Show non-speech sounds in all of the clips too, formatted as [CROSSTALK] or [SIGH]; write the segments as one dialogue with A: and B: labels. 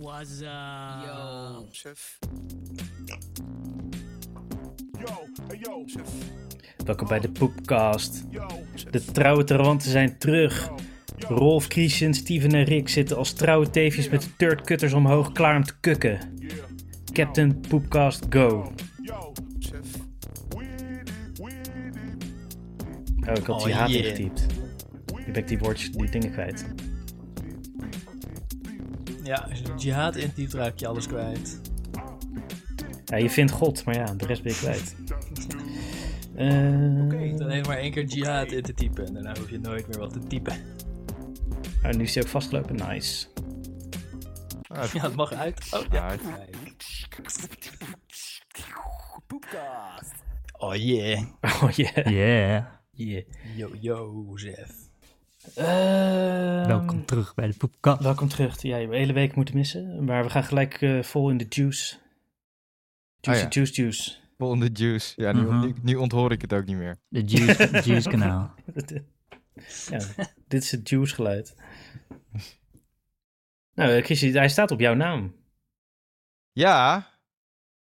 A: What's up?
B: Yo.
C: Chef.
D: Welkom bij de Poepcast. De trouwe trawanten zijn terug. Rolf, Christian, Steven en Rick zitten als trouwe teefjes met turtcutters omhoog klaar om te kukken. Captain Poepcast Go.
C: Chef.
D: Oh, ik had die
A: Oh,
D: haat
A: yeah.
D: ingetypt. Nu ben ik die woordjes, die dingen kwijt.
A: Ja, als je jihad intypt raak je alles kwijt.
D: Ja, je vindt God, maar ja, de rest ben je kwijt. Eh,
A: Je hoeft alleen maar één keer jihad in te typen en daarna hoef je nooit meer wat te typen.
D: oh, nu is hij ook vastgelopen. Nice. [LAUGHS]
A: Ja, het mag uit. Oh, ja. Oh yeah.
D: Oh yeah.
E: Yeah.
D: yeah.
A: Yo, Jozef.
D: Ehm,
E: Welkom terug bij de Poepkast.
D: Welkom terug. Ja, je hebt een hele week moeten missen, maar we gaan gelijk eh, vol in de juice. Juicy
F: ja.
D: juice juice. [LAUGHS]
F: Vol in de juice. Ja, nu,
E: Mhm.
F: nu, nu onthoor ik het ook niet meer.
E: De Juice, juice kanaal.
D: ja, dit is het juice geluid. Nou, eh, Chrisje, hij staat op jouw naam.
F: Ja.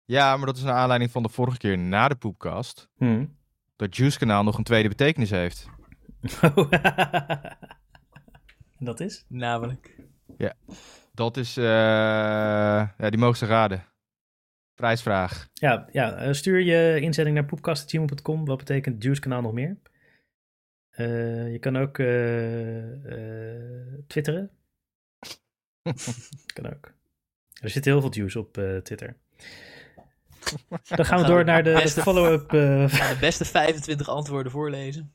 F: Ja, maar dat is naar aanleiding van de vorige keer na de poepkast.
D: Hm. [LAUGHS]
F: Dat juice kanaal nog een tweede betekenis heeft.
D: En Oh. [LAUGHS] dat is?
A: Namelijk.
F: Dat is, eh, ja, die mogen ze raden. Prijsvraag.
D: Ja, ja eh, stuur je inzending naar poepkast.gmail.com. Wat betekent juice kanaal nog meer? Eh, je kan ook eh, eh, [LAUGHS] twitteren. kan ook. Er zit heel veel juice op eh, [LAUGHS] Twitter. Dan gaan we door naar de, de follow-up eh, [LAUGHS]
A: Ga de beste 25 antwoorden voorlezen.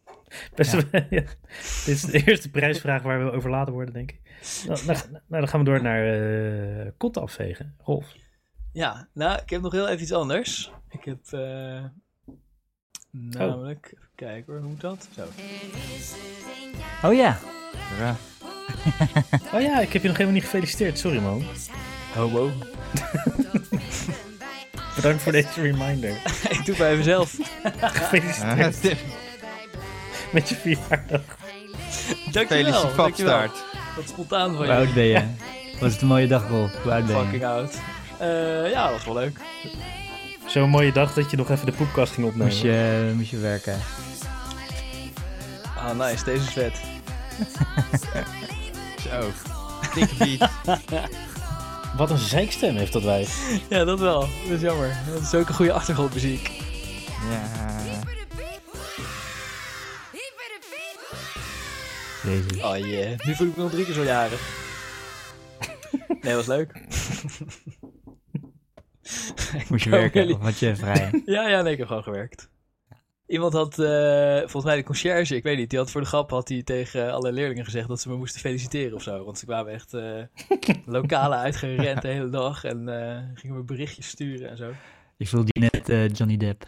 D: Best- [LAUGHS] ja. Dit is de eerste prijsvraag waar we over laten worden, denk ik. Nou, nou, nou, dan gaan we door naar eh kotten afvegen. Rolf.
A: Ja, nou, ik heb nog heel even iets anders. Ik heb eh, namelijk, even kijken hoor, hoe moet dat? Zo.
E: Oh ja.
F: [LAUGHS] Ja.
D: Oh ja, ik heb je nog helemaal niet gefeliciteerd. Sorry man.
A: Hobo. [LAUGHS]
D: Bedankt voor deze [LAUGHS] reminder.
A: ik doe bij mezelf.
D: Gefeliciteerd [LAUGHS] met je verjaardag.
A: Dankjewel.
F: Felicitatie
A: Dankjewel.
F: Fabstaart.
A: Wat spontaan van
E: Hoe
A: je.
E: oud ben je? Was het een mooie dag, Rolf? Hoe oud ben
A: Fucking
E: je?
A: oud. Eh, ja, dat was wel leuk.
D: Zo'n mooie dag dat je nog even de poepkast ging opnemen.
E: Moest je, moest je werken?
A: Ah, nice. Deze is vet.
F: Zo. Dikke beat.
D: Wat een zeikstem heeft dat wij.
A: Ja, dat wel. Dat is jammer. Dat is ook een goede achtergrondmuziek.
F: Ja. [LAUGHS]
E: Jezus.
A: Oh yeah. Nu voel ik me nog drie keer zo jarig. Nee, was leuk.
E: Moest je
A: Komen
E: werken?
A: jullie-
E: Of had je vrij?
A: Ja, ja, nee, ik heb gewoon gewerkt. Iemand had, eh, volgens mij de conciërge, ik weet niet, die had voor de grap had hij tegen alle leerlingen gezegd dat ze me moesten feliciteren of zo. Want ze kwamen echt eh lokalen uitgerend de hele dag en eh, gingen me berichtjes sturen en zo.
E: Ik voelde [LAUGHS] je net eh, Johnny Depp.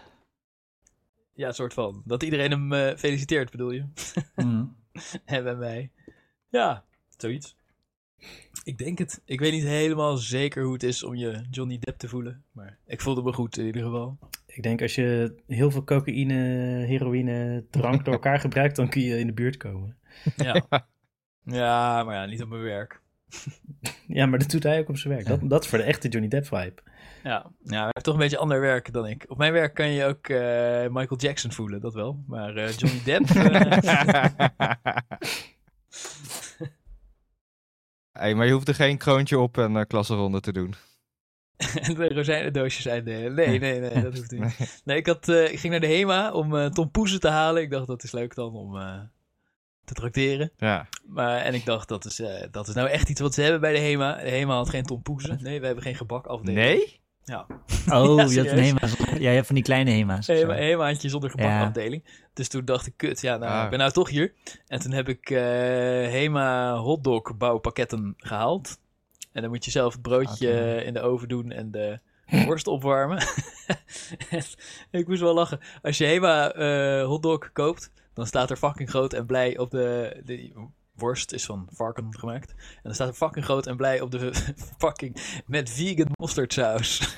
A: Ja, een soort van. Dat iedereen hem eh, feliciteert, bedoel je? [LAUGHS] En bij mij. Ja, zoiets. Ik denk het. Ik weet niet helemaal zeker hoe het is om je Johnny Depp te voelen. Maar ik voelde me goed in ieder geval.
D: Ik denk als je heel veel cocaïne, heroïne, drank door elkaar gebruikt, dan kun je in de buurt komen.
A: [LAUGHS] Ja. ja, maar ja, niet op mijn werk.
D: Ja, maar dat doet hij ook op zijn werk. Dat, dat is voor de echte Johnny Depp vibe. [LAUGHS]
A: Ja, ja hij heeft toch een beetje ander werk dan ik. Op mijn werk kan je ook eh, Michael Jackson voelen, dat wel. Maar eh, Johnny [LAUGHS] Depp. eh, [LAUGHS]
F: hey, maar je hoeft er geen kroontje op en eh klassenronde te doen. [LAUGHS]
A: en de rozijnendoosjes uitdelen. Nee, nee, nee, dat hoeft niet. Nee, ik, had, eh, ik ging naar de HEMA om eh Tom Poezen te halen. Ik dacht, dat is leuk dan om eh, te tracteren.
F: Ja.
A: Maar, en ik dacht, dat is, eh, dat is nou echt iets wat ze hebben bij de HEMA. De HEMA had geen tompoezen. Nee, we hebben geen gebakafdeling.
F: Nee?
E: Oh, je had
A: serieus?
E: een hema's. Ja, je hebt van die kleine hema's. of zo.
A: HEMA, HEMA'tje zonder gebakafdeling. Dus toen dacht ik, kut, ja, nou,
F: Ah.
A: ik ben nou toch hier. En toen heb ik eh, HEMA hotdog bouwpakketten gehaald. En dan moet je zelf het broodje
E: Oké.
A: eh, in de oven doen en de worst opwarmen. [LAUGHS] En ik moest wel lachen. Als je HEMA eh, hotdog koopt, dan staat er fucking groot en blij op de... de worst is van varken gemaakt. En dan staat er fucking groot en blij op de [LAUGHS] fucking... Met vegan mosterdsaus.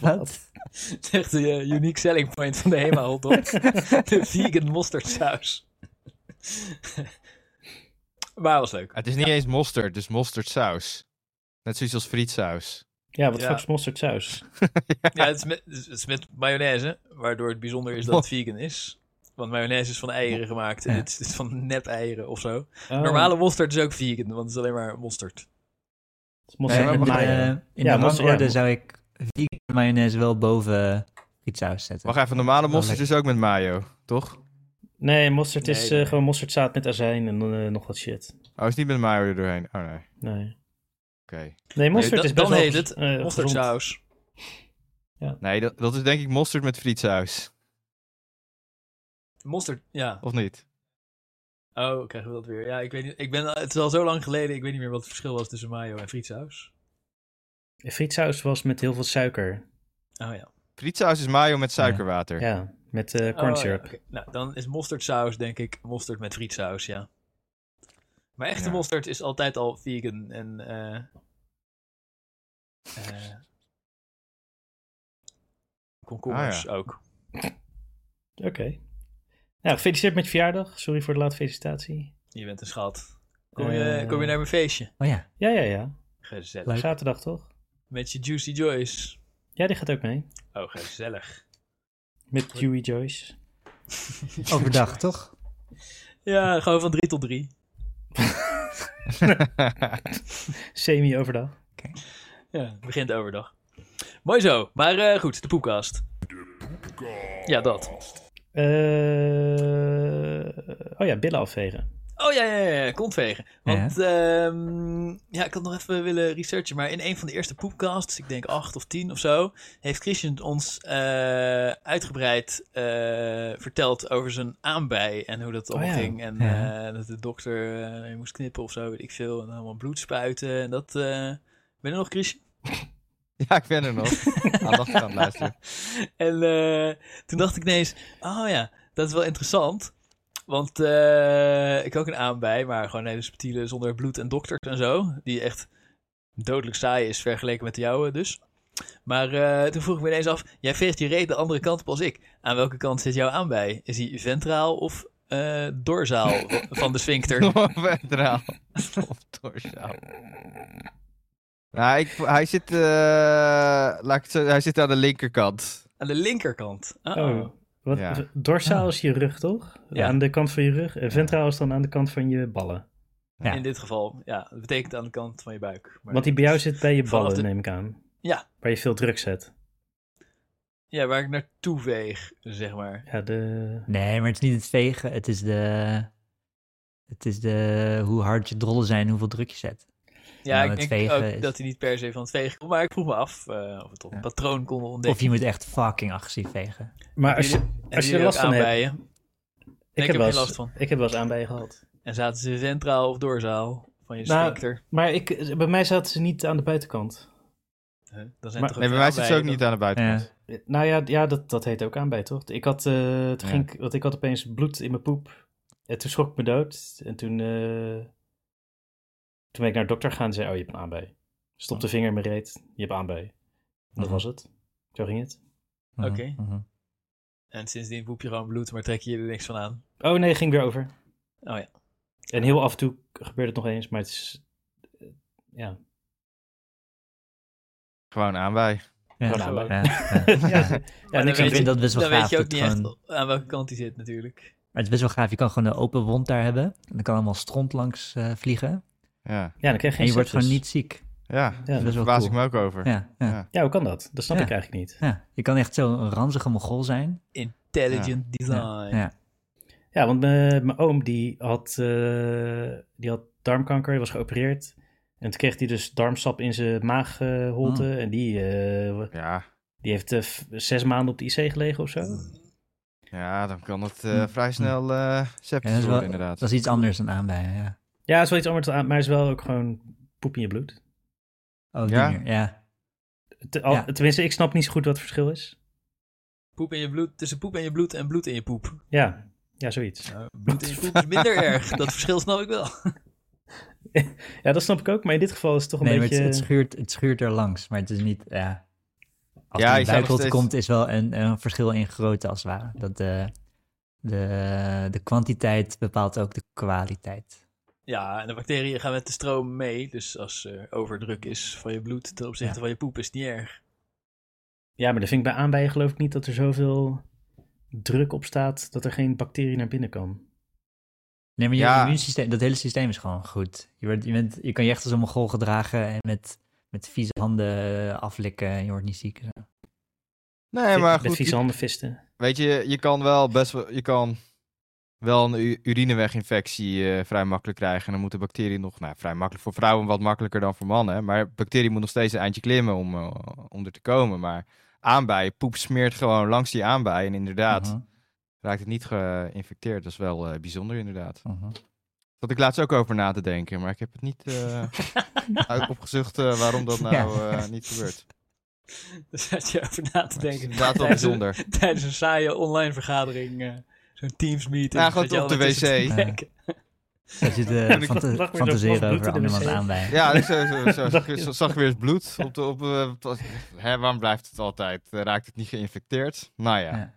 E: Wat?
A: Het is [LAUGHS] echt de eh, unique selling point van de HEMA
D: [LAUGHS]
A: hotdog. de vegan mosterdsaus. [LAUGHS] Maar was leuk.
F: Het is niet eens mosterd, dus mosterdsaus. Net zoiets als frietsaus.
D: Ja, wat
A: Ja.
D: fuck is mosterdsaus?
A: Ja, het is, met, het is met mayonaise, waardoor het bijzonder is dat het vegan is. Want mayonaise is van eieren gemaakt. en
E: Ja.
A: Dit is dit is van nep eieren of zo.
D: Oh,
A: Normale mosterd is ook vegan, want het is alleen maar mosterd.
D: het is mosterd
F: Nee,
D: met
F: maar-
E: in
D: mayo.
E: de, eh, in
D: Ja,
E: de
D: mosterd,
E: rangorde
D: ja.
E: zou ik vegan mayonaise wel boven frietsaus zetten.
F: Wacht even, normale mosterd
E: lekker.
F: is ook met mayo, toch?
D: Nee, mosterd is
A: Nee,
D: eh, gewoon mosterdzaad met azijn en eh, nog wat shit.
F: Oh, is niet met mayo er doorheen. Oh nee, oké.
D: Nee, nee
A: Nee,
D: mosterd
A: dat-
D: is best
A: dan
D: wel
A: heet
D: gez-
A: het
D: eh, gezond.
A: Mosterdsaus.
F: Nee, dat, dat is denk ik mosterd met frietsaus.
A: Mosterd, ja.
F: Of niet?
A: Oh, krijgen we dat weer. Ja, ik weet niet. Ik ben, het is al zo lang geleden. Ik weet niet meer wat het verschil was tussen mayo en frietsaus.
D: Frietsaus was met heel veel suiker.
A: Oh ja.
F: Frietsaus is mayo met suikerwater.
D: Ja, met eh
A: Oh,
D: corn
A: ja,
D: syrup.
A: oké. Nou, dan is mosterdsaus denk ik mosterd met frietsaus, ja. Maar echte
F: Ja.
A: mosterd is altijd al vegan en... eh, eh, komkommers
F: Ah,
A: ook.
D: Oké. Nou, gefeliciteerd met je verjaardag. Sorry voor de late felicitatie.
A: Je bent een schat. Kom je,
D: Eh.
A: kom je naar mijn feestje?
E: Oh ja,
D: Ja, ja, ja.
A: Gezellig.
E: Leuk.
D: Zaterdag toch?
A: Met je Juicy Joyce.
D: Ja, die gaat ook mee.
A: Oh, gezellig.
D: Met Dewey Joyce.
E: overdag toch?
A: Ja, gewoon van drie tot drie.
D: Semi-overdag.
A: Ja, begint overdag. Mooi zo. Maar eh, goed, de poepkast. Ja, dat.
D: Eh, oh ja, billen afvegen.
A: Oh ja, ja, ja, ja, kontvegen. Want ehm, ja, ik had nog even willen researchen, maar in een van de eerste poepcasts, ik denk acht of tien of zo, heeft Christian ons eh, uitgebreid eh, verteld over zijn aanbij en hoe dat
D: Oh
A: allemaal
D: ja,
A: ging. En
E: ja.
A: eh, dat de dokter eh, moest knippen of zo, weet ik veel, en allemaal bloed spuiten. En dat, eh ben je er nog, Christian?
F: Ja, ik ben
E: [LAUGHS]
F: er nog. Ah, Aandacht aan het luisteren.
A: En eh, toen dacht ik ineens, oh ja, dat is wel interessant. Want eh, ik heb ook een aan bij, maar gewoon een hele subtiele zonder bloed en dokters en zo. Die echt dodelijk saai is vergeleken met de jouwe dus. Maar eh, toen vroeg ik me ineens af, jij veegt je reet de andere kant op als ik. Aan welke kant zit jouw aan bij? Is die ventraal of eh, dorsaal van de sphincter?
F: Ventraal. Of dorsaal. Nou, ik, hij, zit, eh, laat ik het zo, hij zit aan de linkerkant.
A: Aan de linkerkant. Oh. Ah.
D: Oh. Wat,
F: Ja.
D: Dorsaal is je rug, toch?
A: Ja.
D: Aan de kant van je rug. En ventraal is dan aan de kant van je ballen.
E: Ja.
A: In dit geval, ja, dat betekent aan de kant van je buik. Maar-
D: Want die bij jou zit bij je
A: Vanaf
D: ballen,
A: de-
D: neem ik aan.
A: Ja.
D: Waar je veel druk zet.
A: Ja, waar ik naartoe veeg, zeg maar.
D: Ja, de...
E: Nee, maar het is niet het vegen. Het is de... Het is de... Hoe hard je drollen zijn, hoeveel druk je zet.
A: Ja,
E: Nou,
A: ik
E: het
A: denk ook
E: vegen is-
A: dat hij niet per se van het vegen komt. Maar ik vroeg me af eh, of we toch een
F: Ja.
A: patroon konden ontdekken.
E: Of je moet echt fucking agressief vegen.
D: Maar als je,
A: Hebben jullie-
D: als je
A: hebben
D: er last van
A: jullie ook
D: hebt.
A: aanbijen? ik heb
D: wel
A: er
D: eens-
A: last van.
D: Ik heb wel eens aanbijen gehad.
A: En zaten ze centraal of doorzaal van je
D: Nou,
A: sphincter?
D: Maar ik, bij mij zaten ze niet aan de buitenkant.
A: Huh? Dan zijn
D: maar-
A: toch
F: Nee, bij mij zit ze ook niet aan de buitenkant.
E: Ja.
D: Nou ja, ja dat, dat heet ook aanbij, toch? Ik had, eh, toen
F: Ja.
D: ging ik, want ik had opeens bloed in mijn poep. En toen schrok ik me dood. En toen, eh, toen ben ik naar de dokter gegaan en zei, oh, je hebt een aanbij. Stop de vinger in mijn reet, je hebt aanbij. Dat
E: Oh. Mhm.
D: was het. Zo ging het.
E: Mhm,
A: Oké.
E: mhm.
A: En sindsdien poep je gewoon bloed, maar trek je er niks van aan.
D: Oh nee, ging weer over.
A: Oh ja.
D: En heel af en toe gebeurde het nog eens, maar het is... eh, ja.
F: Gewoon aan bij.
E: Ja,
D: Gewoon aanbij.
E: ja,
D: ja,
E: ja.
D: ja,
A: dan
D: niks
A: weet
D: aan
E: Ik
A: je-
E: vind
D: doen.
E: dat best wel
A: Dan
E: gaaf.
A: weet je ook
E: dat
A: niet
E: gewoon-
A: echt aan welke kant hij zit natuurlijk.
E: Maar het is best wel gaaf. Je kan gewoon een open wond daar hebben. En dan kan allemaal stront langs eh, vliegen.
F: Ja,
D: Ja, dan krijg je
E: en
D: geen
E: je wordt gewoon
D: sepsis.
E: niet ziek.
F: ja.
E: Dat is
D: dus- Ja.
E: best
F: daar
E: wel
F: verbaas
E: cool.
F: ik me ook over.
E: Ja, ja,
F: Ja.
E: ja.
D: ja, hoe kan dat? Dat snap
E: Ja.
D: ik eigenlijk niet.
E: Je kan echt zo'n ranzige mongool zijn.
A: Intelligent design.
E: Ja.
D: Ja, want mijn, mijn oom die had, eh, die had darmkanker, die was geopereerd. En toen kreeg hij dus darmsap in zijn maagholte.
E: Hmm.
D: En die, eh,
F: Ja,
D: die heeft eh, f- zes maanden op de IC gelegen of zo.
E: Hmm.
F: ja dan kan het eh,
E: Hm.
F: vrij snel eh sepsis
E: Ja, dat is wel-
F: worden, inderdaad.
E: Dat is iets anders dan aanbijen, ja.
D: Ja, is wel iets anders aan, maar is wel ook gewoon poep in je bloed.
E: Oh, die
F: Ja?
E: meer, ja.
D: Te- al-
E: Ja.
D: Tenminste, ik snap niet zo goed wat het verschil is.
A: Poep in je bloed, tussen poep en je bloed en bloed in je poep.
D: Ja, ja zoiets.
A: Nou, bloed in je poep is
D: [LAUGHS]
A: minder erg. Dat verschil snap ik wel.
D: Ja, dat snap ik ook, maar in dit geval is het toch een
E: Nee, maar
D: beetje...
E: het, het, schuurt, het schuurt er langs, maar het is niet, ja. Als
F: Ja,
E: ja,
F: je
E: het
F: zou
E: bij
F: nog
E: tot
F: steeds-
E: komt, is wel een, een verschil in grootte als het ware. Dat de, de, de kwantiteit bepaalt ook de kwaliteit.
A: Ja, en de bacteriën gaan met de stroom mee. Dus als er overdruk is van je bloed ten opzichte
D: Ja.
A: van je poep, is het niet erg. [LAUGHS]
D: Ja, maar dat vind ik bij aanbijen geloof ik niet dat er zoveel druk op staat dat er geen bacterie naar binnen kan.
E: Nee, maar je
F: Ja.
E: immuunsysteem, dat hele systeem is gewoon goed. Je, wordt, je, bent, je kan je echt als een mongool gedragen en met, met vieze handen aflikken en je wordt niet ziek. en zo.
F: Nee, maar
D: Met
F: goed.
D: vieze
F: je-
D: handen visten.
F: Weet je, je kan wel best wel, je kan wel een u- urineweginfectie eh, vrij makkelijk krijgen. En dan moet de bacterie nog, nou vrij makkelijk voor vrouwen wat makkelijker dan voor mannen. hè. Maar de bacterie moet nog steeds een eindje klimmen om, eh, om er te komen. Maar aanbij, poep smeert gewoon langs die aanbij. En inderdaad,
E: Mhm,
F: raakt het niet geïnfecteerd. Dat is wel eh, bijzonder inderdaad.
E: mhm.
F: Dat ik laatst ook over na te denken, maar ik heb het niet
E: [LAUGHS]
F: eh, uit- opgezocht eh, waarom dat nou
E: Ja.
F: eh, niet gebeurt.
A: Daar zat Dus je over na te
F: Maar het is
A: denken.
F: inderdaad wel
A: Tijdens een-
F: bijzonder.
A: Tijdens een saaie online vergadering, eh, zo'n Teams meeting.
F: Ja, gewoon
A: zat je
F: op de
A: allemaal tussen
F: wc.
A: te denken.
E: Daar zit
D: [LAUGHS]
F: En
E: eh
F: ik
E: fanta-
D: lag weer zo plas
E: fantaseren
D: bloed in
E: over
D: de
E: andermans
D: wc.
E: aanbij.
F: Ja, zo, zo, zo,
D: Dacht
F: zo-
D: je-
F: zo- zag ik weer het bloed op de... Op, eh, plas- hè, waarom blijft het altijd? Eh, Raakt het niet geïnfecteerd? Nou ja.
E: Ja.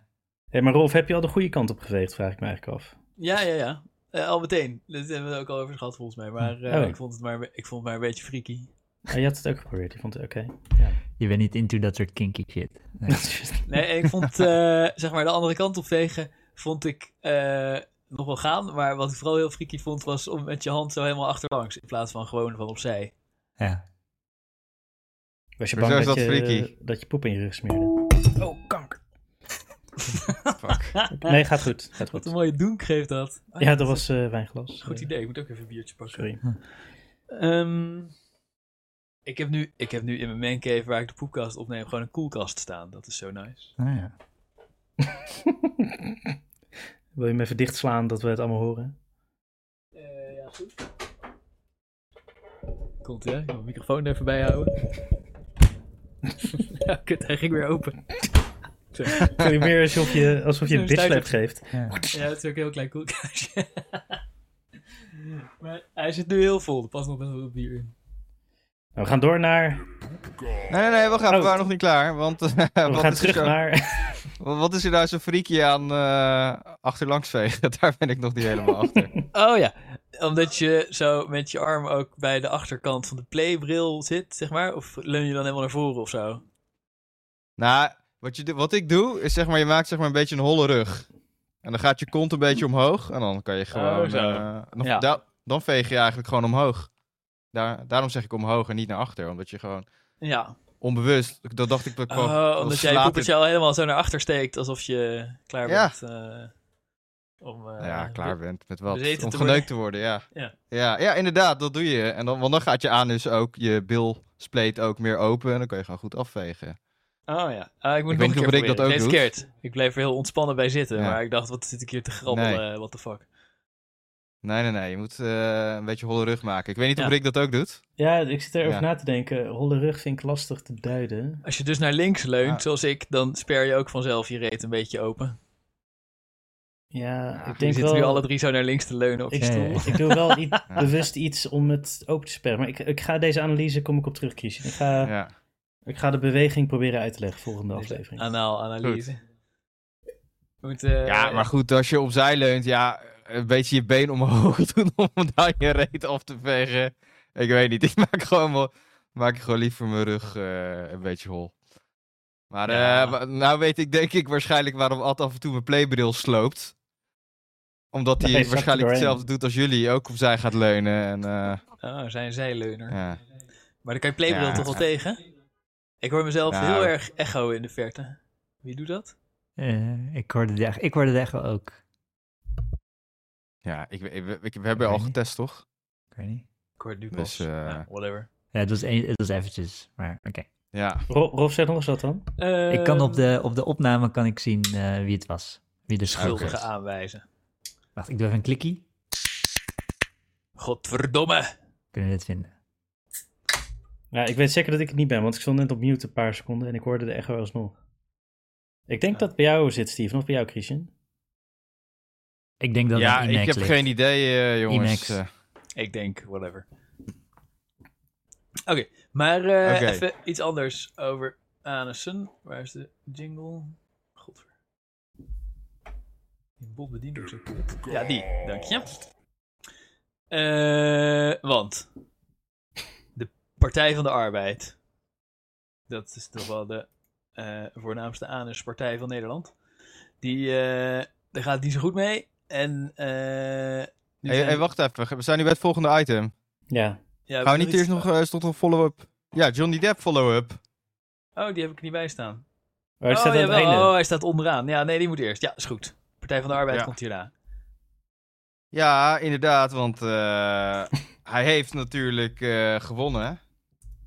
D: Hé, maar Rolf, heb je al de goede kant op geveegd, vraag ik me eigenlijk af.
A: Ja, ja, ja. Eh, al meteen. Dat hebben we het ook al over gehad volgens mij. Maar eh,
D: Oh.
A: ik, vond het maar ik vond het maar een beetje freaky.
D: Ah, je had het ook geprobeerd, je vond het oké.
E: Je bent niet into dat soort kinky shit. Nee.
A: Nee, en ik vond eh, [LAUGHS] zeg maar de andere kant op vegen, vond ik eh, nog wel gaan. Maar wat ik vooral heel freaky vond, was om met je hand zo helemaal achterlangs. In plaats van gewoon van opzij.
E: Ja.
D: Was je
F: Maar
D: bang
F: zo
D: dat,
F: is dat
D: je,
F: freaky.
D: dat je poep in je rug smeerde?
A: Oh, kanker.
D: Nee, gaat goed. Gaat
A: [LAUGHS] Wat een
D: goed.
A: mooie doenk geeft dat. Ah,
D: Ja, dat was eh, wijnglas.
A: Goed
D: Eh,
A: idee, ik moet ook even een biertje pakken.
D: Sorry.
A: Ehm, ik, heb nu, ik heb nu in mijn mancave waar ik de poepkast opneem gewoon een koelkast staan. Dat is zo nice.
E: Ah, ja.
D: Wil je me even dichtslaan dat we het allemaal horen? Eh,
A: ja, goed. Komt hè? Ik moet mijn microfoon er even bij
D: [LAUGHS]
A: houden. ja, kut, hij ging weer open.
D: Kun je meer alsof je, alsof je
A: Zo'n
D: een bitchlap
A: stuitertje.
D: geeft?
E: Ja.
A: Ja, het is ook een heel klein koelkastje. [LAUGHS] maar hij zit nu heel vol. Er past nog best wel wat bier in.
D: Nou, we gaan door naar...
F: Nee, nee, nee, wacht even, we
D: Oh.
F: waren nog niet klaar. Want eh,
D: we
F: wat,
D: gaan
F: is er
D: terug
F: zo,
D: naar... [LAUGHS]
F: wat is er nou zo freaky aan eh achterlangs vegen? [LAUGHS] Daar ben ik nog niet helemaal achter.
A: Oh ja, omdat je zo met je arm ook bij de achterkant van de playbril zit, zeg maar. Of leun je dan helemaal naar voren of zo?
F: nou, wat, je, do- wat ik doe, is zeg maar, je maakt zeg maar een beetje een holle rug. En dan gaat je kont een beetje omhoog. En dan kan je gewoon...
A: Oh, zo.
F: eh, dan,
A: Ja.
F: da- dan veeg je eigenlijk gewoon omhoog. Daar, daarom zeg ik omhoog en niet naar achter. Omdat je gewoon
A: Ja,
F: onbewust... Dat dacht ik dat ik gewoon...
A: Oh,
F: wel
A: omdat jij je
F: slaat
A: poppetje al helemaal zo naar achter steekt, alsof je klaar
F: Ja.
A: bent eh, om... eh,
F: Nou ja, klaar bent met wat.
A: bezeten
F: Om
A: te
F: geneukt te worden, ja.
A: Ja.
F: ja. Ja, inderdaad, dat doe je. En dan, want dan gaat je anus ook, je bil spleet ook meer open. En dan kan je gewoon goed afvegen.
A: Oh ja, Ah, ik moet nog
F: Ik weet
A: een
F: niet
A: keer
F: of Rick dat
A: proberen.
F: ook
A: Geen verkeerd. Ik bleef er heel ontspannen bij zitten,
F: Ja.
A: maar ik dacht, wat zit ik hier te grabbelen, eh, what the fuck.
F: Nee, nee, nee. Je moet eh, een beetje holle rug maken. Ik weet niet
A: Ja.
F: of Rick dat ook doet.
D: Ja, ik zit erover
F: Ja.
D: na te denken. Holle rug vind ik lastig te duiden.
A: Als je dus naar links leunt,
F: Ja.
A: zoals ik, dan sper je ook vanzelf je reet een beetje open.
D: Ja,
F: Ja,
D: ik
A: We
D: denk
A: zitten nu
D: wel...
A: alle drie zo naar links te leunen op
D: Ik,
A: die
E: Ja,
A: stoel.
E: ja, ja.
D: ik doe wel i- bewust iets om het open te sperren. Maar ik, ik ga deze analyse, kom ik op terug, Christian. Ik ga,
F: ja.
D: ik ga de beweging proberen uit te leggen volgende
A: Deze Ah, nou.
D: aflevering.
A: Anaal analyse. Moet, eh,
F: ja, maar goed, als je opzij leunt, ja, een beetje je been omhoog [LAUGHS] doen om dan je reet af te vegen. Ik weet niet. [LAUGHS] Ik maak gewoon wel, maak gewoon liever mijn rug eh, een beetje hol. Maar eh,
A: Ja.
F: wa- nou weet ik denk ik waarschijnlijk waarom Ad af en toe mijn playbril sloopt. Omdat
D: Nee,
F: hij
D: zakt er
F: waarschijnlijk
D: doorheen.
F: hetzelfde doet als jullie, ook opzij gaat leunen. En, eh,
A: Oh, zijn zij leuner.
F: ja.
A: Maar dan kan je Playmobil
F: Ja.
A: toch wel tegen? Ik hoor mezelf
F: Nou.
A: heel erg echo in de verte. Wie doet dat?
E: Eh, ik, hoorde de, ik hoorde de echo ook.
F: ja, ik, ik, ik- we hebben al
E: weet niet.
F: getest, toch?
E: Ik weet niet.
A: Ik hoor het nu
F: Dus,
A: pas.
F: eh,
A: Nou, whatever.
E: Ja, het was, een, het was eventjes, maar oké.
F: Ja.
D: Ro- Rolf, zeg nog eens wat dan.
E: Ik kan
F: Ehm.
A: Ehm,
E: op de, op de opname kan ik zien eh, wie het was. Wie de schuld
A: Schuldige
E: was.
A: aanwijzen.
E: Wacht, ik doe even een klikkie.
A: Godverdomme.
E: Kunnen we dit vinden?
D: Ja, ik weet zeker dat ik het niet ben, want ik stond net op mute een paar seconden en ik hoorde de echo alsnog. Ik denk
A: Ja.
D: dat het bij jou zit, Steven, of bij jou, Christian.
E: Ik denk dat
F: Ja,
E: het een
F: ik
E: IMAX
F: heb
E: ligt.
F: geen idee, eh,
E: IMAX.
F: jongens. Eh,
A: Ik denk, whatever. Oké, maar eh,
F: Oké.
A: even iets anders over anussen. Waar is de jingle? Godver. Die bot bedient ook zo kut. Ja, die. Dank je. Eh, want de Partij van de Arbeid, dat is toch wel de eh, voornaamste anuspartij van Nederland, die, eh, daar gaat het niet zo goed mee. En, eh, nu
F: Hey,
A: zijn-
F: hey, wacht even. We zijn nu bij het volgende item.
D: Ja.
A: Ja,
F: Gaan we
A: nog
F: niet
A: iets-
F: eerst nog... eh, stond nog follow-up. Ja, Johnny Depp follow-up.
A: Oh, die heb ik er niet bij staan.
D: Maar het staat aan
A: oh,
D: het
A: jawel.
D: einde.
A: oh, hij staat onderaan. Ja, nee, die moet eerst. Ja, is goed. Partij van de Arbeid
F: Ja.
A: komt hierna.
F: Ja, inderdaad,
E: [LAUGHS]
F: want eh, hij heeft natuurlijk eh, gewonnen,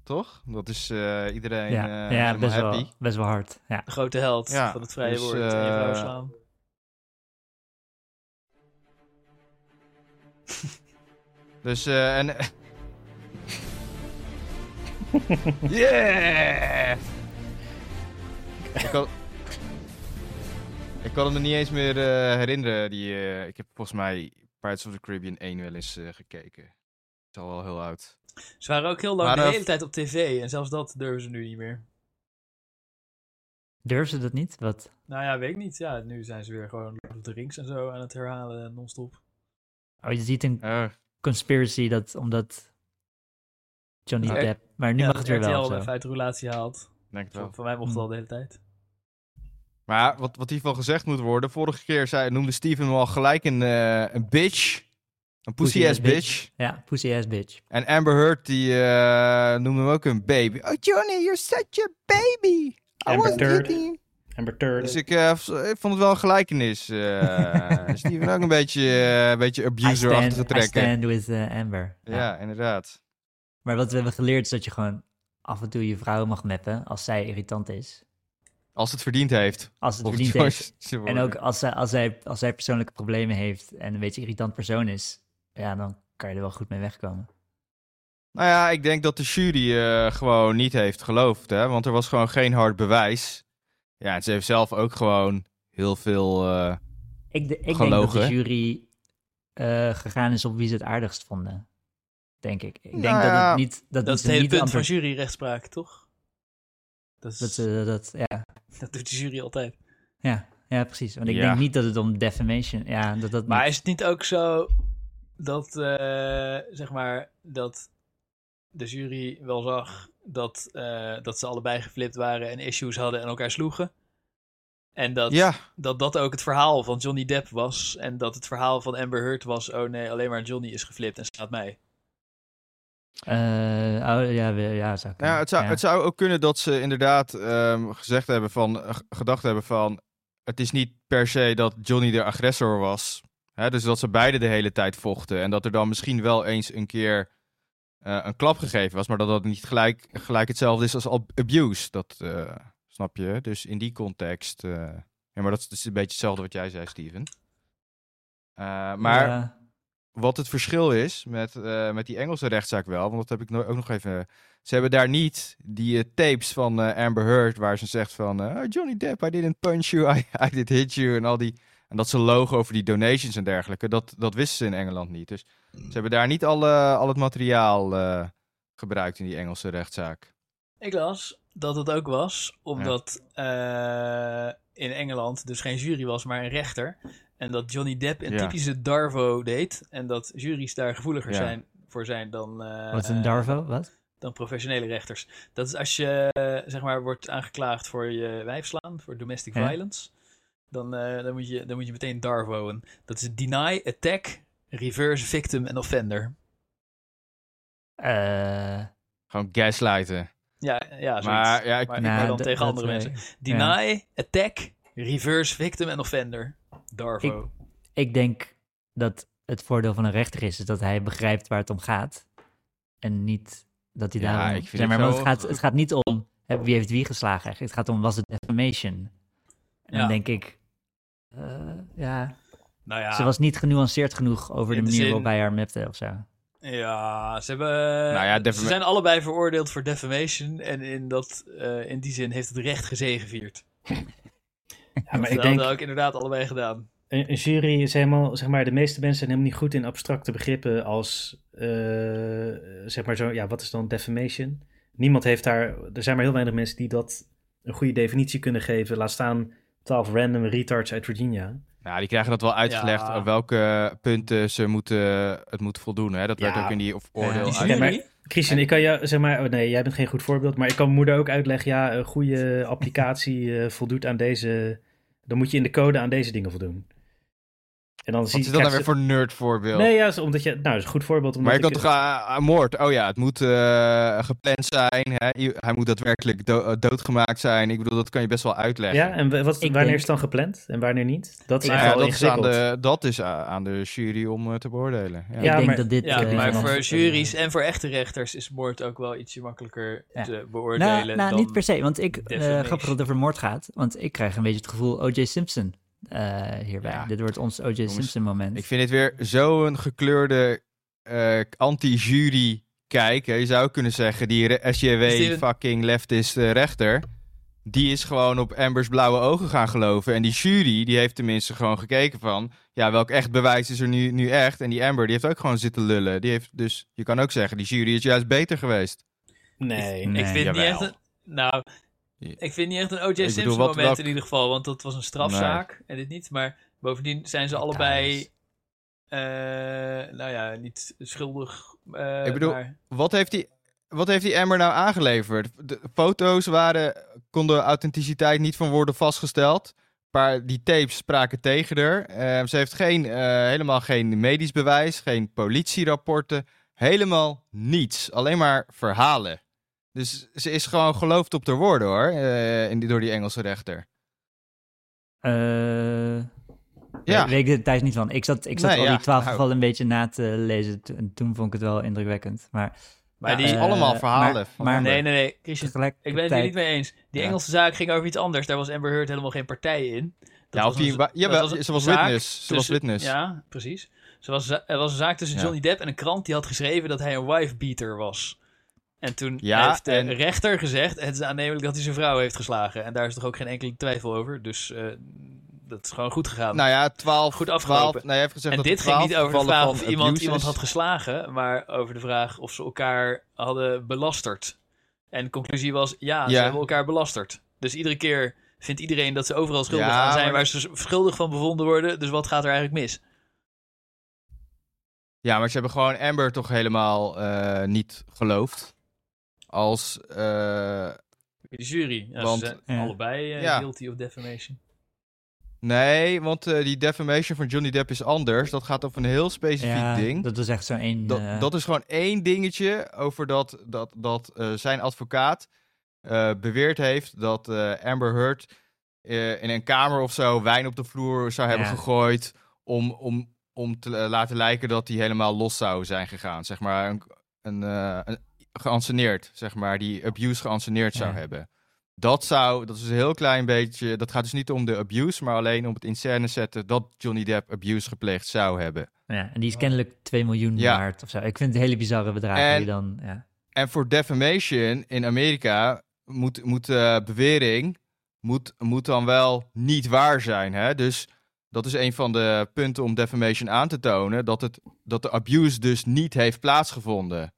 F: toch? Dat is eh, iedereen
E: ja,
F: eh,
E: ja
F: helemaal
E: best,
F: happy.
E: wel, best wel hard. Ja.
A: De grote held
F: Ja,
A: van het vrije
F: dus,
A: woord. en je vrouw
F: eh,
A: slaan.
F: Dus,
E: [LAUGHS]
F: eh, en... yeah! ik, kan... ik kan het me niet eens meer eh, herinneren. Die, eh, ik heb volgens mij Pirates of the Caribbean 1 wel eens eh, gekeken. Het is al wel heel oud.
A: Ze waren ook heel lang
F: Maar,
A: de
F: eh,
A: hele tijd op tv. En zelfs dat durven ze nu niet meer.
E: Durven ze dat niet? Wat?
A: Nou ja, weet ik niet. Ja, nu zijn ze weer gewoon Lord of the Rings en zo aan het herhalen en non-stop.
E: Oh, je ziet een
F: Eh,
E: conspiracy dat omdat Johnny
F: Ja.
E: Depp... Maar nu
A: ja,
E: mag het weer
A: RTL
E: wel of
A: even
E: zo.
A: uit de relatie haalt.
F: denk het wel.
A: Voor mij mocht het al de hele tijd.
F: Maar wat, wat hiervan gezegd moet worden, vorige keer zei, noemde Steven hem al gelijk een, eh, een bitch. Een pussy-ass
E: Pussy-ass
F: bitch.
E: Ja, pussy ass bitch.
F: En Amber Heard, die eh, noemde hem ook een baby. Oh Johnny, you're such a baby. I
D: Amber
F: wasn't
D: Heard.
F: eating you.
D: Amber Turd.
F: Dus ik, eh, v- ik vond het wel een gelijkenis. eh
E: [LAUGHS]
F: Steven ook een beetje, eh, een beetje
E: I
F: abuser-achtige
E: stand, I
F: trekken.
E: stand with eh, Amber. Ja.
F: Ja, inderdaad.
E: Maar wat we hebben geleerd is dat je gewoon af en toe je vrouw mag meppen als zij irritant is.
F: Als het verdiend heeft.
E: Als het
F: Volgens
E: verdiend
F: Joyce
E: heeft.
F: te
E: En
F: worden.
E: ook als zij, als, zij, als zij persoonlijke problemen heeft en een beetje irritant persoon is, ja, dan kan je er wel goed mee wegkomen.
F: Nou ja, ik denk dat de jury eh, gewoon niet heeft geloofd, hè? want er was gewoon geen hard bewijs. Ja, en ze heeft zelf ook gewoon heel veel. eh,
E: Ik, de- ik denk dat
F: Gelogen,
E: de
F: hè?
E: jury eh, gegaan is op wie ze het aardigst vonden. Denk ik. Ik denk
F: Nou
E: dat
F: ja,
E: het niet. Dat,
A: Dat is
E: ze
A: het hele
E: niet de
A: punt van
E: antwoord-
A: juryrechtspraak, toch? Dat, is, [LAUGHS]
E: dat,
A: dat,
E: ze, dat, ja,
A: doet de jury altijd.
E: ja, ja, precies. Want ik
F: Ja.
E: denk niet dat het om defamation. Ja, dat dat.
A: Maar
E: niet-
A: is het niet ook zo dat, eh, zeg maar, dat de jury wel zag dat, eh, dat ze allebei geflipt waren en issues hadden en elkaar sloegen? En dat,
F: ja,
A: dat dat ook het verhaal van Johnny Depp was. En dat het verhaal van Amber Heard was: oh nee, alleen maar Johnny is geflipt en slaat mij.
E: Eh, oh ja, we- ja, zou
F: nou,
E: kunnen.
F: ja, het, zou,
E: Ja.
F: het zou ook kunnen dat ze inderdaad ehm, gezegd hebben van, eh, gedacht hebben van. Het is niet per se dat Johnny de agressor was. Hè? Dus dat ze beide de hele tijd vochten. En dat er dan misschien wel eens een keer eh, een klap gegeven was. Maar dat dat niet gelijk, gelijk hetzelfde is als ab- abuse. Dat eh, snap je. Dus in die context. eh, ja, maar dat is dus een beetje hetzelfde wat jij zei, Steven. Eh, maar
E: Ja.
F: wat het verschil is met, eh, met die Engelse rechtszaak wel, want dat heb ik no- ook nog even. Ze hebben daar niet die eh, tapes van eh, Amber Heard waar ze zegt van eh, "Oh, Johnny Depp, I didn't punch you, [LAUGHS] I, I did hit you en al die en dat ze logen over die donations en dergelijke. Dat, dat wisten ze in Engeland niet. Dus ze hebben daar niet alle, al het materiaal eh, gebruikt in die Engelse rechtszaak.
A: Ik las dat het ook was, omdat eh, in Engeland dus geen jury was, maar een rechter. En dat Johnny Depp een
F: Ja.
A: typische Darvo deed. En dat juries daar gevoeliger
F: Ja.
A: zijn, voor zijn dan, eh,
E: Wat is een Darvo? Wat?
A: dan professionele rechters. Dat is als je eh, zeg maar wordt aangeklaagd voor je wijfslaan, voor domestic
E: Ja.
A: violence. Dan, eh, dan, moet je, dan moet je meteen Darvoen. Dat is deny, attack, reverse victim en offender.
E: Eh,
F: Gewoon gaslighten.
A: Ja, ja, zoiets.
F: Maar ja, ik-
A: maar,
E: nou,
A: maar dan
E: dat-
A: tegen
E: dat,
A: andere
E: eh,
A: mensen. Deny, attack, reverse, victim en offender. Darvo.
E: ik denk dat het voordeel van een rechter is, is dat hij begrijpt waar het om gaat. En niet dat hij
F: Ja,
E: daarom...
F: ik vind
E: zeg maar,
F: het
E: want
F: zo-
E: het, gaat, het gaat niet om hè, wie heeft wie geslagen. eigenlijk. Het gaat om, was het defamation? En
A: Ja.
E: dan denk ik... eh, ja.
A: nou ja,
E: Ze was niet genuanceerd genoeg over de
A: In de
E: manier
A: zin-
E: waarop hij haar mapte of zo.
A: ja, ze hebben.
F: Nou ja, defama-
A: Ze zijn allebei veroordeeld voor defamation. En in, dat, eh, in die zin heeft het recht gezegevierd.
D: Ja, maar
A: dat
D: ik
A: hadden
D: denk,
A: ook inderdaad allebei gedaan.
D: een, een jury is helemaal, zeg maar, de meeste mensen zijn helemaal niet goed in abstracte begrippen als, eh, zeg maar zo, ja, wat is dan defamation? Niemand heeft daar, er zijn maar heel weinig mensen die dat een goede definitie kunnen geven. Laat staan 12 random retards uit Virginia.
F: Nou, die krijgen dat wel uitgelegd
A: Ja.
F: op welke punten ze moeten, het moeten voldoen. Hè? Dat werd
D: Ja.
F: ook in die of
E: Ja,
F: oordeel
A: Die
F: uit.
D: Ja, maar-
A: jury?
D: Christian, ik kan jou, zeg maar, oh nee, jij bent geen goed voorbeeld, maar ik kan mijn moeder ook uitleggen, ja, een
F: [LAUGHS]
D: goede applicatie eh, voldoet aan deze, dan moet je in de code aan deze dingen voldoen. En dan
F: Wat
D: zie
F: is
D: je...
F: dat nou
D: krijg
F: weer
D: ze-
F: voor nerd voorbeeld?
D: Nee, ja, is omdat je, nou, dat is een goed voorbeeld. Omdat
F: maar je kan
D: ik-
F: toch aan moord? Oh ja, het moet eh, gepland zijn. Hè? I- Hij moet daadwerkelijk do- eh, doodgemaakt zijn. Ik bedoel, dat kan je best wel uitleggen.
D: Ja, en wa- wat, wanneer
E: denk-
D: is het dan gepland en wanneer niet? Dat is
E: Ik
F: Nou
D: echt
F: ja,
D: wel
F: dat, is aan
D: ingewikkeld.
F: de, dat is eh, aan de jury om eh, te beoordelen. Ja.
D: Ja,
E: ik denk
D: maar-
E: dat dit...
A: Ja,
E: eh,
A: maar
E: van-
A: voor juries en voor echte rechters is moord ook wel ietsje makkelijker
E: Ja.
A: te beoordelen.
E: Nou, nou
A: dan...
E: niet per se, want ik... eh,
A: definition.
E: grappig dat het over moord gaat, want ik krijg een beetje het gevoel O.J. Simpson eh, hierbij.
F: Ja.
E: Dit wordt ons O.J. Simpson moment.
F: Ik vind het weer zo'n gekleurde eh, anti-jury kijk. hè. Je zou ook kunnen zeggen, die re- SJW
A: Is dit een-
F: fucking leftist eh, rechter... die is gewoon op Amber's blauwe ogen gaan geloven. En die jury, die heeft tenminste gewoon gekeken van... ja, welk echt bewijs is er nu, nu echt? En die Amber, die heeft ook gewoon zitten lullen. Die heeft, dus je kan ook zeggen, die jury is juist beter geweest.
D: Nee.
E: Nee,
A: ik vind
F: jawel.
A: niet echt een, nou,
F: Ja.
A: ik vind niet echt een O.J.
F: bedoel,
A: Simpson
F: wat-
A: moment
F: welk-
A: in ieder geval, want dat was een strafzaak en dit niet. Maar bovendien zijn ze allebei, eh, nou ja, niet schuldig. eh,
F: Ik bedoel,
A: maar-
F: Wat heeft die... Wat heeft die Amber nou aangeleverd? De foto's waren, konden authenticiteit niet van worden vastgesteld. Maar die tapes spraken tegen haar. Eh, ze heeft geen, eh, helemaal geen medisch bewijs, geen politierapporten. Helemaal niets. Alleen maar verhalen. Dus ze is gewoon geloofd op haar woorden hoor. eh, in die, door die Engelse rechter.
E: Eh,
F: Ja.
E: Weet, weet ik de details niet van. Ik zat, ik zat
F: Nee,
E: al
F: ja,
E: die twaalf
F: nou.
E: gevallen een beetje na te lezen. T- En toen vond ik het wel indrukwekkend. Maar,
A: Maar
E: eh,
A: die-
F: allemaal verhalen
E: Maar,
F: van
E: maar
F: anderen.
A: nee, nee, nee, Christian,
E: tegelijkertijd...
A: ik ben het hier niet mee eens. Die
F: Ja.
A: Engelse zaak ging over iets anders. Daar was Amber Heard helemaal geen partij in. Dat
F: Ja,
A: was
F: of die,
A: een-
F: wa-
A: dat
F: jawel,
A: een
F: ze was
A: zaak
F: witness. Ze was
A: tussen-
F: witness.
A: Ja, precies. Ze was, er was een zaak tussen
F: Ja.
A: Johnny Depp en een krant die had geschreven dat hij een wifebeater was. En toen
F: Ja,
A: heeft de
F: en-
A: rechter gezegd, het is aannemelijk dat hij zijn vrouw heeft geslagen. En daar is toch ook geen enkele twijfel over. Dus eh, dat is gewoon goed gegaan.
F: Nou ja, 12.
A: Goed
F: 12
A: afgelopen.
F: nou, hij heeft gezegd
A: en
F: dat
A: dit
F: er
A: ging
F: 12
A: niet over de
F: gevallen
A: vraag
F: van
A: of iemand
F: abuse
A: iemand
F: is.
A: had geslagen, maar over de vraag of ze elkaar hadden belasterd. En de conclusie was, ja, ze
F: Ja.
A: hebben elkaar belasterd. Dus iedere keer vindt iedereen dat ze overal schuldig
F: Ja,
A: aan zijn,
F: maar-
A: waar ze schuldig van bevonden worden. Dus wat gaat er eigenlijk mis?
F: Ja, maar ze hebben gewoon Amber toch helemaal eh, niet geloofd. Als. eh,
A: De jury. Ja,
F: Want-
A: ze zijn
E: Ja.
A: allebei eh,
F: Ja.
A: guilty of defamation.
F: nee, want eh, die defamation van Johnny Depp is anders. Dat gaat over een heel specifiek
E: ja,
F: ding.
E: Dat was echt zo'n één...
F: Dat,
E: eh,
F: dat is gewoon één dingetje over dat, dat, dat eh, zijn advocaat eh, beweerd heeft dat eh, Amber Heard eh, in een kamer of zo wijn op de vloer zou hebben
E: Ja.
F: gegooid. Om, om, om te eh, laten lijken dat die helemaal los zou zijn gegaan. Zeg maar een, een, eh, een- geanceneerd, zeg maar, die abuse geanceneerd zou
E: Ja.
F: hebben. Dat zou, dat is een heel klein beetje, dat gaat dus niet om de abuse, maar alleen om het in scène zetten dat Johnny Depp abuse gepleegd zou hebben.
E: ja, en die is kennelijk 2 miljoen
F: Ja.
E: waard of zo. Ik vind het hele bizarre bedragen
F: En-
E: die dan... Ja.
F: En voor defamation in Amerika moet, moet eh, bewering moet, moet dan wel niet waar zijn. Hè? Dus dat is een van de punten om defamation aan te tonen. Dat, het, dat de abuse dus niet heeft plaatsgevonden.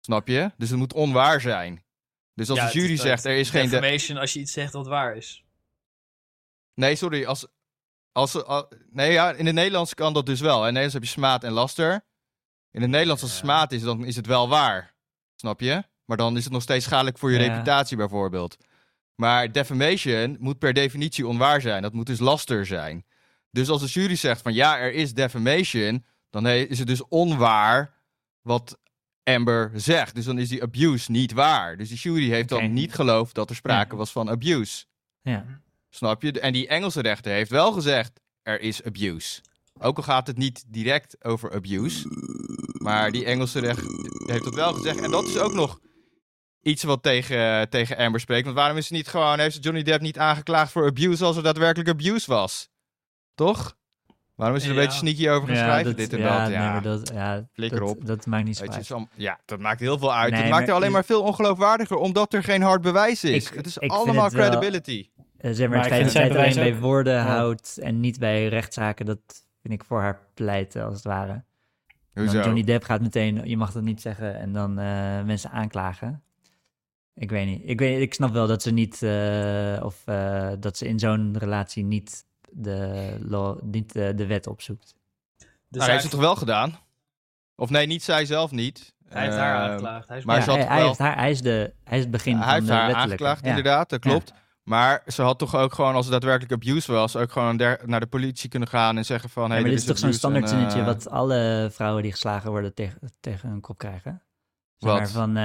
F: Snap je? Dus het moet onwaar zijn. Dus als
A: Ja,
F: de
A: het
F: jury
A: is-
F: zegt er is geen... de-
A: Defamation als je iets zegt dat waar is.
F: Nee, sorry. Als, als, eh, al- nee, ja, in het Nederlands kan dat dus wel. In het Nederlands heb je smaad en laster. In het Nederlands, als het
A: Ja.
F: smaad is, dan is het wel waar. Snap je? Maar dan is het nog steeds schadelijk voor je
E: Ja.
F: reputatie, bijvoorbeeld. Maar defamation moet per definitie onwaar zijn. Dat moet dus laster zijn. Dus als de jury zegt van ja, er is defamation, dan he- is het dus onwaar wat Amber zegt. Dus dan is die abuse niet waar. Dus de jury heeft
E: Oké.
F: dan niet geloofd dat er sprake
E: Ja.
F: was van abuse.
E: ja.
F: Snap je? En die Engelse rechter heeft wel gezegd: er is abuse. Ook al gaat het niet direct over abuse. Maar die Engelse rechter heeft dat wel gezegd. En dat is ook nog iets wat tegen, tegen Amber spreekt. Want waarom is ze niet gewoon. Heeft ze Johnny Depp niet aangeklaagd voor abuse als er daadwerkelijk abuse was? Toch? Waarom is ze er een
A: Ja.
F: beetje sneaky over gaan schrijven? dit en
E: ja,
F: dat. Ja,
E: nee, maar dat, ja,
F: Flikker
E: dat,
F: op.
E: dat maakt niet zo
F: Weet je, het is
E: uit.
F: allemaal- ja, dat maakt heel veel uit.
E: Nee,
F: het maakt
E: maar
F: er alleen
E: is-
F: maar veel ongeloofwaardiger, omdat er geen hard bewijs is.
E: Ik-
F: het is
E: ik vind
F: allemaal
E: het wel-
F: credibility.
E: Eh, Zeg maar,
D: Maar
E: het
D: ik
E: feit
D: vind
E: dat zij het
D: zijn
E: alleen
D: bewijs
E: bij woorden
D: Ja.
E: houdt en niet bij rechtszaken, dat vind ik voor haar pleiten, als het ware. En dan
F: Hoezo?
E: Johnny Depp gaat meteen, je mag dat niet zeggen, en dan eh, mensen aanklagen. Ik weet niet. Ik, weet, ik snap wel dat ze niet, eh, of eh, dat ze in zo'n relatie niet de, law- niet eh, de wet opzoekt.
A: Dus
F: Nou, hij heeft het toch wel gedaan? Of nee, niet zij zelf niet.
A: hij heeft haar
F: Eh,
A: aangeklaagd. Hij is
F: maar
E: Ja,
A: boos.
F: ze
E: hij,
F: had
E: hij
F: wel-
E: heeft haar, hij, is de, hij is het begin
F: hij
E: van
F: heeft
E: de
F: haar
E: wettelijke.
F: aangeklaagd,
E: ja.
F: inderdaad, dat
E: Ja.
F: klopt. Maar ze had toch ook gewoon, als er daadwerkelijk abuse was, ook gewoon der- naar de politie kunnen gaan en zeggen van...
E: Ja,
F: hey,
E: maar dit is
F: dit
E: toch zo'n
F: abuse en,
E: standaard zinnetje
F: eh,
E: wat alle vrouwen die geslagen worden tegen, tegen hun kop krijgen. Zeg
F: Wat?
E: maar van, eh,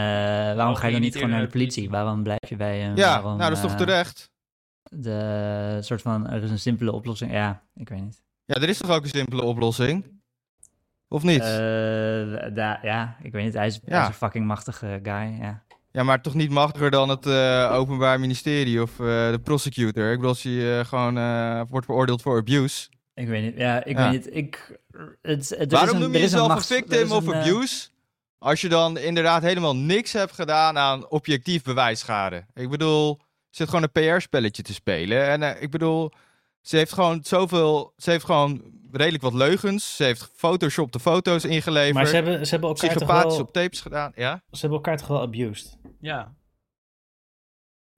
E: waarom ga je
A: ging
E: dan
A: je niet
E: niet gewoon naar de
A: eerder naar de
E: politie? Waarom blijf je bij hem?
F: Ja,
E: waarom,
F: nou dat is toch
E: eh,
F: terecht?
E: De soort van, er is een simpele oplossing. Ja, ik weet niet.
F: Ja, er is toch ook een simpele oplossing? Of niet?
E: Eh, da- ja, ik weet niet. Hij is, hij
F: Ja.
E: is een fucking machtige guy. Ja.
F: Ja, maar toch niet machtiger dan het eh, Openbaar Ministerie of eh, de prosecutor. Ik bedoel, als je eh, gewoon eh, wordt veroordeeld voor abuse.
E: Ik weet niet. Ja, ik
F: Ja.
E: weet niet. Ik, het, is- er is
F: Waarom
E: een,
F: noem
E: er
F: je
E: is
F: jezelf een,
E: machts- er
F: victim
E: is
F: of
E: een, eh,
F: abuse? Als je dan inderdaad helemaal niks hebt gedaan aan objectief bewijsschade. Ik bedoel, ze zit gewoon een PR-spelletje te spelen. En eh, ik bedoel, ze heeft gewoon zoveel. Ze heeft gewoon redelijk wat leugens. Ze heeft Photoshop de foto's ingeleverd.
D: Maar ze hebben, ze, hebben elkaar toch
F: psychopathisch
D: wel,
F: op tapes gedaan. Ja?
D: ze hebben elkaar toch wel abused.
A: Ja,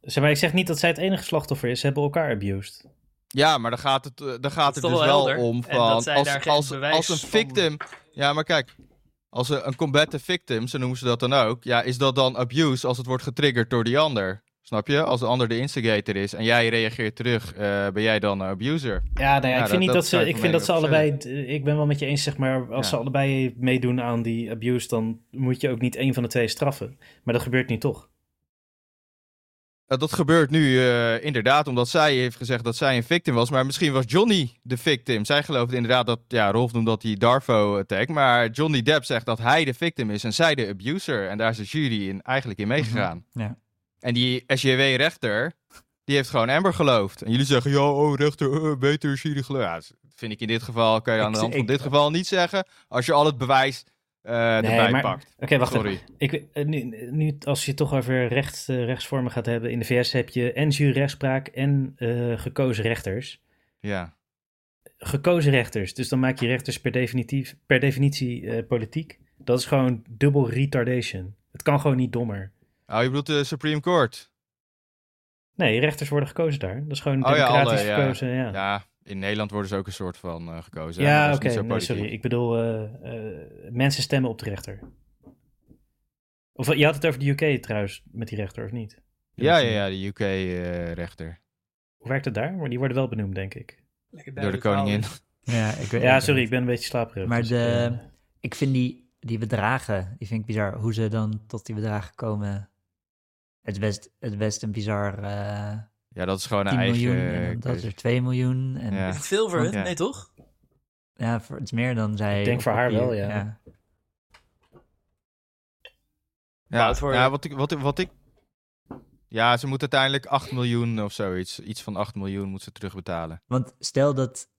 D: Zeg maar, ik zeg niet dat zij het enige slachtoffer is. Ze hebben elkaar abused.
F: Ja, maar dan gaat het, eh, dan gaat
A: is
F: het
A: toch
F: dus
A: wel
F: wel
A: helder.
F: om
A: En
F: van
A: dat zij daar
F: als,
A: geen
F: als,
A: bewijs
F: als een
A: van-
F: victim. Ja, maar kijk, als een, een combative victim, zo noemen ze dat dan ook. Ja, is dat dan abuse als het wordt getriggerd door die ander? Snap je? Als de ander de instigator is en jij reageert terug, eh, ben jij dan een abuser?
D: Ja, nou ja,
F: Ja,
D: ik vind
F: dat-
D: niet
F: dat
D: dat
F: zou
D: ze.
F: ik
D: Ik
F: van
D: vind dat ze
F: mening ook
D: allebei. Ik ben wel met je eens, zeg maar. Als
F: Ja.
D: ze allebei meedoen aan die abuse, dan moet je ook niet één van de twee straffen. Maar dat gebeurt nu toch.
F: Eh, dat gebeurt nu eh, inderdaad omdat zij heeft gezegd dat zij een victim was. Maar misschien was Johnny de victim. Zij geloofde inderdaad dat, ja, Rolf noemt dat die Darfo-attack. Maar Johnny Depp zegt dat hij de victim is en zij de abuser. En daar is de jury in, eigenlijk in meegegaan.
E: Mhm, Ja.
F: En die SJW-rechter, die heeft gewoon Amber geloofd. En jullie zeggen, ja, oh, rechter, eh, beter is jullie geloof. Ja, dat vind ik in dit geval, kan je aan
E: Ik-
F: de hand van
E: ik-
F: dit geval niet zeggen. Als je al het bewijs eh, erbij
D: maar-
F: pakt.
D: Oké, wacht even.
F: Sorry.
D: Ik, eh, nu, nu, als je het toch over recht, eh, rechtsvormen gaat hebben. In de VS heb je en juryrechtspraak en eh, gekozen rechters.
F: Ja.
D: Gekozen rechters. Dus dan maak je rechters per, definitief, per definitie eh, politiek. Dat is gewoon dubbel retardation. Het kan gewoon niet dommer.
F: Oh, je bedoelt de Supreme Court?
D: Nee, rechters worden gekozen daar. Dat is gewoon
F: Oh ja,
D: democratisch
F: alle, ja.
D: gekozen. [LAUGHS] Ja.
F: Ja, in Nederland worden ze ook een soort van eh, gekozen. hè?
D: Ja,
F: Dat is
D: oké.
F: niet zo
D: nee,
F: politiek.
D: sorry. Ik bedoel, eh, eh, mensen stemmen op de rechter. Of eh, je had het over de UK trouwens, met die rechter, of niet?
F: Ja, ja, ja, de eh, UK-rechter.
D: Hoe werkt het daar? Maar die worden wel benoemd, denk ik.
A: lekker
F: door de
A: duidelijk verhaal [LAUGHS]
F: koningin.
A: dit.
E: Ja, ik weet
D: Ja,
E: ik-
D: sorry, ik ben een beetje slaperig.
E: Maar
D: dus,
E: de-
D: eh,
E: Ik vind die, die bedragen, die vind ik bizar. Hoe ze dan tot die bedragen komen. Het is best, het is best een bizar eh
F: Ja, dat is gewoon
E: 10
F: een eigen...
E: miljoen. En dan
F: eh,
E: dat is
F: keuze.
E: er 2 miljoen. En
F: Ja.
E: ja.
A: Is het veel voor hun?
F: Ja.
A: Nee, toch?
E: voor, het is meer dan zij.
D: Ik denk
E: op
D: voor haar wel, ja.
F: Ja,
A: Wout, voor-
F: ja wat, ik, wat, ik- wat ik... Ja, ze moet uiteindelijk 8 miljoen of zoiets. Iets van 8 miljoen moet ze terugbetalen.
E: Want stel dat.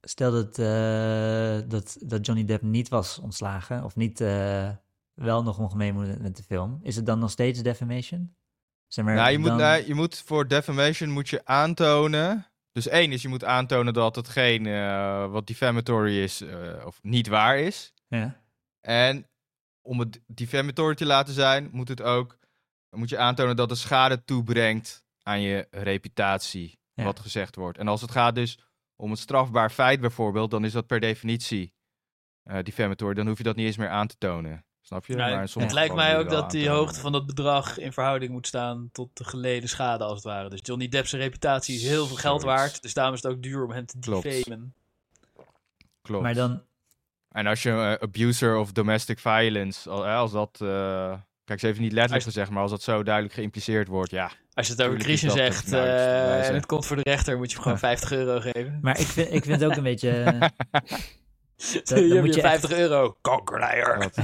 E: Stel dat, eh, dat, dat Johnny Depp niet was ontslagen. Of niet. eh, wel nog mocht meedoen met- met de film. Is het dan nog steeds defamation? Zeg maar,
F: nou, je, moet,
E: dan-
F: nou, je moet voor defamation moet je aantonen... Dus één is, je moet aantonen dat hetgeen eh, wat defamatory is, eh, of niet waar is.
E: ja.
F: En om het defamatory te laten zijn, moet het ook moet je aantonen dat het schade toebrengt aan je reputatie,
E: Ja.
F: wat gezegd wordt. En als het gaat dus om een strafbaar feit bijvoorbeeld, dan is dat per definitie eh defamatory. Dan hoef je dat niet eens meer aan te tonen. Snap je?
A: Nou,
F: Maar in
A: het
F: sommige
A: lijkt
F: gevallen
A: mij
F: moet
A: ook
F: je wel
A: dat die
F: aantonen.
A: hoogte van dat bedrag in verhouding moet staan tot de geleden schade, als het ware. Dus Johnny Depp's reputatie is heel veel geld
F: Zoiets.
A: waard, dus daarom is het ook duur om hem te
F: Klopt.
A: defamen.
F: Klopt.
E: Maar dan,
F: En als je eh, abuser of domestic violence, al- eh, als dat... eh, Kijk, ze heeft het niet
A: Als-
F: letterlijk gezegd, maar als dat zo duidelijk geïmpliceerd wordt, ja.
A: Als je het over
F: Tuurlijk is
A: Christian
F: dat
A: zegt
F: het nauwste
A: eh,
F: bewijs,
A: en
F: hè.
A: het komt voor de rechter, moet je hem gewoon
E: Ja.
A: 50 euro geven. [LAUGHS]
E: Maar ik vind, ik vind het ook een
F: [LAUGHS]
E: beetje. eh, dan
A: Hier heb
E: moet
A: je
E: je echt-
A: 50 euro. Kankerleier.
F: Dat,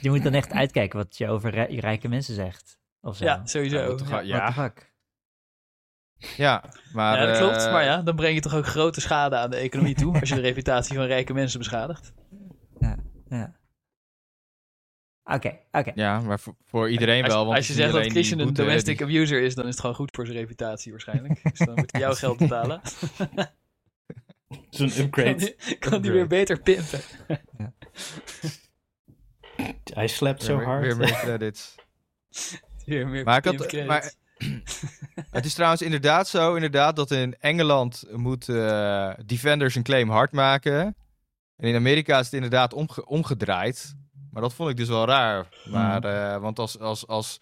E: Je moet dan echt uitkijken wat je over rij- rijke mensen zegt. Of zo.
A: Ja,
F: ja,
A: sowieso.
F: dat-
A: Ja.
E: What the
F: ja,
E: fuck?
F: ja, maar...
A: Ja, dat klopt.
F: eh,
A: Maar ja, dan breng je toch ook grote schade aan de economie toe als je de reputatie van rijke mensen beschadigt.
E: Ja. Oké, oké.
F: Ja, maar voor, voor iedereen
A: Als,
F: wel. Want
A: als je
F: het
A: zegt
F: is niet
A: dat
F: alleen die
A: Christian een
F: boete,
A: domestic
F: die-
A: abuser is, dan is het gewoon goed voor zijn reputatie waarschijnlijk. Dus dan moet hij jouw geld
D: [LAUGHS]
A: betalen.
D: Zo'n
A: kan
F: [LAUGHS]
D: upgrade.
A: die- kan die weer beter pimpen.
D: Hij slapt zo
F: weer-
D: hard.
F: Weer meer credits.
A: Weer meer
F: Maar ik had-
A: pimpcredit.
F: maar- [LAUGHS] Het is trouwens inderdaad zo inderdaad, dat in Engeland moet eh, Defenders een claim hard maken. En in Amerika is het inderdaad omge- omgedraaid. Maar dat vond ik dus wel raar. Maar,
D: Hmm.
F: eh, want als, als, als,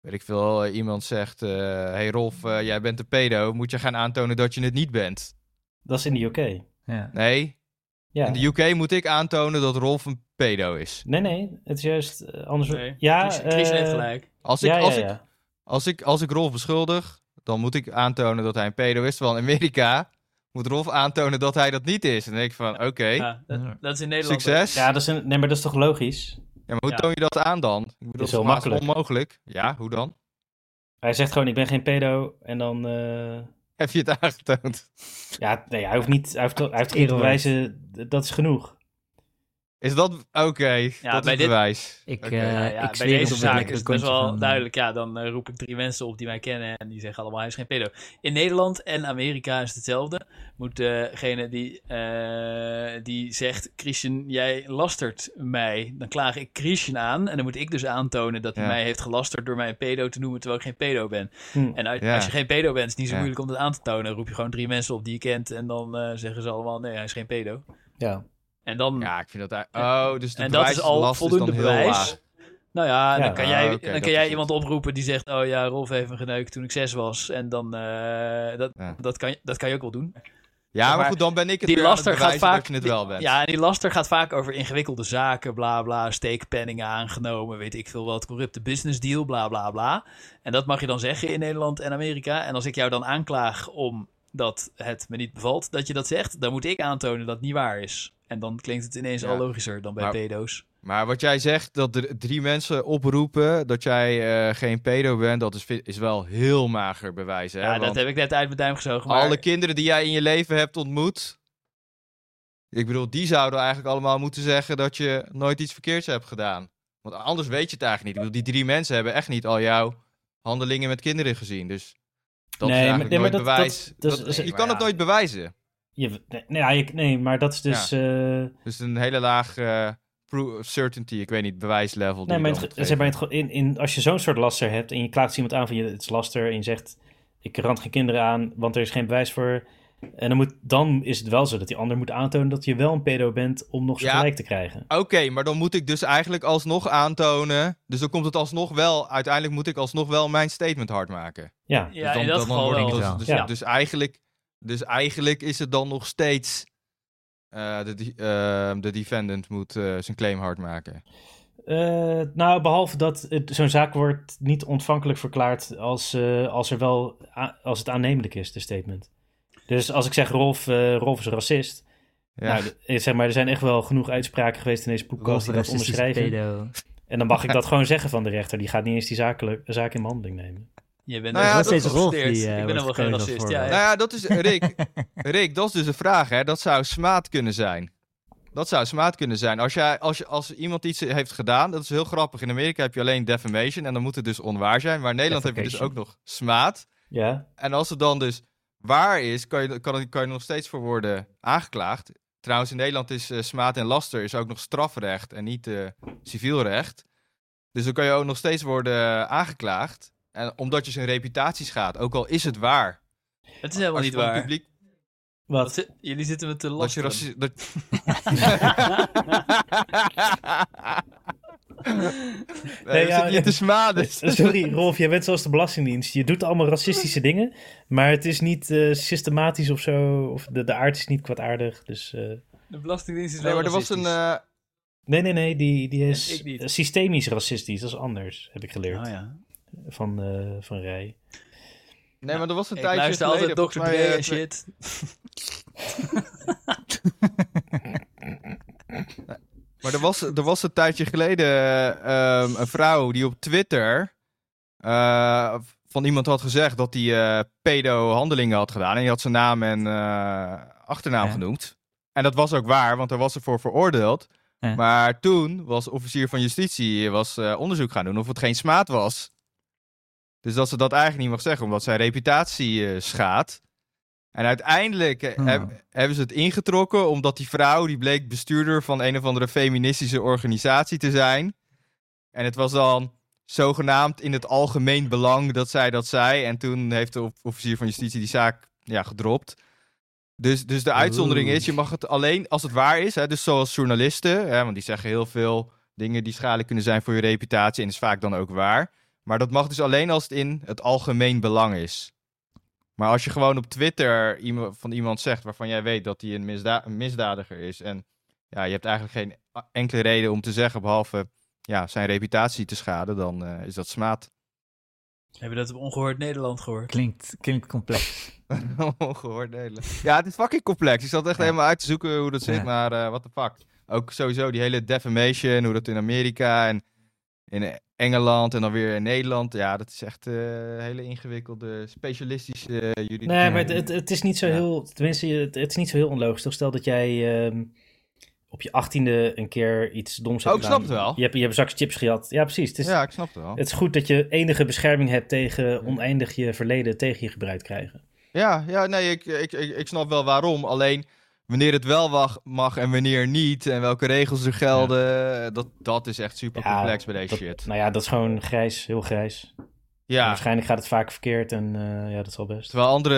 F: weet ik veel, eh, iemand zegt... eh, hey Rolf, eh, jij bent een pedo. Moet je gaan aantonen dat je het niet bent.
D: Dat is in de UK.
E: Ja.
F: Nee,
D: Ja.
F: in de UK moet ik aantonen dat Rolf een pedo is.
D: Nee, nee, het is juist eh, andersom.
A: Nee,
D: ja,
A: Chris, Chris
D: eh,
A: heeft gelijk.
F: Als ik,
D: Ja,
F: als
D: ja,
F: ik
D: ja.
F: Als ik, als ik Rolf beschuldig, dan moet ik aantonen dat hij een pedo is. Terwijl in Amerika moet Rolf aantonen dat hij dat niet is. En dan denk ik van, oké,
A: Ja, dat, dat is in Nederland.
F: succes.
D: Ja,
F: Ja,
D: dat is een, nee, maar dat is toch logisch?
F: maar hoe
A: Ja.
F: toon je dat aan dan? Ik bedoel,
D: Dat is heel
F: volgens mij
D: makkelijk.
F: onmogelijk. Ja, hoe dan? [LAUGHS]
D: Hij zegt gewoon, ik ben geen pedo. En dan... eh,
F: Heb je het aangetoond?
D: ja, nee, hij hoeft niet... Hij heeft, hij heeft geen te
E: Eerlijk.
D: bewijzen. d- Dat is genoeg.
F: Is dat... Oké, dat is
A: bij dit-
F: bewijs.
E: Ik,
F: Oké.
E: eh,
A: Ja, ja,
E: ik
A: bij
E: zweer
A: deze
E: op het
A: zaak is het best
E: linkerkantje
A: wel
E: van-
A: duidelijk. Ja, dan eh, roep ik drie mensen op die mij kennen en die zeggen allemaal hij is geen pedo. In Nederland en Amerika is het hetzelfde. Moet degene die, eh, die zegt, Christian, jij lastert mij. Dan klaag ik Christian aan en dan moet ik dus aantonen dat hij
F: Ja.
A: mij heeft gelasterd door mij een pedo te noemen terwijl ik geen pedo ben.
D: Hm.
A: En uit-
F: Ja.
A: als je geen pedo bent, is het niet zo
F: Ja.
A: moeilijk om dat aan te tonen. Dan roep je gewoon drie mensen op die je kent en dan eh, zeggen ze allemaal nee, hij is geen pedo.
D: Ja.
A: En dan
F: Ja, ik vind dat... hij- Oh, dus de
A: en dat is al
F: bewijslast
A: voldoende
F: dan heel laag.
A: bewijs. Nou ja, en
D: Ja.
A: dan kan
F: Ah,
A: jij,
F: oké,
A: dan
F: dat
A: kan
F: is
A: jij
F: het.
A: iemand oproepen die zegt: Oh ja, Rolf heeft me geneukt toen ik zes was. En dan, eh, dat,
F: Ja.
A: dat, kan, dat kan je ook wel doen.
F: Ja, maar
A: maar
F: goed, dan ben ik het
A: die
F: weer aan het
A: laster gaat
F: bewijzen dat
A: vaak-
F: je het wel bent.
A: Ja, en die laster gaat vaak over ingewikkelde zaken, bla bla, steekpenningen aangenomen, weet ik veel wat, corrupte business deal, bla bla bla. En dat mag je dan zeggen in Nederland en Amerika. En als ik jou dan aanklaag om dat het me niet bevalt dat je dat zegt, dan moet ik aantonen dat het niet waar is. En dan klinkt het ineens
F: Ja.
A: al logischer dan bij
F: Maar-
A: pedo's.
F: Maar wat jij zegt, dat er drie mensen oproepen dat jij eh, geen pedo bent, dat is, is wel heel mager bewijs. Hè?
A: Ja,
F: Want
A: dat heb ik net uit mijn duim gezogen. Maar...
F: alle kinderen die jij in je leven hebt ontmoet, ik bedoel, die zouden eigenlijk allemaal moeten zeggen dat je nooit iets verkeerds hebt gedaan. Want anders weet je het eigenlijk niet. Ik bedoel, die drie mensen hebben echt niet al jouw handelingen met kinderen gezien. Dus
D: Nee,
F: dat is
D: maar-
F: eigenlijk
D: nee, maar
F: nooit
D: dat-
F: bewijs.
D: dat- dat is-
F: Dat-
D: is-
F: je
D: maar
F: kan
D: ja.
F: het nooit bewijzen.
D: Je, nee, nee, ja, je- nee, maar dat is dus... eh,
F: Dus een hele laag eh, proof of certainty, ik weet niet, bewijslevel. die
D: Nee,
F: je
D: maar
F: dan
D: het,
F: moet
D: zeg maar,
F: geven.
D: het, in, in, als je zo'n soort laster hebt en je klaagt iemand aan van je, het is laster en je zegt ik rand geen kinderen aan, want er is geen bewijs voor. En dan, moet, dan is het wel zo dat die ander moet aantonen dat je wel een pedo bent om nog zijn
F: Ja.
D: gelijk te krijgen.
F: Oké, maar dan moet ik dus eigenlijk alsnog aantonen. Dus dan komt het alsnog wel. Uiteindelijk moet ik alsnog wel mijn statement hard maken.
D: Ja,
A: Ja,
F: dus dan,
A: in dat
F: dan
A: geval
F: word ik
A: wel.
E: het
F: dus,
E: wel.
F: dus,
D: Ja.
F: dus eigenlijk, dus eigenlijk is het dan nog steeds. eh, de, de- eh, de defendant moet eh, zijn claim hard maken.
D: Eh, nou, behalve dat het- zo'n zaak wordt niet ontvankelijk verklaard als, eh, als, er wel a- als het aannemelijk is, de statement. Dus als ik zeg Rolf, eh, Rolf is een racist.
F: Ja.
D: Nou, d- eh, zeg maar, er zijn echt wel genoeg uitspraken geweest in deze podcast
E: Rolf
D: die dat
E: racistische
D: onderschrijven.
E: pedo.
D: En dan mag ik dat gewoon zeggen van de rechter. Die gaat niet eens die zakelijk- zaak in behandeling nemen.
A: Je bent
F: Nou ja,
A: wel
F: dat
E: is Rolf die,
A: geconstateerd.
E: eh,
A: Ik ben
E: wordt
A: helemaal geen
E: gekozen als
A: racist. Ja,
E: voorbeeld.
A: ja.
F: nou ja, dat is. Rick, [LAUGHS] Rick, dat is dus een vraag, hè? Dat zou smaad kunnen zijn. Dat zou smaad kunnen zijn. Als, jij, als, je- als iemand iets heeft gedaan, dat is heel grappig. In Amerika heb je alleen defamation en dan moet het dus onwaar zijn. Maar in Nederland heb je dus ook
E: Defecation.
F: nog smaad.
D: Ja,
F: En als het dan dus waar is, kan je, kan, kan je er nog steeds voor worden aangeklaagd. Trouwens, in Nederland is eh, smaad en laster is ook nog strafrecht en niet eh, civielrecht. Dus dan kan je ook nog steeds worden eh, aangeklaagd. En omdat je zijn reputatie schaadt, ook al is het waar.
A: Het is helemaal
F: Als je
A: niet
F: van het
A: waar. [LAUGHS]
F: Publiek,
A: Wat zi- Jullie zitten met de
F: dat je
A: lasteren.
F: raci- dat-
A: [LAUGHS]
F: nee,
D: Nee,
F: we
D: ja,
F: zitten hier
D: ja.
F: te smaden.
D: Sorry, Rolf, jij bent zoals de Belastingdienst. Je doet allemaal racistische dingen, maar het is niet eh, systematisch of zo. Of de, de aard is niet kwaadaardig. Dus, eh,
A: De Belastingdienst is
F: Nee,
A: wel
F: maar er was een...
A: racistisch.
F: eh,
D: nee, nee, nee, die, die
A: En
D: is
A: ik niet.
D: systemisch racistisch. Dat is anders, heb ik
F: eh,
D: geleerd
A: Oh ja.
D: van, eh, van Rij.
F: nee, maar er was een
A: Ik
F: tijdje
A: luister
F: geleden,
A: altijd Dr.
F: volgens
A: Dre
F: mij, eh,
A: en shit.
F: Maar er was, er was een tijdje geleden eh, ehm, een vrouw die op Twitter eh, van iemand had gezegd dat hij eh, pedo-handelingen had gedaan. En die had zijn naam en eh, achternaam
E: Ja.
F: genoemd. En dat was ook waar, want daar was ze voor veroordeeld.
E: Ja.
F: Maar toen was officier van justitie was, eh, onderzoek gaan doen of het geen smaad was. Dus dat ze dat eigenlijk niet mag zeggen, omdat zijn reputatie eh, schaadt. En uiteindelijk eh,
E: Hmm.
F: heb- hebben ze het ingetrokken, omdat die vrouw, die bleek bestuurder van een of andere feministische organisatie te zijn. En het was dan zogenaamd in het algemeen belang dat zij dat zei. En toen heeft de of- officier van justitie die zaak ja, gedropt. Dus, dus de uitzondering
E: Oeh.
F: is, je mag het alleen als het waar is. Hè, dus zoals journalisten, hè, want die zeggen heel veel dingen die schadelijk kunnen zijn voor je reputatie. En is vaak dan ook waar. Maar dat mag dus alleen als het in het algemeen belang is. Maar als je gewoon op Twitter iemand, van iemand zegt waarvan jij weet dat hij een, misda- een misdadiger is. En ja, je hebt eigenlijk geen a- enkele reden om te zeggen, behalve ja, zijn reputatie te schaden, dan eh, is dat smaad.
A: Heb je dat op ongehoord Nederland gehoord?
E: Klinkt, klinkt complex.
F: [LAUGHS] Ongehoord Nederland. Ja, het is fucking complex. Ik zat echt
E: Ja.
F: helemaal uit te zoeken hoe dat zit,
E: Ja.
F: maar eh what the fuck. Ook sowieso die hele defamation, hoe dat in Amerika en in Engeland en dan weer in Nederland. Ja, dat is echt eh, een hele ingewikkelde specialistische eh juridische-
D: Nee, maar het, het, het is niet zo
F: Ja.
D: heel. Tenminste, het, het is niet zo heel onlogisch. Toch stel dat jij ehm, op je achttiende een keer iets doms hebt
F: Oh, ik
D: gedaan.
F: snap het wel.
D: Je hebt, je hebt een zak chips gejat. Ja, precies. Het is,
F: Ja, ik snap het wel.
D: het is goed dat je enige bescherming hebt tegen oneindig je verleden tegen je gebruikt krijgen.
F: Ja, ja nee, ik, ik, ik, ik snap wel waarom. Alleen wanneer het wel wag- mag en wanneer niet en welke regels er gelden, eh, dat, dat is echt super
D: Ja,
F: complex bij deze
D: dat-
F: shit.
D: Nou ja, dat is gewoon grijs, heel grijs. En
F: Ja,
D: Waarschijnlijk gaat het vaak verkeerd en eh, ja, dat is al best.
F: terwijl andere,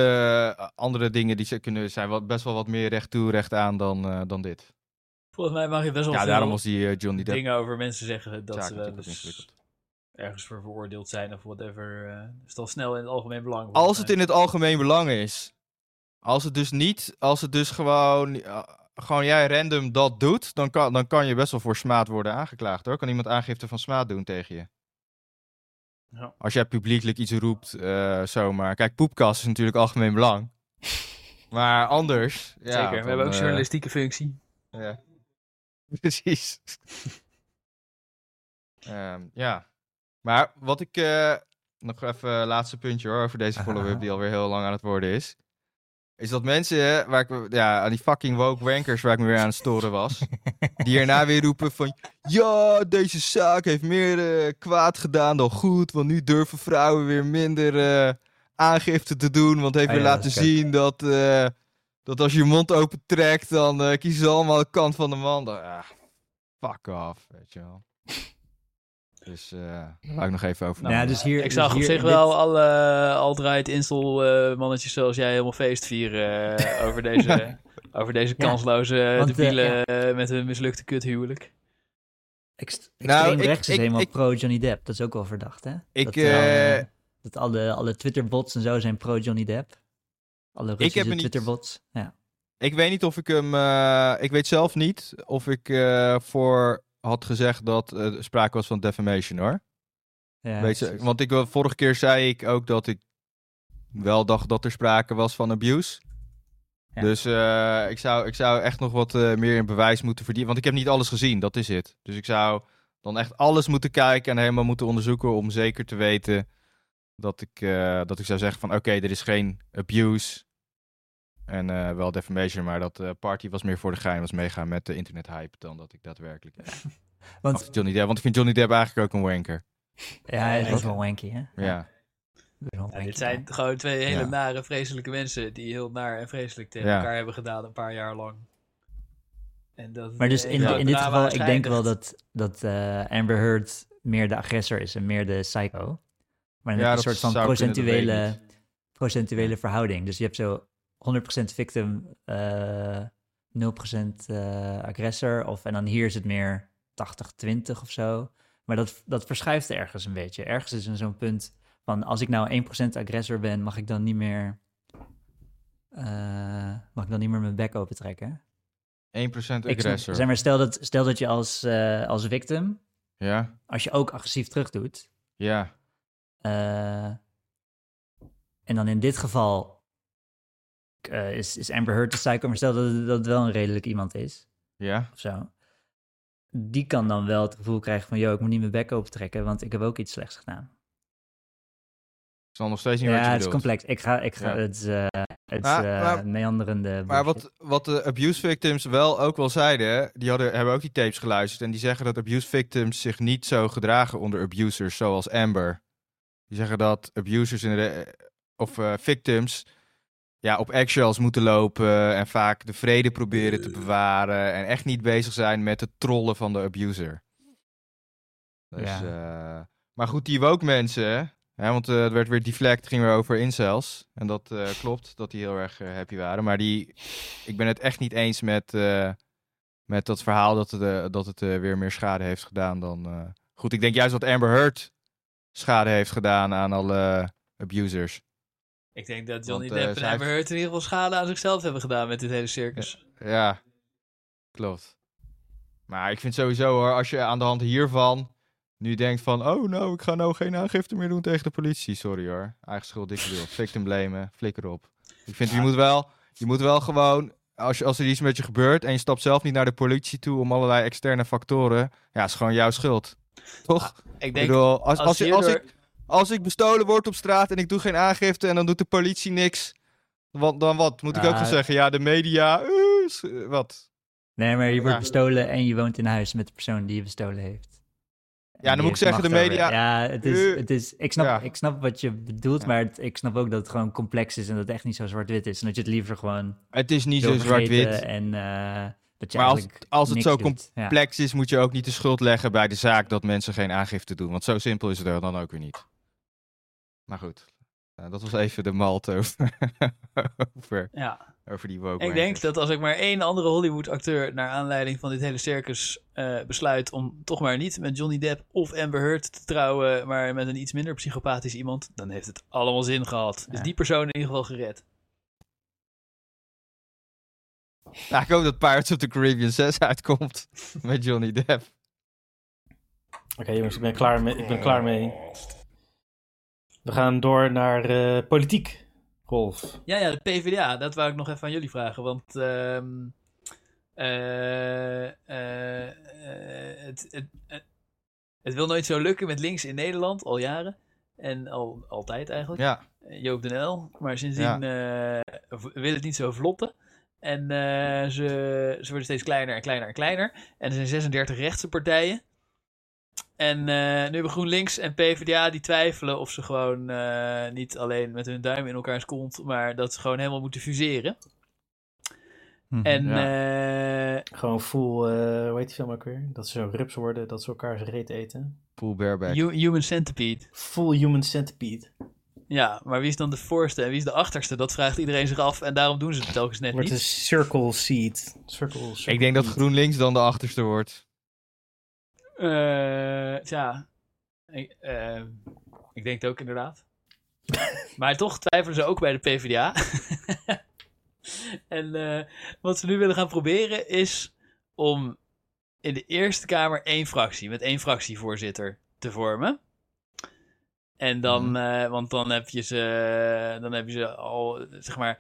F: eh, andere dingen die ze kunnen zijn wat, best wel wat meer recht toe, recht aan dan, eh, dan dit.
A: Volgens mij mag je best wel
F: Ja,
A: veel
F: daarom was die eh, Johnny Depp
A: dingen over mensen zeggen dat
F: zaak
A: ze wel
F: natuurlijk
A: eens
F: ingewikkeld.
A: ergens voor veroordeeld zijn of whatever. eh is al snel in het algemeen belang.
F: Als
A: volgens
F: het
A: mij.
F: in het algemeen belang is. Als het dus niet, als het dus gewoon, ja, gewoon jij random dat doet, dan kan, dan kan je best wel voor smaad worden aangeklaagd hoor. Kan iemand aangifte van smaad doen tegen je.
A: Ja.
F: Als jij publiekelijk iets roept, eh, zomaar. Kijk, poepkast is natuurlijk
A: [LAUGHS]
F: algemeen belang. Maar anders. Ja,
A: Zeker,
F: dan,
A: we hebben ook
F: eh,
A: journalistieke functie.
E: [LAUGHS]
F: ja. Precies. Ehm, ja. Maar wat ik. eh, nog even eh, laatste puntje hoor. Over deze
E: Aha.
F: follow-up die alweer heel lang aan het worden is. Is dat mensen. eh, Waar ik, me- ja, aan die fucking woke wankers waar ik me weer aan het storen was. die hierna weer roepen van. Ja, deze zaak heeft meer eh, kwaad gedaan dan goed. Want nu durven vrouwen weer minder eh, aangifte te doen. Want heeft
E: Ah
F: weer
E: ja, dat
F: laten
E: is kut.
F: zien dat. eh, dat als je je mond open trekt, dan eh, kiezen ze allemaal de kant van de man. Dan, ah, fuck off, weet je
E: [LAUGHS]
F: wel. Dus eh daar wou ik nog even over
E: Nou, ja, dus hier,
A: Ik
E: dus
A: zag op
E: hier
A: zich
E: in
A: wel
E: dit-
A: alle alt-right insel eh, mannetjes zoals jij helemaal feest vieren
E: [LAUGHS]
A: eh, over, deze, over deze
E: Ja,
A: kansloze
E: want, eh,
A: debielen eh, met hun mislukte kuthuwelijk.
E: Ext-
F: Nou,
E: extreem
F: ik-
E: rechts is
F: ik-
E: helemaal
F: ik-
E: pro-Johnny Depp. Dat is ook wel verdacht, hè?
F: Ik,
E: dat, eh,
F: eh,
E: dat alle, alle Twitterbots en zo zijn pro-Johnny Depp. Alle Russische
F: me niet-
E: Twitterbots. Ja.
F: Ik weet niet of ik hem. eh, ik weet zelf niet of ik eh, voor had gezegd dat eh, er sprake was van defamation hoor.
E: Ja,
F: weet je,
E: precies.
F: want ik, wil- vorige keer zei ik ook dat ik wel dacht dat er sprake was van abuse.
E: Ja.
F: Dus eh, ik, zou, ik zou echt nog wat eh, meer in bewijs moeten verdienen. Want ik heb niet alles gezien, dat is het. Dus ik zou dan echt alles moeten kijken en helemaal moeten onderzoeken om zeker te weten dat ik, eh, dat ik zou zeggen van oké, er is geen abuse. En eh, wel defamation, maar dat eh, party was meer voor de gein, was meegaan met de internethype dan dat ik daadwerkelijk...
E: [LAUGHS] Want-
F: Want... Johnny Depp, want ik vind Johnny Depp eigenlijk ook een wanker.
E: Ja, hij is best wel wanky, hè?
F: Ja.
E: Best wel
A: Ja,
E: wanky,
A: dit zijn gewoon twee hele
F: Ja.
A: nare, vreselijke mensen die heel naar en vreselijk tegen
F: Ja.
A: elkaar hebben gedaan een paar jaar lang. En dat
E: Maar dus
A: eh,
E: in,
A: dat
E: in dit
A: drama
E: geval, ik denk
A: schijnigt.
E: wel dat, dat eh, Amber Heard meer de agressor is en meer de psycho. Maar dan
F: Ja,
E: heb
F: dat
E: je een soort van
F: zou kunnen, dat weet ik
E: procentuele, procentuele verhouding. Dus je hebt zo 100% victim, eh 0% eh, agressor. Of, en dan hier is het meer 80-20 of zo. Maar dat, dat verschuift ergens een beetje. Ergens is er zo'n punt van als ik nou 1% agressor ben, mag ik dan niet meer, eh, mag ik dan niet meer mijn bek open trekken?
F: 1%
E: Ik snap-
F: agressor.
E: Zeg maar, stel dat, stel dat je als, eh, als victim,
F: Ja,
E: als je ook agressief terugdoet,
F: ja.
E: eh, en dan in dit geval eh, is, is Amber Heard de psycho, maar stel dat, dat het wel een redelijk iemand is,
F: Ja,
E: of zo. Die kan dan wel het gevoel krijgen van, yo, ik moet niet mijn bek open trekken, want ik heb ook iets slechts gedaan.
F: ik snap nog steeds niet
E: Ja,
F: wat je
E: het is
F: bedoelt.
E: complex. Ik ga, ik ga,
F: Ja.
E: het is, eh, het is
F: Maar-
E: eh,
F: maar-
E: meanderende
F: Maar
E: bullshit.
F: wat, wat de abuse victims wel ook wel zeiden, die hadden, hebben ook die tapes geluisterd en die zeggen dat abuse victims zich niet zo gedragen onder abusers zoals Amber. Die zeggen dat abusers in re- of eh, victims ja, op eggshells moeten lopen en vaak de vrede proberen te bewaren en echt niet bezig zijn met het trollen van de abuser. Dus,
E: Ja.
F: eh, Maar goed, die woke mensen, hè, want eh, het werd weer deflect, ging weer over incels. En dat eh, klopt, dat die heel erg eh, happy waren. Maar die, ik ben het echt niet eens met, eh, met dat verhaal dat het, eh, dat het eh, weer meer schade heeft gedaan dan... eh, Goed, ik denk juist dat Amber Heard schade heeft gedaan aan alle abusers.
A: Ik denk dat
F: Want,
A: Johnny
F: eh,
A: Depp en
F: zij
A: Amber
F: heeft-
A: Heard in ieder geval schade aan zichzelf hebben gedaan met dit hele circus.
F: Ja, klopt. Maar ik vind sowieso hoor, als je aan de hand hiervan nu denkt van... Oh nou, ik ga nou geen aangifte meer doen tegen de politie. Sorry hoor. Eigen schuld, dikke deel. Victim blamen, flikker op. Ik vind, je moet wel, je moet wel gewoon... Als, je, als er iets met je gebeurt en je stapt zelf niet naar de politie toe om allerlei externe factoren... Ja, is gewoon jouw schuld. Toch?
A: Ik
F: Ik
A: denk,
F: bedoel, als,
A: als,
F: als, je- als,
A: hierdoor-
F: ik, Als ik bestolen word op straat en ik doe geen aangifte en dan doet de politie niks. Want dan wat? Moet ik
E: Ja,
F: ook gaan
E: eh,
F: zeggen? Ja, de media. eh, s- eh, wat?
E: Nee, maar je wordt
F: Ja.
E: bestolen en je woont in huis met de persoon die je bestolen heeft. En
F: dan
E: die
F: moet ik
E: heeft
F: zeggen, de
E: macht
F: media-
E: over- Ja, het is,
F: Eh,
E: het is, ik, snap,
F: ja.
E: ik snap wat je bedoelt,
F: Ja.
E: maar het- ik snap ook dat het gewoon complex is en dat het echt niet zo zwart-wit is. En dat je het liever gewoon
F: Het is niet
E: wil
F: zo
E: vergeten
F: zwart-wit.
E: En eh, dat je
F: Maar als-
E: eigenlijk
F: als het
E: niks
F: zo
E: doet. Ja.
F: Plex is, moet je ook niet de schuld leggen bij de zaak dat mensen geen aangifte doen. Want zo simpel is het er dan ook weer niet. Maar goed, Nou, dat was even de malt over, [LAUGHS] over,
A: ja.
F: over die woke.
A: Ik denk dat als ik maar één andere Hollywood-acteur naar aanleiding van dit hele circus eh, besluit om toch maar niet met Johnny Depp of Amber Heard te trouwen, maar met een iets minder psychopathisch iemand, dan heeft het allemaal zin gehad. Dus
E: Ja.
A: die persoon in ieder geval gered.
F: Nou, ik hoop dat Pirates of the Caribbean 6 uitkomt [LAUGHS] met Johnny Depp.
D: Oké jongens, ik ben, klaar mee, ik ben klaar mee. We gaan door naar eh, politiek, Rolf.
A: Ja, ja, de PvdA, dat wou ik nog even aan jullie vragen, want ehm, eh, eh, eh, het, het, het, het wil nooit zo lukken met links in Nederland, al jaren. En al, altijd eigenlijk.
F: Ja.
A: Joop den L. Maar sindsdien eh, v- wil het niet zo vlotten. En eh, ze, ze worden steeds kleiner en kleiner en kleiner. En er zijn 36 rechtse partijen. En eh, nu hebben GroenLinks en PvdA die twijfelen of ze gewoon eh, niet alleen met hun duim in elkaars kont, maar dat ze gewoon helemaal moeten fuseren.
E: Mhm.
A: En
F: Ja.
A: eh,
D: Gewoon full, eh hoe heet die film ook weer? Dat ze zo rups worden, dat ze elkaar reet eten.
F: Poel Bearback.
A: hu- Human Centipede.
D: Full human centipede.
A: Ja, maar wie is dan de voorste en wie is de achterste? Dat vraagt iedereen zich af en daarom doen ze het telkens net
D: Wordt
A: niet.
D: een circle seat. Circle,
F: Ik denk dat GroenLinks dan de achterste wordt.
A: Eh ja, ik, eh, ik denk het ook inderdaad. [LAUGHS] maar toch twijfelen ze ook bij de PvdA. [LAUGHS] en eh, wat ze nu willen gaan proberen is om in de Eerste Kamer één fractie, met één fractievoorzitter, te vormen. En dan, eh, want dan heb je ze, dan heb je ze al, zeg maar,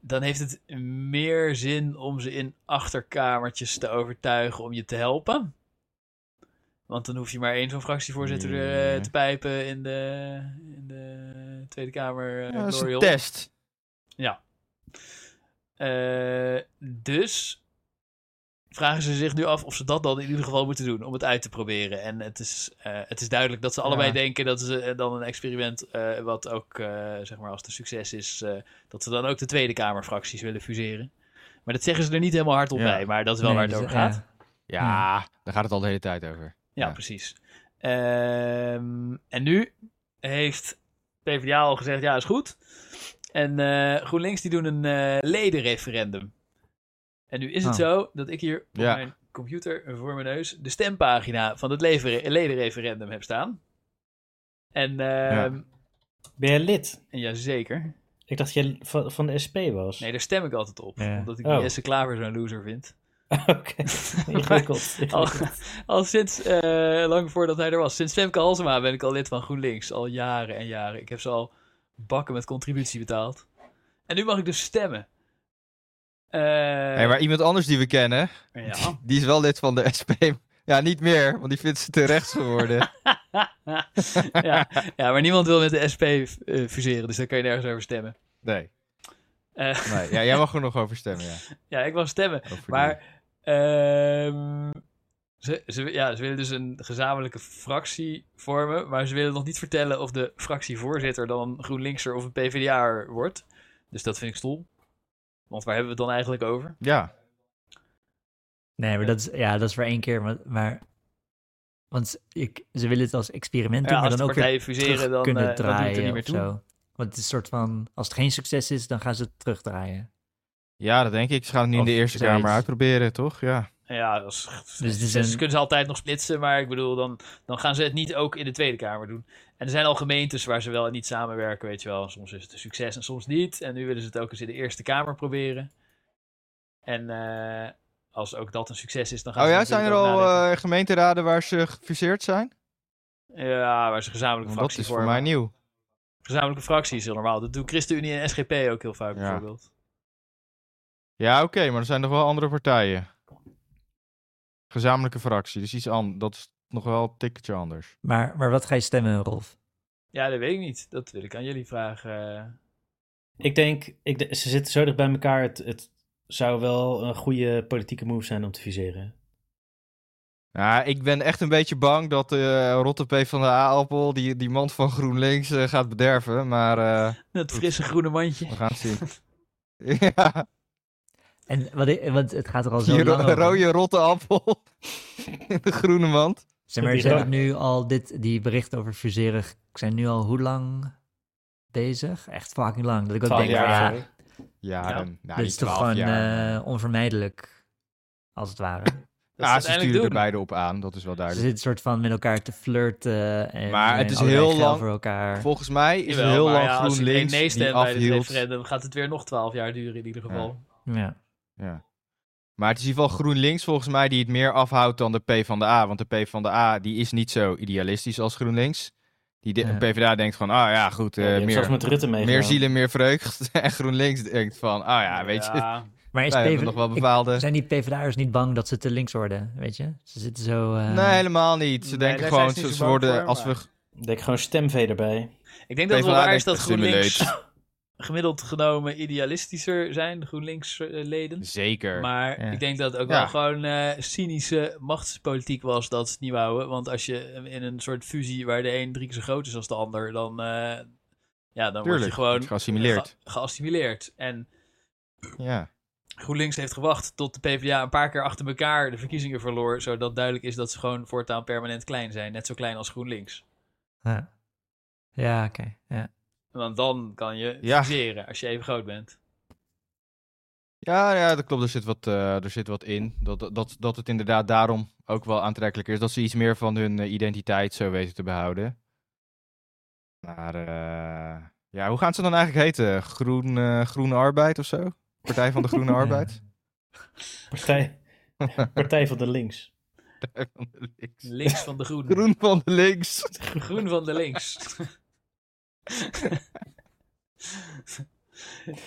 A: dan heeft het meer zin om ze in achterkamertjes te overtuigen om je te helpen. Want dan hoef je maar één zo'n fractievoorzitter eh,
F: Ja.
A: te pijpen in de, in de Tweede Kamer. eh,
F: Ja, dat is een
A: glory hole.
F: test.
A: Eh, dus vragen ze zich nu af of ze dat dan in ieder geval moeten doen om het uit te proberen. En het is, eh, het is duidelijk dat ze allebei
F: Ja.
A: denken dat ze eh, dan een experiment, eh, wat ook eh, zeg maar als het een succes is, eh, dat ze dan ook de Tweede Kamerfracties willen fuseren. Maar dat zeggen ze er niet helemaal hard op
F: Ja.
A: bij, maar dat is wel
E: Nee,
A: waar het
E: dus,
A: over
E: ja.
A: gaat.
F: Ja, daar gaat het al de hele tijd over.
A: Ja,
F: Ja.
A: precies. Ehm, en nu heeft PvdA al gezegd, ja, is goed. En eh, GroenLinks die doen een eh, ledenreferendum. En nu is het
E: Oh.
A: zo dat ik hier op
F: Ja.
A: mijn computer voor mijn neus de stempagina van het leveren- ledenreferendum heb staan. En ehm
D: Ben jij lid?
A: ja. jazeker.
D: Ik dacht dat jij van, van de SP was.
A: Nee, daar stem ik altijd op.
E: Ja.
A: Omdat ik
D: Oh.
A: Jesse Klaver zo'n loser vind.
D: [LAUGHS] Oké, ingewikkeld.
F: [LAUGHS]
A: Al,
F: Oh.
D: ingewikkeld.
A: al sinds eh, lang voordat hij er was. Sinds Femke Halsema ben ik al lid van GroenLinks. Al jaren en jaren. Ik heb ze al bakken met contributie betaald. En nu mag ik dus stemmen. Eh,
F: Hey, maar iemand anders die we kennen,
A: ja.
F: die is wel lid van de SP. Ja, niet meer, want die vindt ze te rechts geworden.
A: ja. ja, maar niemand wil met de SP eh, fuseren. Dus daar kan je nergens over stemmen.
F: [LAUGHS] Nee,
A: Eh,
F: nee. Ja, jij mag er nog over stemmen, ja.
A: [LAUGHS] ja, ik mag stemmen.
F: Over die-
A: Maar ehm, ze, ze, ja, ze willen dus een gezamenlijke fractie vormen, maar ze willen nog niet vertellen of de fractievoorzitter dan een GroenLinkser of een PvdA'er wordt. Dus dat vind ik stom. Want waar hebben we het dan eigenlijk over?
F: Ja,
E: Nee, maar dat is, ja, dat is voor één keer. Maar, maar Want ze- ik, ze willen het als experiment doen,
A: Ja,
E: maar
A: als
E: dan
A: de
E: ook weer
A: partijen fuseren,
E: terug
A: dan, eh,
E: kunnen
A: dan doet het er
E: draaien
A: niet meer
E: of
A: toe.
E: zo. Want het is een soort van, als het geen succes is, dan gaan ze het terugdraaien.
F: Ja, dat denk ik. Ze gaan het nu in
E: Of
F: de Eerste
E: zoiets.
F: Kamer uitproberen, toch? Ja.
A: Ja, dat is-
E: Dus het is
A: ze,
E: een-
A: ze kunnen ze altijd nog splitsen, maar ik bedoel, dan, dan gaan ze het niet ook in de Tweede Kamer doen. En er zijn al gemeentes waar ze wel en niet samenwerken, weet je wel. Soms is het een succes en soms niet. En nu willen ze het ook eens in de Eerste Kamer proberen. En eh, als ook dat een succes is, dan gaan
F: Oh
A: ze
F: ja, zijn
A: natuurlijk
F: er
A: ook
F: al
A: nadenken.
F: eh, gemeenteraden waar ze gefuseerd zijn?
A: Ja, waar ze gezamenlijke
F: Want dat
A: fracties
F: is voor
A: vormen.
F: mij nieuw.
A: Gezamenlijke fracties is heel normaal. Dat doen ChristenUnie en SGP ook heel vaak
F: Ja.
A: bijvoorbeeld.
F: Ja, oké, maar er zijn nog wel andere partijen. Gezamenlijke fractie, dus iets anders. Dat is nog wel een tikkeltje anders.
E: Maar, maar wat ga je stemmen, Rolf?
A: Ja, dat weet ik niet. Dat wil ik aan jullie vragen. eh. [LAUGHS]
D: Ik denk, ik, de- ze zitten zo dicht bij elkaar. Het, het zou wel een goede politieke move zijn om te viseren.
F: Nou, ik ben echt een beetje bang dat eh Rotte P van de A-appel die, die mand van GroenLinks eh, gaat bederven, maar eh,
A: Dat frisse groene mandje.
F: we gaan het
E: [LAUGHS]
F: zien. ja,
E: En wat ik, want het gaat er al zo
F: die ro-
E: lang over.
F: eh, rode rotte appel [LAUGHS] in de groene mand.
E: Zeg maar,
D: Die
E: ze
D: ro-
E: hebben nu al dit, die berichten over fuseren zijn nu al hoe lang bezig? Echt fucking lang. Dat ik ook
D: Twaalf
E: denk, van,
F: jaar,
E: ja,
D: sorry.
F: Jaren, nou,
E: dit
F: die
E: is toch
F: 12
E: gewoon
F: jaar.
E: eh, onvermijdelijk, als het ware.
A: Dat
F: ja,
A: het
F: Ah, ze
A: uiteindelijk
F: sturen er
A: doen.
F: beide op aan, dat is wel
E: Ze
F: duidelijk.
E: zitten soort van met elkaar te flirten. En
F: Maar
E: ze zijn
F: het is
E: allerlei
F: heel
E: geil
F: lang
E: voor elkaar.
F: Volgens mij is
A: Jawel,
F: er heel
A: maar
F: lang
A: ja, als iedereen
F: GroenLinks
A: nee
F: die
A: stemt bij dit
F: afhield.
A: referendum, gaat het weer nog twaalf jaar duren in ieder geval.
E: Ja.
F: Ja. Maar het is in ieder geval GroenLinks volgens mij die het meer afhoudt dan de PvdA. Want de PvdA die is niet zo idealistisch als GroenLinks. Die de,
E: Ja.
F: PvdA denkt van, ah ja, goed,
D: Ja, die
F: eh,
D: hebben Oh, zelfs
F: meer,
D: met Rutte meegedaan.
F: meer zielen, meer vreugd. [LAUGHS] en GroenLinks denkt van, ah ja, weet je,
A: Ja,
E: Maar is
F: wij
E: PV
F: hebben nog wel
E: ik-
F: bepaalde...
E: zijn die PvdA'ers niet bang dat ze te links worden, weet je? Ze zitten zo... eh,
F: Nee, helemaal niet. Ze
A: Nee,
F: denken
A: daar
F: gewoon,
A: zijn ze niet
F: ze,
A: zo bang
F: ze worden
A: voor,
F: als we...
A: maar-
D: Ik Denk gewoon stemvee erbij.
A: Ik denk dat het wel
F: PvdA
A: waar is dat
F: denkt,
A: GroenLinks [LAUGHS] gemiddeld genomen idealistischer zijn, de GroenLinks-leden.
F: Zeker.
A: Maar
F: Ja.
A: ik denk dat het ook
F: Ja.
A: wel gewoon eh, cynische machtspolitiek was dat ze het niet wouden. Want als je in een soort fusie waar de een drie keer zo groot is als de ander, dan, eh, ja, dan word je
F: Tuurlijk,
A: gewoon eh,
F: wordt geassimileerd.
A: ge- geassimileerd. En
F: Ja.
A: GroenLinks heeft gewacht tot de PvdA een paar keer achter elkaar de verkiezingen verloor. Zodat duidelijk is dat ze gewoon voortaan permanent klein zijn. Net zo klein als GroenLinks.
E: Ja, ja oké. Ja.
A: Want dan kan je
F: Ja.
A: fuseren als je even groot bent.
F: Ja, ja, dat klopt. Er zit wat, eh, er zit wat in. Dat, dat, dat het inderdaad daarom ook wel aantrekkelijker is. Dat ze iets meer van hun eh, identiteit zo weten te behouden. Maar eh, ja, hoe gaan ze dan eigenlijk heten? Groen, eh, Groene Arbeid of zo? Partij van de Groene
E: Ja.
F: Arbeid? [LAUGHS]
D: Partij, Partij van de Links. [LAUGHS]
F: Partij van de links.
A: Links van de groen.
F: Groen van de links. [LAUGHS]
A: Groen van de links.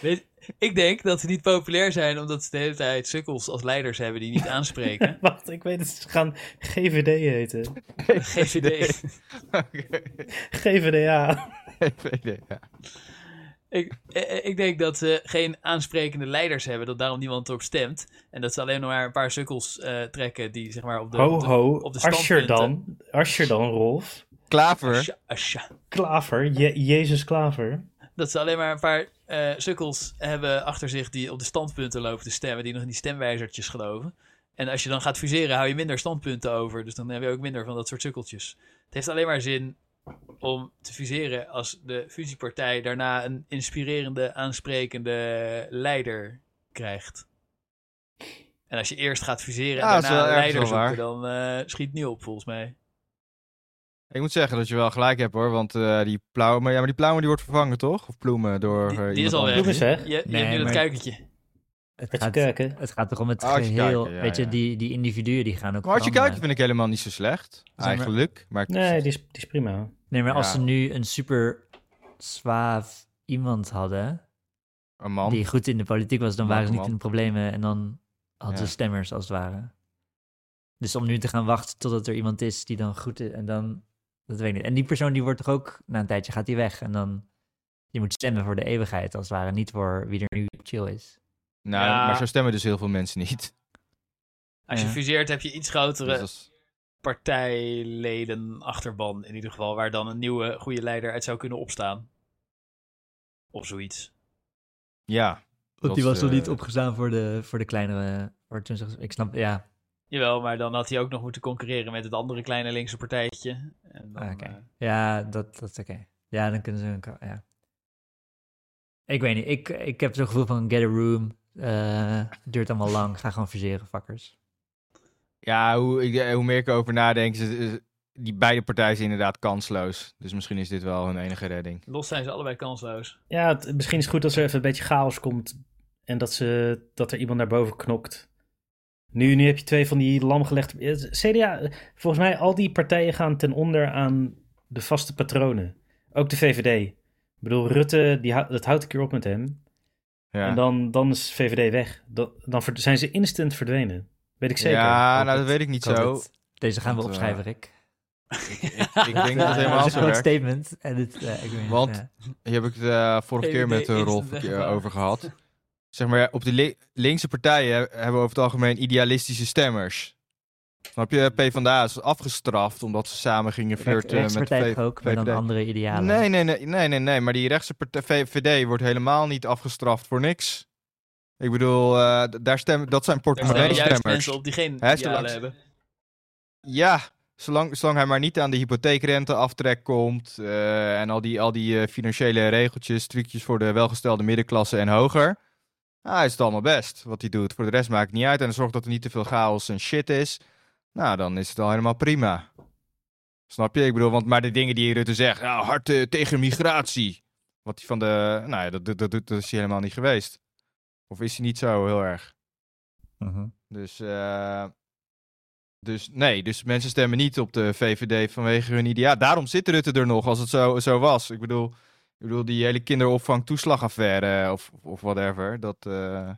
A: Weet- ik denk dat ze niet populair zijn omdat ze de hele tijd sukkels als leiders hebben die niet aanspreken.
D: Wacht, ik weet het. Ze gaan GVD heten.
A: GVD.
F: Oké.
D: GVDA.
F: VVD, ja.
A: Ik, eh, eh, ik denk dat ze geen aansprekende leiders hebben, dat daarom niemand erop stemt. En dat ze alleen nog maar een paar sukkels eh, trekken die zeg maar op de...
D: Ho
A: op de-
D: ho.
A: op de
D: Asscher dan.
A: standpunten.
D: Asscher dan, Rolf.
F: Klaver.
A: Asja, asja.
D: Klaver. Je- Jezus Klaver.
A: Dat ze alleen maar een paar eh, sukkels hebben achter zich die op de standpunten lopen te stemmen, die nog in die stemwijzertjes geloven. En als je dan gaat fuseren, hou je minder standpunten over. Dus dan heb je ook minder van dat soort sukkeltjes. Het heeft alleen maar zin om te fuseren als de fusiepartij daarna een inspirerende, aansprekende leider krijgt. En als je eerst gaat fuseren en
F: Ja, dat is
A: daarna
F: wel
A: een
F: ergens
A: leider
F: wel
A: zoeken, dan eh, schiet het niet op volgens mij.
F: Ik moet zeggen dat je wel gelijk hebt hoor. Want eh, die Plouwen, maar, ja, maar die Plouwen die wordt vervangen toch? Of Ploemen door
A: Die-
F: eh,
A: die is
F: iemand
A: al weg.
F: anders.
D: Doe eens zeg.
A: Je, je
E: Nee,
A: hebt nu
E: maar-
A: dat kuikentje.
E: Het,
D: Met je
E: gaat,
D: kijken.
E: het gaat toch om het
F: Ah, als je
E: geheel.
F: kijkt, ja,
E: weet
F: ja.
E: je, die, die individuen die gaan ook
F: Maar Hartje Kuiken
E: veranderen.
F: vind ik helemaal niet zo slecht.
E: maar-
F: Eigenlijk. Maar ik-
D: Nee, die is, die is prima.
E: Nee, maar als
F: Ja.
E: ze nu een super zwaaf iemand hadden,
F: een man.
E: die goed in de politiek was, dan waren ze niet
F: Marco
E: in de problemen. En dan hadden
F: Ja.
E: ze stemmers, als het ware. Dus om nu te gaan wachten totdat er iemand is die dan goed is, en dan... Dat weet ik niet. En die persoon die wordt toch ook, na een tijdje gaat die weg. En dan, je moet stemmen voor de eeuwigheid, als het ware. Niet voor wie er nu chill is.
F: Nou,
A: Ja.
F: maar zo stemmen dus heel veel mensen niet. [LAUGHS]
A: Als je
E: Ja.
A: fuseert heb je iets
F: Dus
A: grotere
F: dat is-
A: partijleden achterban in ieder geval, waar dan een nieuwe goede leider uit zou kunnen opstaan. Of zoiets.
F: ja.
E: Want die
F: Dat
E: was
F: is,
E: nog
F: eh,
E: niet opgestaan voor de, voor de kleinere... Voor toen, ik snap, ja.
A: Jawel, maar dan had hij ook nog moeten concurreren met het andere kleine linkse partijtje. En dan,
E: Ah, oké.
A: eh,
E: Ja, dat, dat is oké. Ja, dan kunnen ze hun... ka- Ja. Ik weet niet, ik, ik heb zo'n gevoel van get a room. eh, duurt allemaal lang, ga gewoon verzeren, fuckers.
F: Ja, hoe, ik, eh, hoe meer ik erover nadenk, is, is- die beide partijen zijn inderdaad kansloos. Dus misschien is dit wel hun enige redding.
A: los zijn ze allebei kansloos.
D: Ja, het- misschien is het goed dat er even een beetje chaos komt. En dat, ze, dat er iemand naar boven knokt. Nu, nu heb je twee van die lamgelegde... eh, CDA, eh, volgens mij al die partijen gaan ten onder aan de vaste patronen. Ook de VVD. Ik bedoel, Rutte, die, hou- dat houdt een keer op met hem.
F: Ja,
D: En dan, dan is VVD weg. Dan, dan verd- zijn ze instant verdwenen. Weet ik zeker.
F: ja nou
E: Altijd.
F: dat weet ik niet
E: Ik hoop
F: zo.
E: het. Deze gaan we
F: Want, eh,
E: opschrijven, Rick.
D: [LAUGHS]
F: Ik denk [LAUGHS] dat het
E: dat
F: helemaal
E: is een
F: zo
E: groot
F: werkt.
E: statement. En dit, eh, ik weet niet,
F: Want-
E: ja.
F: Hier heb ik het eh, vorige keer met
A: VVD
F: eh, Rolf
A: instant
F: een keer
A: weggevallen.
F: over gehad. Zeg maar, op de li- linkse partijen he- hebben over het algemeen idealistische stemmers. Snap je? PvdA is afgestraft omdat ze samen gingen flirten eh, met
E: Rechtspartij
F: de
E: toch ook, maar dan
F: VVD.
E: andere idealen.
F: Nee, nee, nee, nee, nee, nee. Maar die rechtse partij, VVD wordt helemaal niet afgestraft voor niks. Ik bedoel, eh, d- daar stemmen, dat zijn
A: Er staan juist mensen
F: portemonnee-stemmers.
A: op die geen
F: Hij is de
A: idealen
F: laatste.
A: hebben.
F: Ja, zolang, zolang hij maar niet aan de hypotheekrenteaftrek komt. eh, en al die, al die eh, financiële regeltjes, trucjes voor de welgestelde middenklasse en hoger. Nou, is het allemaal best wat hij doet. Voor de rest maakt het niet uit. En zorgt dat er niet te veel chaos en shit is. Nou, dan is het al helemaal prima. Snap je? Ik bedoel, want maar de dingen die Rutte zegt. Nou, hard eh, tegen migratie. Wat hij van de. Nou ja, dat, dat, dat, dat is hij helemaal niet geweest. Of is hij niet zo heel erg?
E: Mhm.
F: Dus, eh, dus nee, dus mensen stemmen niet op de VVD vanwege hun idea. Daarom zit Rutte er nog, als het zo, zo was. Ik bedoel, ik bedoel, die hele kinderopvang-toeslagaffaire eh, of, of whatever. Dat, eh,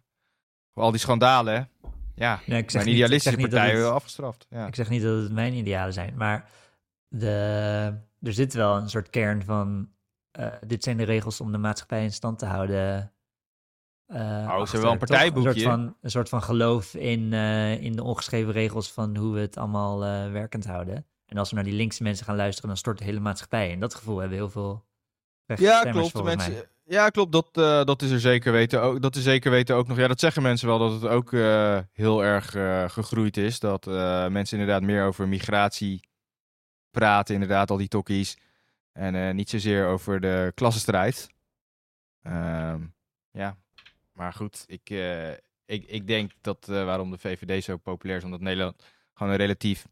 F: al die schandalen, hè. ja.
E: Nee, ik zeg
F: Zijn
E: niet- ik
F: idealistische
E: zeg niet dat
F: partijen
E: het-
F: wel afgestraft. Ja.
E: Ik zeg niet dat het mijn idealen zijn, maar de, er zit wel een soort kern van... eh, dit zijn de regels om de maatschappij in stand te houden. eh,
F: Oh, wel
E: achter,
F: een
E: toch?
F: partijboekje.
E: Een soort van, een soort van geloof in, eh, in de ongeschreven regels van hoe we het allemaal eh, werkend houden. En als we naar die linkse mensen gaan luisteren, dan stort de hele maatschappij. In dat gevoel hebben heel veel rechtse
F: Ja,
E: stemmers
F: klopt. de
E: volgens
F: Mensen,
E: mij.
F: ja, klopt. Dat, eh, dat is er zeker weten ook. Dat is zeker weten ook nog. Ja, dat zeggen mensen wel dat het ook eh, heel erg eh, gegroeid is. Dat eh, mensen inderdaad meer over migratie praten, inderdaad, al die tokkies. En eh, niet zozeer over de klassenstrijd. Ehm, ja, maar goed, ik, eh, ik, ik denk dat eh, waarom de VVD zo populair is, omdat Nederland gewoon een relatief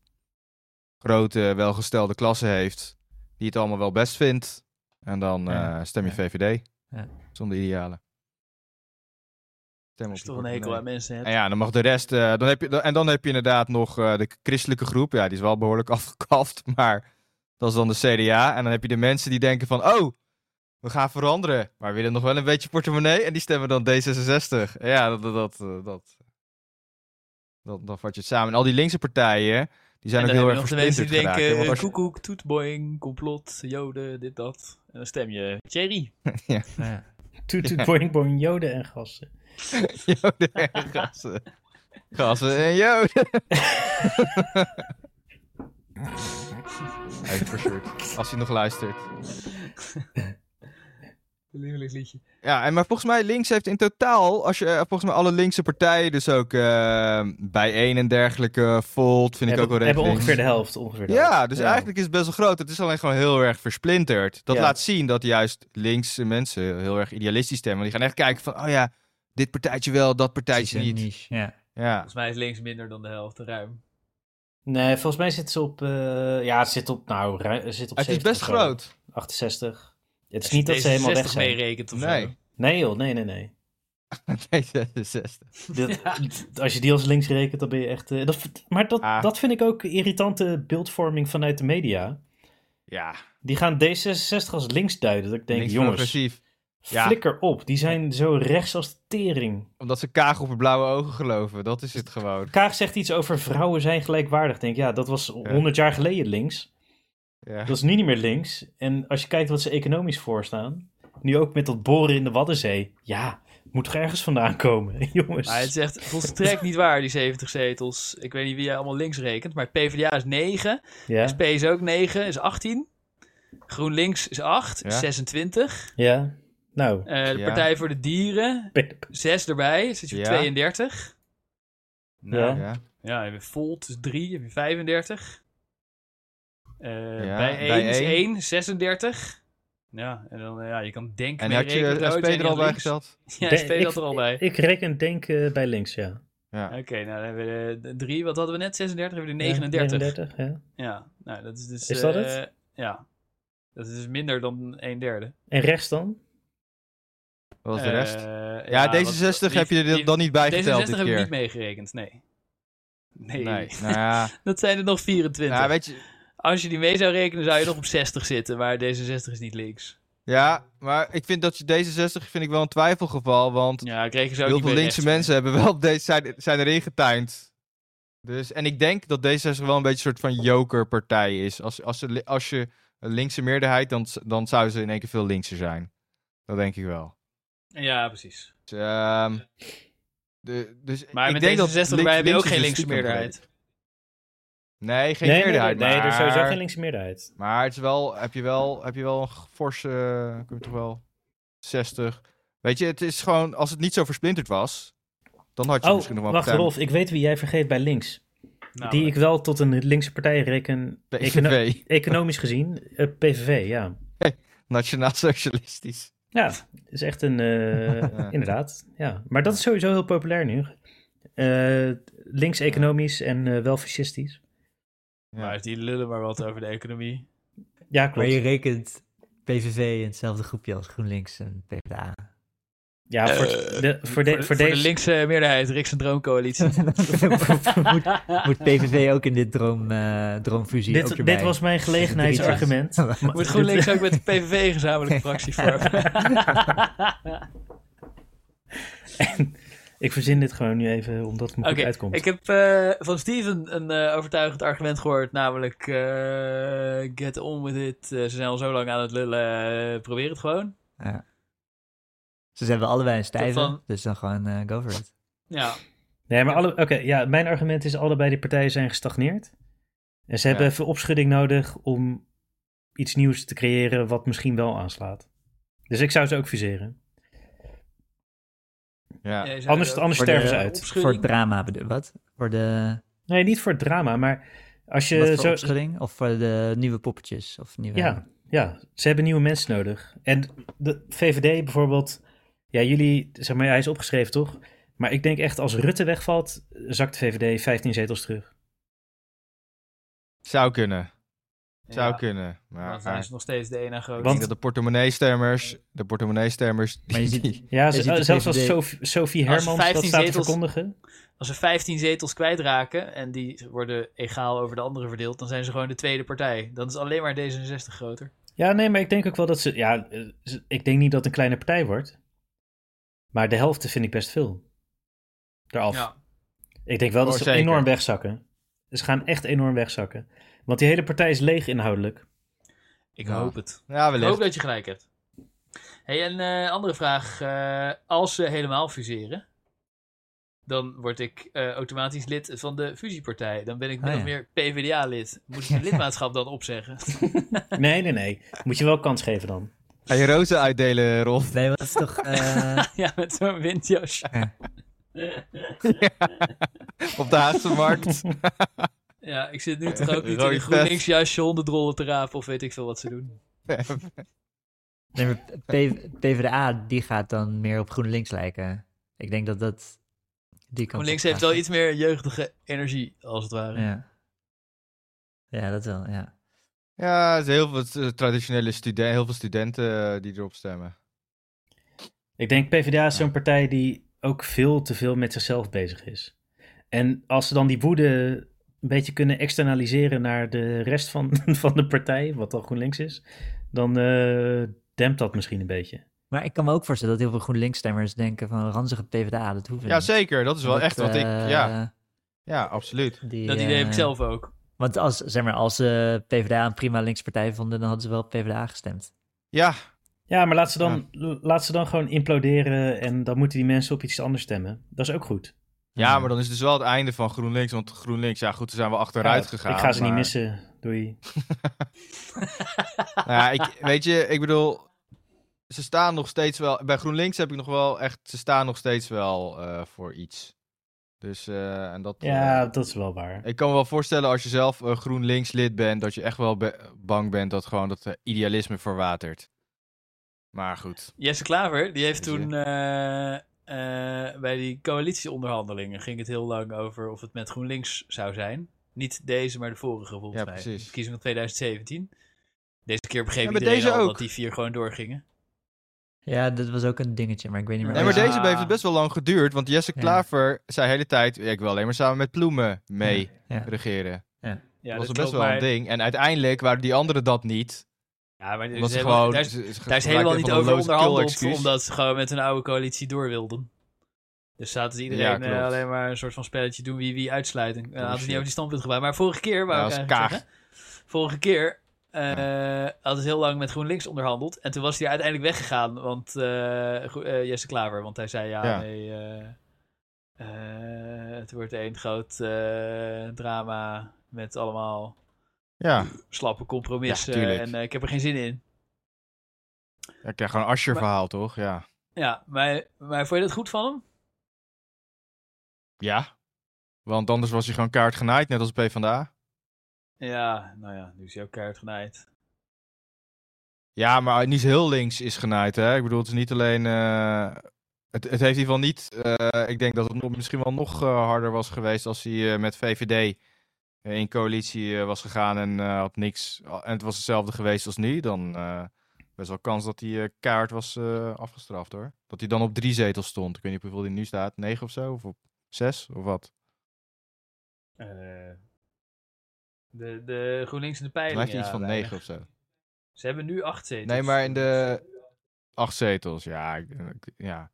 F: grote, welgestelde klasse heeft, die het allemaal wel best vindt. En dan
E: Ja.
F: eh, stem je
E: Ja.
F: VVD,
E: Ja.
F: zonder idealen. Stem
A: Er
F: op
A: is
F: je
A: toch een hekel
F: portemonnee.
A: aan mensen. Hè?
F: En ja, dan mag de rest. eh, dan heb je, dan- en dan heb je inderdaad nog eh, de christelijke groep. Ja, die is wel behoorlijk [LAUGHS] afgekaft. Maar dat is dan de CDA. En dan heb je de mensen die denken van. Oh, we gaan veranderen. Maar willen nog wel een beetje portemonnee. En die stemmen dan D66. Ja, dat. dat, dat, eh, dat. Dan, dan vat je het samen. En al die linkse partijen. Die zijn
A: En
F: ook
A: dan
F: heel
A: heb
F: erg
A: je nog de mensen
F: versplinterd
A: die
F: geraakt. hè,
A: denken, eh,
F: want als je-
A: koekoek, toetboing, complot, joden, dit, dat. En dan stem je Thierry.
E: Ja.
D: Toet, toet, boing, boing, joden en gassen.
F: [LAUGHS] Joden en Oh, gassen. Gassen en
A: [LAUGHS]
F: joden. Hij is versurt. Als hij nog luistert.
A: Lieflijk liedje.
F: Ja, en maar volgens mij links heeft in totaal, als je eh, volgens mij alle linkse partijen, dus ook bij bijeen en dergelijke, Volt, vind ik
D: hebben,
F: ook wel redelijk
D: hebben
F: links.
D: ongeveer de helft. Ongeveer de
F: Ja,
D: helft.
F: dus eigenlijk is het best wel groot. Het is alleen gewoon heel erg versplinterd. Dat
D: Ja.
F: laat zien dat juist linkse mensen heel erg idealistisch stemmen. Die gaan echt kijken van, oh ja, dit partijtje wel, dat partijtje
E: Precies, een
F: niet.
E: niche, Ja.
F: Ja.
A: Volgens mij is links minder dan de helft, ruim.
D: Nee, volgens mij zit ze op... eh, ja, het zit op... Nou, ru- het zit op
F: Het is
D: 70
F: best
D: of zo.
F: groot.
D: 68. Het is niet dat ze helemaal weg zijn.
A: meerekent of
F: Nee. [LAUGHS]
A: zo.
D: Nee joh, nee, nee, nee.
F: D66.
D: Dat- Als je die als links rekent, dan ben je echt... eh, dat, maar dat,
F: Ah.
D: dat vind ik ook irritante beeldvorming vanuit de media.
F: Ja,
D: Die gaan D66 als links duiden. Dat ik denk,
F: links
D: jongens,
F: progressief. ja.
D: flikker op. Die zijn zo rechts als de tering.
F: Omdat ze kaag op het blauwe ogen geloven. Dat is het gewoon.
D: Kaag zegt iets over vrouwen zijn gelijkwaardig. Ik Denk, ja, dat was 100 jaar geleden links.
F: Ja.
D: Dat is nu niet meer links. En als je kijkt wat ze economisch voorstaan. Nu ook met dat boren in de Waddenzee. Ja, moet toch ergens vandaan komen, [LAUGHS] jongens.
A: Maar het is echt volstrekt niet waar, die 70 zetels. Ik weet niet wie jij allemaal links rekent, maar PvdA is 9,
D: ja,
A: SP is ook 9, is 18. GroenLinks is 8, is
F: Ja.
A: 26.
D: ja. Nou, [LAUGHS]
A: Eh, de
F: Ja.
A: Partij voor de Dieren,
D: ben-
A: 6 erbij, zit je op
F: Ja.
A: 32.
F: Nou,
D: Ja.
F: ja.
A: Ja, heb je Volt is 3, heb je 35. Eh,
F: Ja,
A: bij
F: bij
A: 1 is
F: één.
A: 1, 36. Ja, en dan, eh, ja, je kan denken
F: En had je de SP er al bij gezet?
A: Ja,
D: De-
A: SP
D: ik-
A: had er al bij.
D: Ik reken denk eh, bij links, ja.
A: Oké, nou
F: Ja.
A: dan hebben we de 3, wat hadden we net? 36, hebben we de 39.
D: Ja,
A: Ja,
D: 39, ja.
A: nou dat is dus...
D: Is dat
A: eh,
D: het?
A: Ja, dat is dus minder dan 1 derde.
D: En rechts dan?
F: Wat was de
A: Eh,
F: rest? ja,
A: wat-
F: D66
A: die-
F: heb je er
A: die-
F: dan niet bij geteld
A: D66
F: dit
A: heb ik niet
F: keer.
A: meegerekend, nee. Nee,
F: Nee,
A: [LAUGHS]
F: nou ja.
A: dat zijn er nog 24.
F: Nou, weet je,
A: Als je die mee zou rekenen, zou je nog op 60 zitten, maar D66 is niet links.
F: ja, maar ik vind dat je D66 vind ik wel een twijfelgeval, want
A: Ja, ik reken ze ook
F: heel
A: niet
F: veel
A: bij
F: linkse
A: rechts.
F: mensen hebben wel op deze, zijn, zijn erin getuind. Dus, en ik denk dat D66 wel een beetje een soort van jokerpartij is. Als, als, ze, li- als je een linkse meerderheid, dan, s- dan zouden ze in één keer veel linkser zijn. Dat denk ik wel.
A: Ja, precies.
F: Dus, ehm, de, dus
A: Maar
F: ik
A: met D66
F: denk dat links-
A: erbij heb je ook
F: links is
A: geen
F: een
A: linkse
F: stiekem
A: meerderheid.
F: greep. Nee, geen
D: nee, nee, nee,
F: meerderheid.
D: nee, er is
F: maar-
D: sowieso geen linkse meerderheid.
F: Maar het is wel, heb je wel, heb je wel een g- forse, eh, ik weet toch wel, 60. Weet je, het is gewoon, als het niet zo versplinterd was, dan had je
D: Oh,
F: misschien nog wel
D: wacht
F: partij-
D: Rolf, ik weet wie jij vergeet bij links.
A: Nou,
D: die ik wel tot een linkse partij reken,
F: [LAUGHS]
D: econo-
F: PVV,
D: economisch gezien, eh, PVV, ja.
F: Nationaal Socialistisch.
D: Ja, is echt een, eh,
F: Ja.
D: inderdaad, ja. Maar dat is sowieso heel populair nu. Eh, links economisch en eh, wel fascistisch.
A: Maar is die lullen maar wat over de economie.
D: Ja,
E: Maar
D: klopt.
E: je rekent PVV in hetzelfde groepje als GroenLinks en PvdA.
D: Ja, voor, de, voor, de, voor,
A: de
D: deze...
A: linkse meerderheid, Rick [LAUGHS] Syndroomcoalitie.
E: moet, [LAUGHS] moet PVV ook in dit droom, eh, droomfusie ook
D: dit,
E: erbij?
D: dit
E: [LAUGHS]
D: was mijn gelegenheidsargument.
A: Moet GroenLinks ook met de PVV een gezamenlijke [LAUGHS] fractie vormen?
D: Ik verzin dit gewoon nu even, omdat het me goed
A: Oké,
D: uitkomt.
A: ik heb eh, van Steven een eh, overtuigend argument gehoord, namelijk eh, get on with it. Eh, ze zijn al zo lang aan het lullen, eh, probeer het gewoon.
E: Ja. Ze zijn wel allebei een stijve,
A: van-
E: dus dan gewoon eh, go for it.
A: Ja,
D: Nee, maar alle, oké, ja, mijn argument is allebei die partijen zijn gestagneerd. En ze hebben
F: Ja.
D: even opschudding nodig om iets nieuws te creëren wat misschien wel aanslaat. Dus ik zou ze ook viseren.
F: Ja.
A: jij zei
D: Anders,
A: ook.
D: anders
E: Voor de-
D: sterven ze uit.
E: Voor
A: eh, Opschudding.
E: het drama, bedo- wat? Voor de
D: Nee, niet voor het drama, maar als je
E: wat voor
D: zo...
E: opschudding? Of voor de nieuwe poppetjes? Of nieuwe...
D: Ja, ja, ze hebben nieuwe mensen nodig. En de VVD bijvoorbeeld, ja, jullie, zeg maar, hij is opgeschreven toch? Maar ik denk echt als Rutte wegvalt, zakt de VVD 15 zetels terug.
F: Zou kunnen, zou
A: Ja,
F: kunnen. Maar,
A: Want
F: maar
A: hij is nog steeds de ene grote.
F: ik denk dat de portemonnee-stemmers, de portemonnee-stemmers...
E: Maar je
F: [LAUGHS] die-
E: ziet,
D: Ja,
E: Je
D: ze-
E: ziet de
D: zelfs als
E: VVD
D: Sophie, Sophie
A: Als
D: Hermans dat
A: 15
D: staat te
A: zetels-
D: verkondigen.
A: Als ze 15 zetels kwijtraken en die worden egaal over de anderen verdeeld, dan zijn ze gewoon de tweede partij. Dan is alleen maar D66 groter.
D: Ja, nee, maar ik denk ook wel dat ze. Ja, eh, ze- ik denk niet dat het een kleine partij wordt. Maar de helft vind ik best veel. Daaraf.
A: Ja.
D: Ik denk wel dat
F: Oh,
D: ze
F: zeker.
D: enorm wegzakken. Ze gaan echt enorm wegzakken. Want die hele partij is leeg inhoudelijk.
A: Ik
F: Ja.
A: hoop het.
F: Ja,
A: Ik hoop
F: wellicht.
A: Oh, dat je gelijk hebt. Hey, en eh, andere vraag. eh, als ze helemaal fuseren, dan word ik eh, automatisch lid van de fusiepartij. Dan ben ik min
E: Ah, ja.
A: of meer PvdA-lid.
E: [LAUGHS]
A: Moet ik mijn lidmaatschap dan opzeggen? [LAUGHS]
D: Nee, nee, nee. Moet je wel kans geven dan.
F: Ga je rozen uitdelen, Rolf?
E: Nee, maar dat is toch...
A: [LAUGHS]
E: eh,
A: ja, met zo'n windjasje.
F: Op de
A: [LAUGHS]
F: Haagse Markt?
A: Ja, ik zit
E: [LAUGHS]
A: nu toch ook niet in
F: Rode
A: een
F: vest.
A: GroenLinks jasje honderdrollen te rapen of weet ik veel wat ze doen.
E: nee, maar P- PvdA, die gaat dan meer op GroenLinks lijken. Ik denk dat dat... Die kant
A: GroenLinks
E: op
A: heeft wel
E: gaat.
A: iets meer jeugdige energie, als het ware.
E: Ja. ja, dat wel, ja.
F: ja, er zijn heel veel eh, traditionele studenten, heel veel studenten eh, die erop stemmen.
D: Ik denk PvdA is zo'n partij die ook veel te veel met zichzelf bezig is. En als ze dan die woede een beetje kunnen externaliseren naar de rest van, [LAUGHS] van de partij, wat dan GroenLinks is, dan eh, dempt dat misschien een beetje.
E: Maar ik kan me ook voorstellen dat heel veel GroenLinks-stemmers denken van ranzige PvdA, dat hoeven
F: Ja, zeker. Dat is wel echt wat ik...
E: eh,
F: Ja, ja, absoluut.
A: Dat idee heb ik zelf ook.
E: Want als, zeg maar, als eh, ze PvdA een prima linkspartij vonden, dan hadden ze wel PvdA gestemd.
F: Ja,
D: Ja, maar laat ze dan, laat ze dan gewoon imploderen en dan moeten die mensen op iets anders stemmen. Dat is ook goed.
F: Ja, maar dan is het dus wel het einde van GroenLinks. Want GroenLinks, ja goed, ze zijn wel achteruit
D: Ja,
F: gegaan.
D: Ik ga ze niet
F: maar-
D: missen. Doei.
F: Nou ja, ik, weet je, ik bedoel, ze staan nog steeds wel... Bij GroenLinks heb ik nog wel echt... Ze staan nog steeds wel eh, voor iets. Dus, eh, en dat...
D: Ja,
F: eh,
D: dat is wel waar.
F: ik kan me wel voorstellen als je zelf groen GroenLinks lid bent, dat je echt wel be- bang bent dat gewoon dat eh, idealisme verwatert. Maar goed.
A: Jesse Klaver, die heeft
F: Weet je.
A: toen eh, eh, bij die coalitieonderhandelingen ging het heel lang over of het met GroenLinks zou zijn. Niet deze, maar de vorige volgens
F: Ja,
A: mij.
F: precies.
A: De verkiezingen van 2017. Deze keer begreep
F: Ja, maar
A: iedereen
F: deze
A: al
F: ook.
A: dat die vier gewoon doorgingen.
E: Ja, dat was ook een dingetje, maar ik weet niet meer.
F: Nee,
A: Ja.
F: maar deze heeft het best wel lang geduurd, want Jesse
E: Ja.
F: Klaver zei de hele tijd, ik wil alleen maar samen met Ploemen mee
E: Ja.
F: regeren.
A: Ja,
F: dat was
A: klopt,
F: best wel
A: maar-
F: een ding. En uiteindelijk waren die anderen dat niet.
A: Ja, maar er
F: Omdat
A: is
F: ze
A: helemaal-
F: gewoon,
A: daar is,
F: ze- ze
A: daar is
F: gebruikten
A: helemaal
F: van
A: niet
F: een
A: over
F: loze
A: onderhandeld,
F: kill-excuus.
A: omdat ze gewoon met hun oude coalitie door wilden. Dus zaten ze
F: Ja,
A: iedereen
F: klopt.
A: eh, alleen maar een soort van spelletje doen wie wie uitsluit. En eh, hadden ze
F: shit.
A: niet over die standpunt gebruikt. Maar vorige keer,
F: Ja,
A: waar
F: dat
A: ik
F: was
A: eigenlijk zeggen, vorige keer eh hadden ze heel lang met GroenLinks onderhandeld. En toen was hij uiteindelijk weggegaan, want eh, Gro- eh, Jesse Klaver, want hij zei ja,
F: Ja.
A: nee, eh, eh, het wordt één groot eh, drama met allemaal
F: Ja,
A: slappe compromissen
F: tuurlijk.
A: en eh, ik heb er geen zin in.
F: ik krijg gewoon een Asher verhaal, toch? Ja.
A: Ja, maar, maar vond je dat goed van hem?
F: Ja. Want anders was hij gewoon kaart genaaid, net als PvdA.
A: Ja, nou ja, nu is hij ook keihard genaaid.
F: Ja, maar niet heel links is genaaid, hè? Ik bedoel, het is niet alleen... eh, het, het heeft in ieder geval niet... eh, ik denk dat het nog, misschien wel nog eh, harder was geweest als hij eh, met VVD eh, in coalitie eh, was gegaan en eh, had niks... En het was hetzelfde geweest als nu, dan... eh, Best wel kans dat hij eh, kaart was eh, afgestraft hoor. Dat hij dan op drie zetels stond. Ik weet niet op hoeveel hij nu staat. Negen of zo? Of op zes? Of wat?
A: Eh, de, de GroenLinks en de
F: Het
A: peiling.
F: lijkt iets
A: ja,
F: van
A: weinig.
F: negen of zo.
A: Ze hebben nu acht zetels.
F: Nee, maar in de acht zetels, ja. Ik, eh, ik- ja.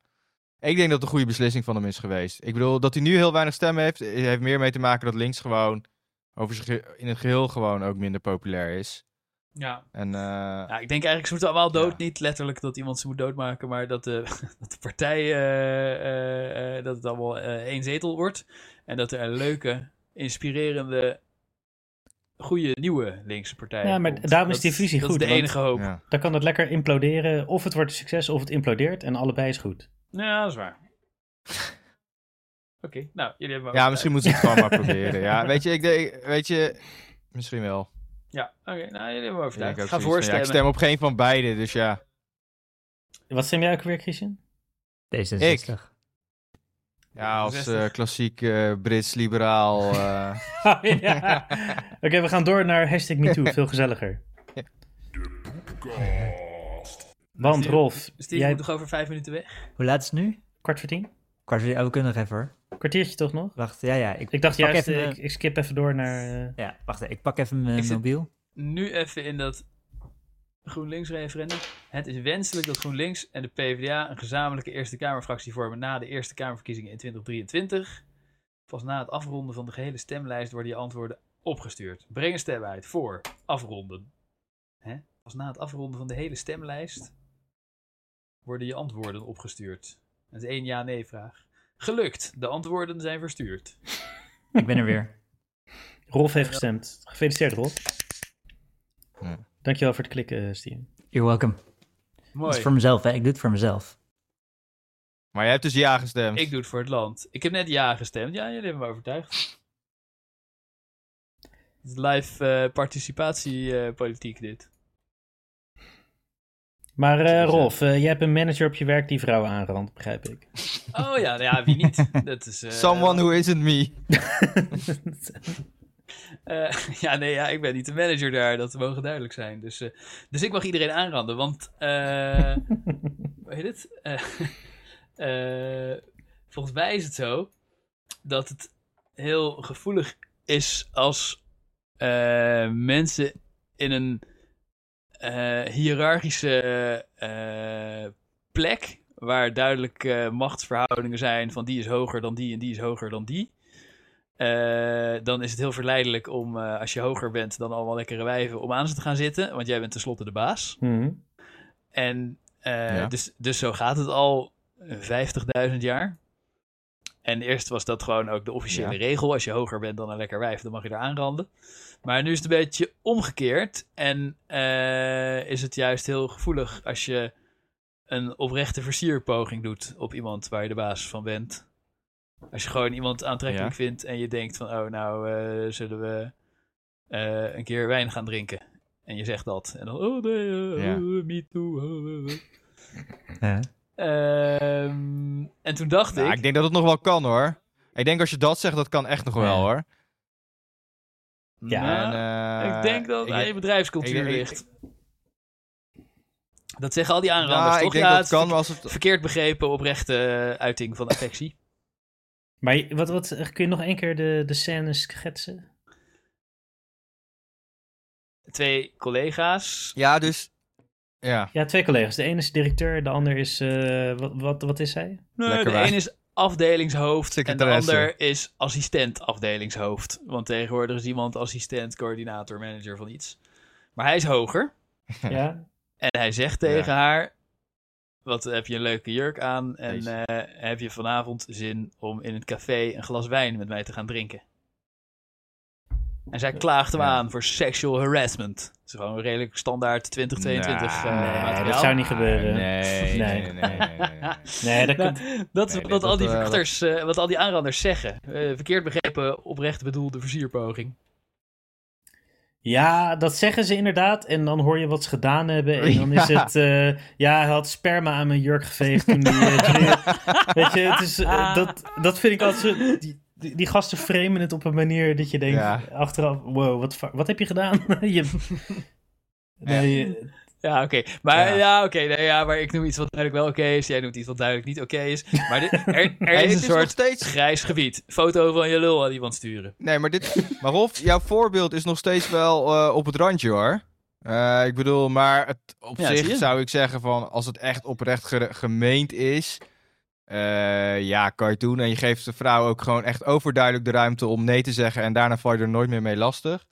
F: ik denk dat het een goede beslissing van hem is geweest. Ik bedoel, dat hij nu heel weinig stemmen heeft, eh, heeft meer mee te maken dat links gewoon over zich ge- in het geheel gewoon ook minder populair is.
A: Ja.
F: En eh,
A: ja, ik denk eigenlijk ze moeten allemaal dood.
F: Ja.
A: Niet letterlijk dat iemand ze moet doodmaken, maar dat de, [LAUGHS] dat de partij, eh, eh, eh, dat het allemaal eh, één zetel wordt. En dat er een leuke, inspirerende, goede nieuwe linkse partij
D: Ja, maar
A: komt.
D: daarom is
A: Dat
D: die fusie
A: dat
D: goed,
A: is de
D: want-
A: enige hoop. Ja.
F: ja.
D: Dan kan het lekker imploderen. Of het wordt een succes of het implodeert. En allebei is goed.
A: Nou, dat is waar. Oké, nou, jullie hebben me
F: Ja,
A: overtuigd.
F: misschien moeten ze het gewoon
A: [LAUGHS]
F: maar proberen. Ja, weet je, ik denk, weet je, misschien wel.
A: Ja, oké, nou, jullie hebben me
F: Ik denk
A: overtuigd. Ga
F: ook zoiets van, ja,
A: voorstellen.
F: ik stem op geen van beide, dus ja.
D: Wat stem jij ook weer, Christian? [LAUGHS]
E: D66.
F: Ja, als
A: 60.
F: eh, klassiek eh, Brits-liberaal.
A: [LAUGHS]
F: eh,
D: Oh, ja. Oké, we gaan door naar hashtag MeToo. Veel gezelliger. Want Rolf,
A: Steve
D: jij
A: moet nog over vijf minuten weg.
E: Hoe laat is het nu?
D: kwart voor tien?
E: Kwart voor... oh, we kunnen nog even hoor.
D: Kwartiertje toch nog?
E: Wacht, ja, ja. Ik,
D: Ik dacht
E: pak
D: juist,
E: even
D: eh,
E: mijn-
D: ik, ik skip even door naar... eh,
E: Ja, wacht even. Ik pak even mijn
A: Ik zit-
E: mobiel.
A: Nu even in dat GroenLinks-referendum. Het is wenselijk dat GroenLinks en de PvdA een gezamenlijke Eerste Kamerfractie vormen na de Eerste Kamerverkiezingen in 2023. Pas na het afronden van de gehele stemlijst worden je antwoorden opgestuurd. Breng een stem uit voor afronden. Hè? Pas na het afronden van de hele stemlijst worden je antwoorden opgestuurd. Dat is één ja-nee-vraag. Gelukt, de antwoorden zijn verstuurd.
E: Ik ben er
F: [LAUGHS]
E: weer.
D: Rolf heeft gestemd. Gefeliciteerd, Rolf.
F: Ja.
D: Dankjewel voor het klikken, eh, Steven.
E: You're welcome. Dat
A: Mooi.
E: is voor mezelf, hè. Ik doe het voor mezelf.
F: maar jij hebt dus ja gestemd.
A: Ik doe het voor het land. Ik heb net ja gestemd. Ja, jullie hebben me overtuigd. Het is live eh, participatiepolitiek dit.
D: Maar eh,
F: Zeker.
D: Rolf, eh, jij hebt een manager op je werk die vrouwen aanrandt, begrijp ik.
A: Oh ja, nou ja wie niet? Dat is, eh,
F: Someone who isn't me.
A: eh, [LAUGHS] ja, nee, ja, ik ben niet de manager daar. Dat mogen duidelijk zijn. Dus, eh, dus ik mag iedereen aanranden. Want, eh [LAUGHS] hoe heet het? Eh, [LAUGHS] eh, volgens mij is het zo dat het heel gevoelig is als eh, mensen in een eh, hiërarchische eh, plek, waar duidelijk eh, machtsverhoudingen zijn van die is hoger dan die en die is hoger dan die, eh, dan is het heel verleidelijk om, eh, als je hoger bent dan allemaal lekkere wijven, om aan ze te gaan zitten, want jij bent tenslotte de baas.
D: Mhm.
A: En eh,
F: Ja.
A: dus, dus zo gaat het al eh, 50.000 jaar. En eerst was dat gewoon ook de officiële
F: Ja.
A: regel. Als je hoger bent dan een lekker wijf, dan mag je er aanranden. Maar nu is het een beetje omgekeerd. En eh, is het juist heel gevoelig als je een oprechte versierpoging doet op iemand waar je de baas van bent. Als je gewoon iemand aantrekkelijk
F: Ja.
A: vindt en je denkt van, oh, nou eh, zullen we eh, een keer wijn gaan drinken. En je zegt dat. En dan, oh nee, eh,
F: Ja.
A: oh, eh, me too. oh, eh, eh.
E: Hè?
A: Ehm, en toen dacht
F: Nou,
A: ik,
F: ik denk dat het nog wel kan hoor. Ik denk als je dat zegt, dat kan echt nog wel
E: Ja.
F: hoor.
D: Ja,
A: nou,
F: En, eh,
A: ik denk dat het aan je
F: ik-
A: bedrijfscultuur
F: ik- ik-
A: ligt. Dat zeggen al die
F: nou,
A: aanranders,
F: ik
A: toch?
F: denk
A: Ja,
F: dat
A: het
F: het
A: is
F: kan maar als het...
A: verkeerd begrepen oprechte eh, uiting van affectie.
D: Maar je- wat, wat, kun je nog één keer de, de scène schetsen?
A: Twee collega's.
F: Ja, dus... Ja,
D: Ja, twee collega's. De ene is directeur, de ander is... eh, wat, wat, wat is hij?
A: Nee,
F: Lekker
A: de
F: waar.
A: een is afdelingshoofd en de
F: Secretaresse.
A: ander is assistent afdelingshoofd. Want tegenwoordig is iemand assistent, coördinator, manager van iets. Maar hij is hoger.
D: Ja?
A: En hij zegt
F: Ja.
A: tegen haar: Wat heb je een leuke jurk aan? En
F: Deze.
A: eh, heb je vanavond zin om in het café een glas wijn met mij te gaan drinken? En zij klaagt hem
F: Ja.
A: aan voor sexual harassment. Dat is gewoon redelijk standaard 2022
F: Nou,
A: eh,
D: nee,
A: materiaal.
D: dat zou niet gebeuren.
F: Nee, nee, nee, nee, nee, nee, nee.
D: Nee, dat
A: Nou,
D: komt...
A: dat is
F: Nee,
A: wat,
F: dat-
A: al die
F: dat-
A: verkrachters, eh, wat al die aanranders zeggen. Eh, verkeerd begrepen, oprecht bedoelde versierpoging.
D: Ja, dat zeggen ze inderdaad. En dan hoor je wat ze gedaan hebben. En dan is
F: [LAUGHS] Ja.
D: het... eh, ja, hij had sperma aan mijn jurk geveegd toen hij... eh,
F: [LAUGHS]
D: toen- weet je, het is, eh, dat, dat vind ik altijd zo... Die, die, die gasten framen het op een manier dat je denkt...
F: Ja.
D: Achteraf, wow, wat, fa- wat heb je gedaan? [LAUGHS] je, nee, eh, je-
A: Ja, oké. Maar ja,
F: Ja.
A: oké. nee, ja, maar ik noem iets wat duidelijk wel oké is. Jij noemt iets wat duidelijk niet oké is. Maar dit, er, er
F: Hey,
A: is dus
F: dit
A: een
F: nog
A: soort
F: steeds...
A: grijs gebied. Foto van je lul aan iemand sturen.
F: Nee, maar dit... Maar Rolf, jouw voorbeeld is nog steeds wel eh, op het randje hoor. Eh, ik bedoel, maar het, op
A: Ja, zie je.
F: zich zou ik zeggen van... Als het echt oprecht gere- gemeend is... eh, ja, kan je het doen. En je geeft de vrouw ook gewoon echt overduidelijk de ruimte om nee te zeggen. En daarna val je er nooit meer mee lastig.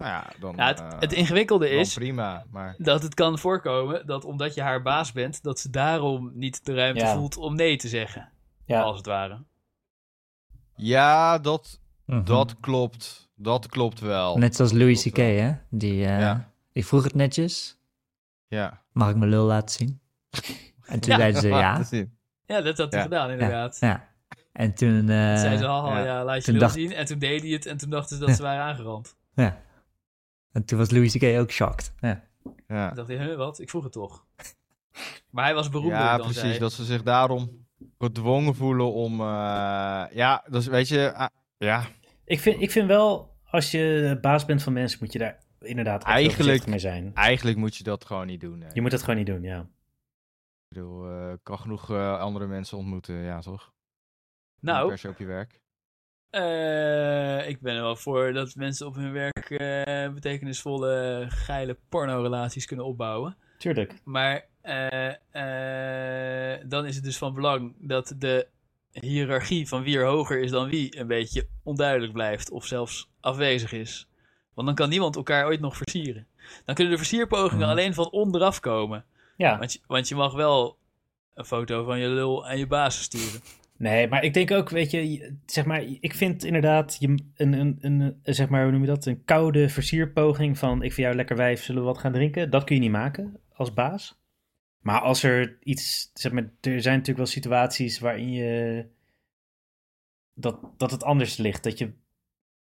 F: Nou ja, dan...
A: Ja, het,
F: eh,
A: het ingewikkelde
F: dan
A: is
F: prima, maar...
A: dat het kan voorkomen dat omdat je haar baas bent, dat ze daarom niet de ruimte
D: Ja.
A: voelt om nee te zeggen.
D: ja.
A: Als het ware.
F: Ja, dat,
E: Mhm.
F: dat klopt. Dat klopt wel.
E: Net zoals Louis
F: Klopt
E: C.K.,
F: wel.
E: hè? Die, eh,
F: Ja.
E: Ik vroeg het netjes,
F: Ja.
E: mag ik mijn lul laten
F: [LAUGHS]
E: zien? En toen
A: Ja.
E: zeiden ze ja.
F: Laat zien.
A: Ja, dat had hij
F: Ja.
A: gedaan, inderdaad.
E: ja. En toen...
A: Toen
E: eh,
A: zei ze al, ja,
F: ja.
A: laat je
E: Toen
A: lul
E: dacht-
A: zien. En toen deed hij het en toen dachten ze dat
E: Ja.
A: ze waren aangerand.
E: En toen was Louis C.K. ook shocked. Ja.
A: Toen
F: Ja,
A: dacht hij, huh, wat? Ik vroeg het toch. Maar hij was beroemder
F: ja
A: dan
F: precies.
A: zij.
F: Dat ze zich daarom gedwongen voelen om... eh, ja, dat is, weet je... ah, ja,
D: Ik vind, ik vind wel, als je baas bent van mensen, moet je daar inderdaad echt heel
F: Eigenlijk-
D: voorzichtig mee zijn.
F: eigenlijk moet je dat gewoon niet doen. nee.
D: Je moet dat gewoon niet doen, ja.
F: Ik bedoel, eh, kan genoeg eh, andere mensen ontmoeten, ja toch? Niet
A: Nou,
F: Per se op je werk.
A: eh, ik ben er wel voor dat mensen op hun werk eh, betekenisvolle, geile porno-relaties kunnen opbouwen.
D: Tuurlijk.
A: Maar eh, eh, dan is het dus van belang dat de hiërarchie van wie er hoger is dan wie een beetje onduidelijk blijft of zelfs afwezig is. Want dan kan niemand elkaar ooit nog versieren. Dan kunnen de versierpogingen
D: Hmm.
E: Mhm.
A: alleen van onderaf komen.
D: Ja,
A: Want je, want je mag wel een foto van je lul aan je baas sturen.
D: nee, maar ik denk ook, weet je, je- zeg maar, ik vind inderdaad je, een, een, een, eh, zeg maar, hoe noem je dat, een koude versierpoging van ik vind jou lekker wijf, zullen we wat gaan drinken? Dat kun je niet maken als baas. Maar als er iets, zeg maar, er zijn natuurlijk wel situaties waarin je, dat, dat het anders ligt, dat je,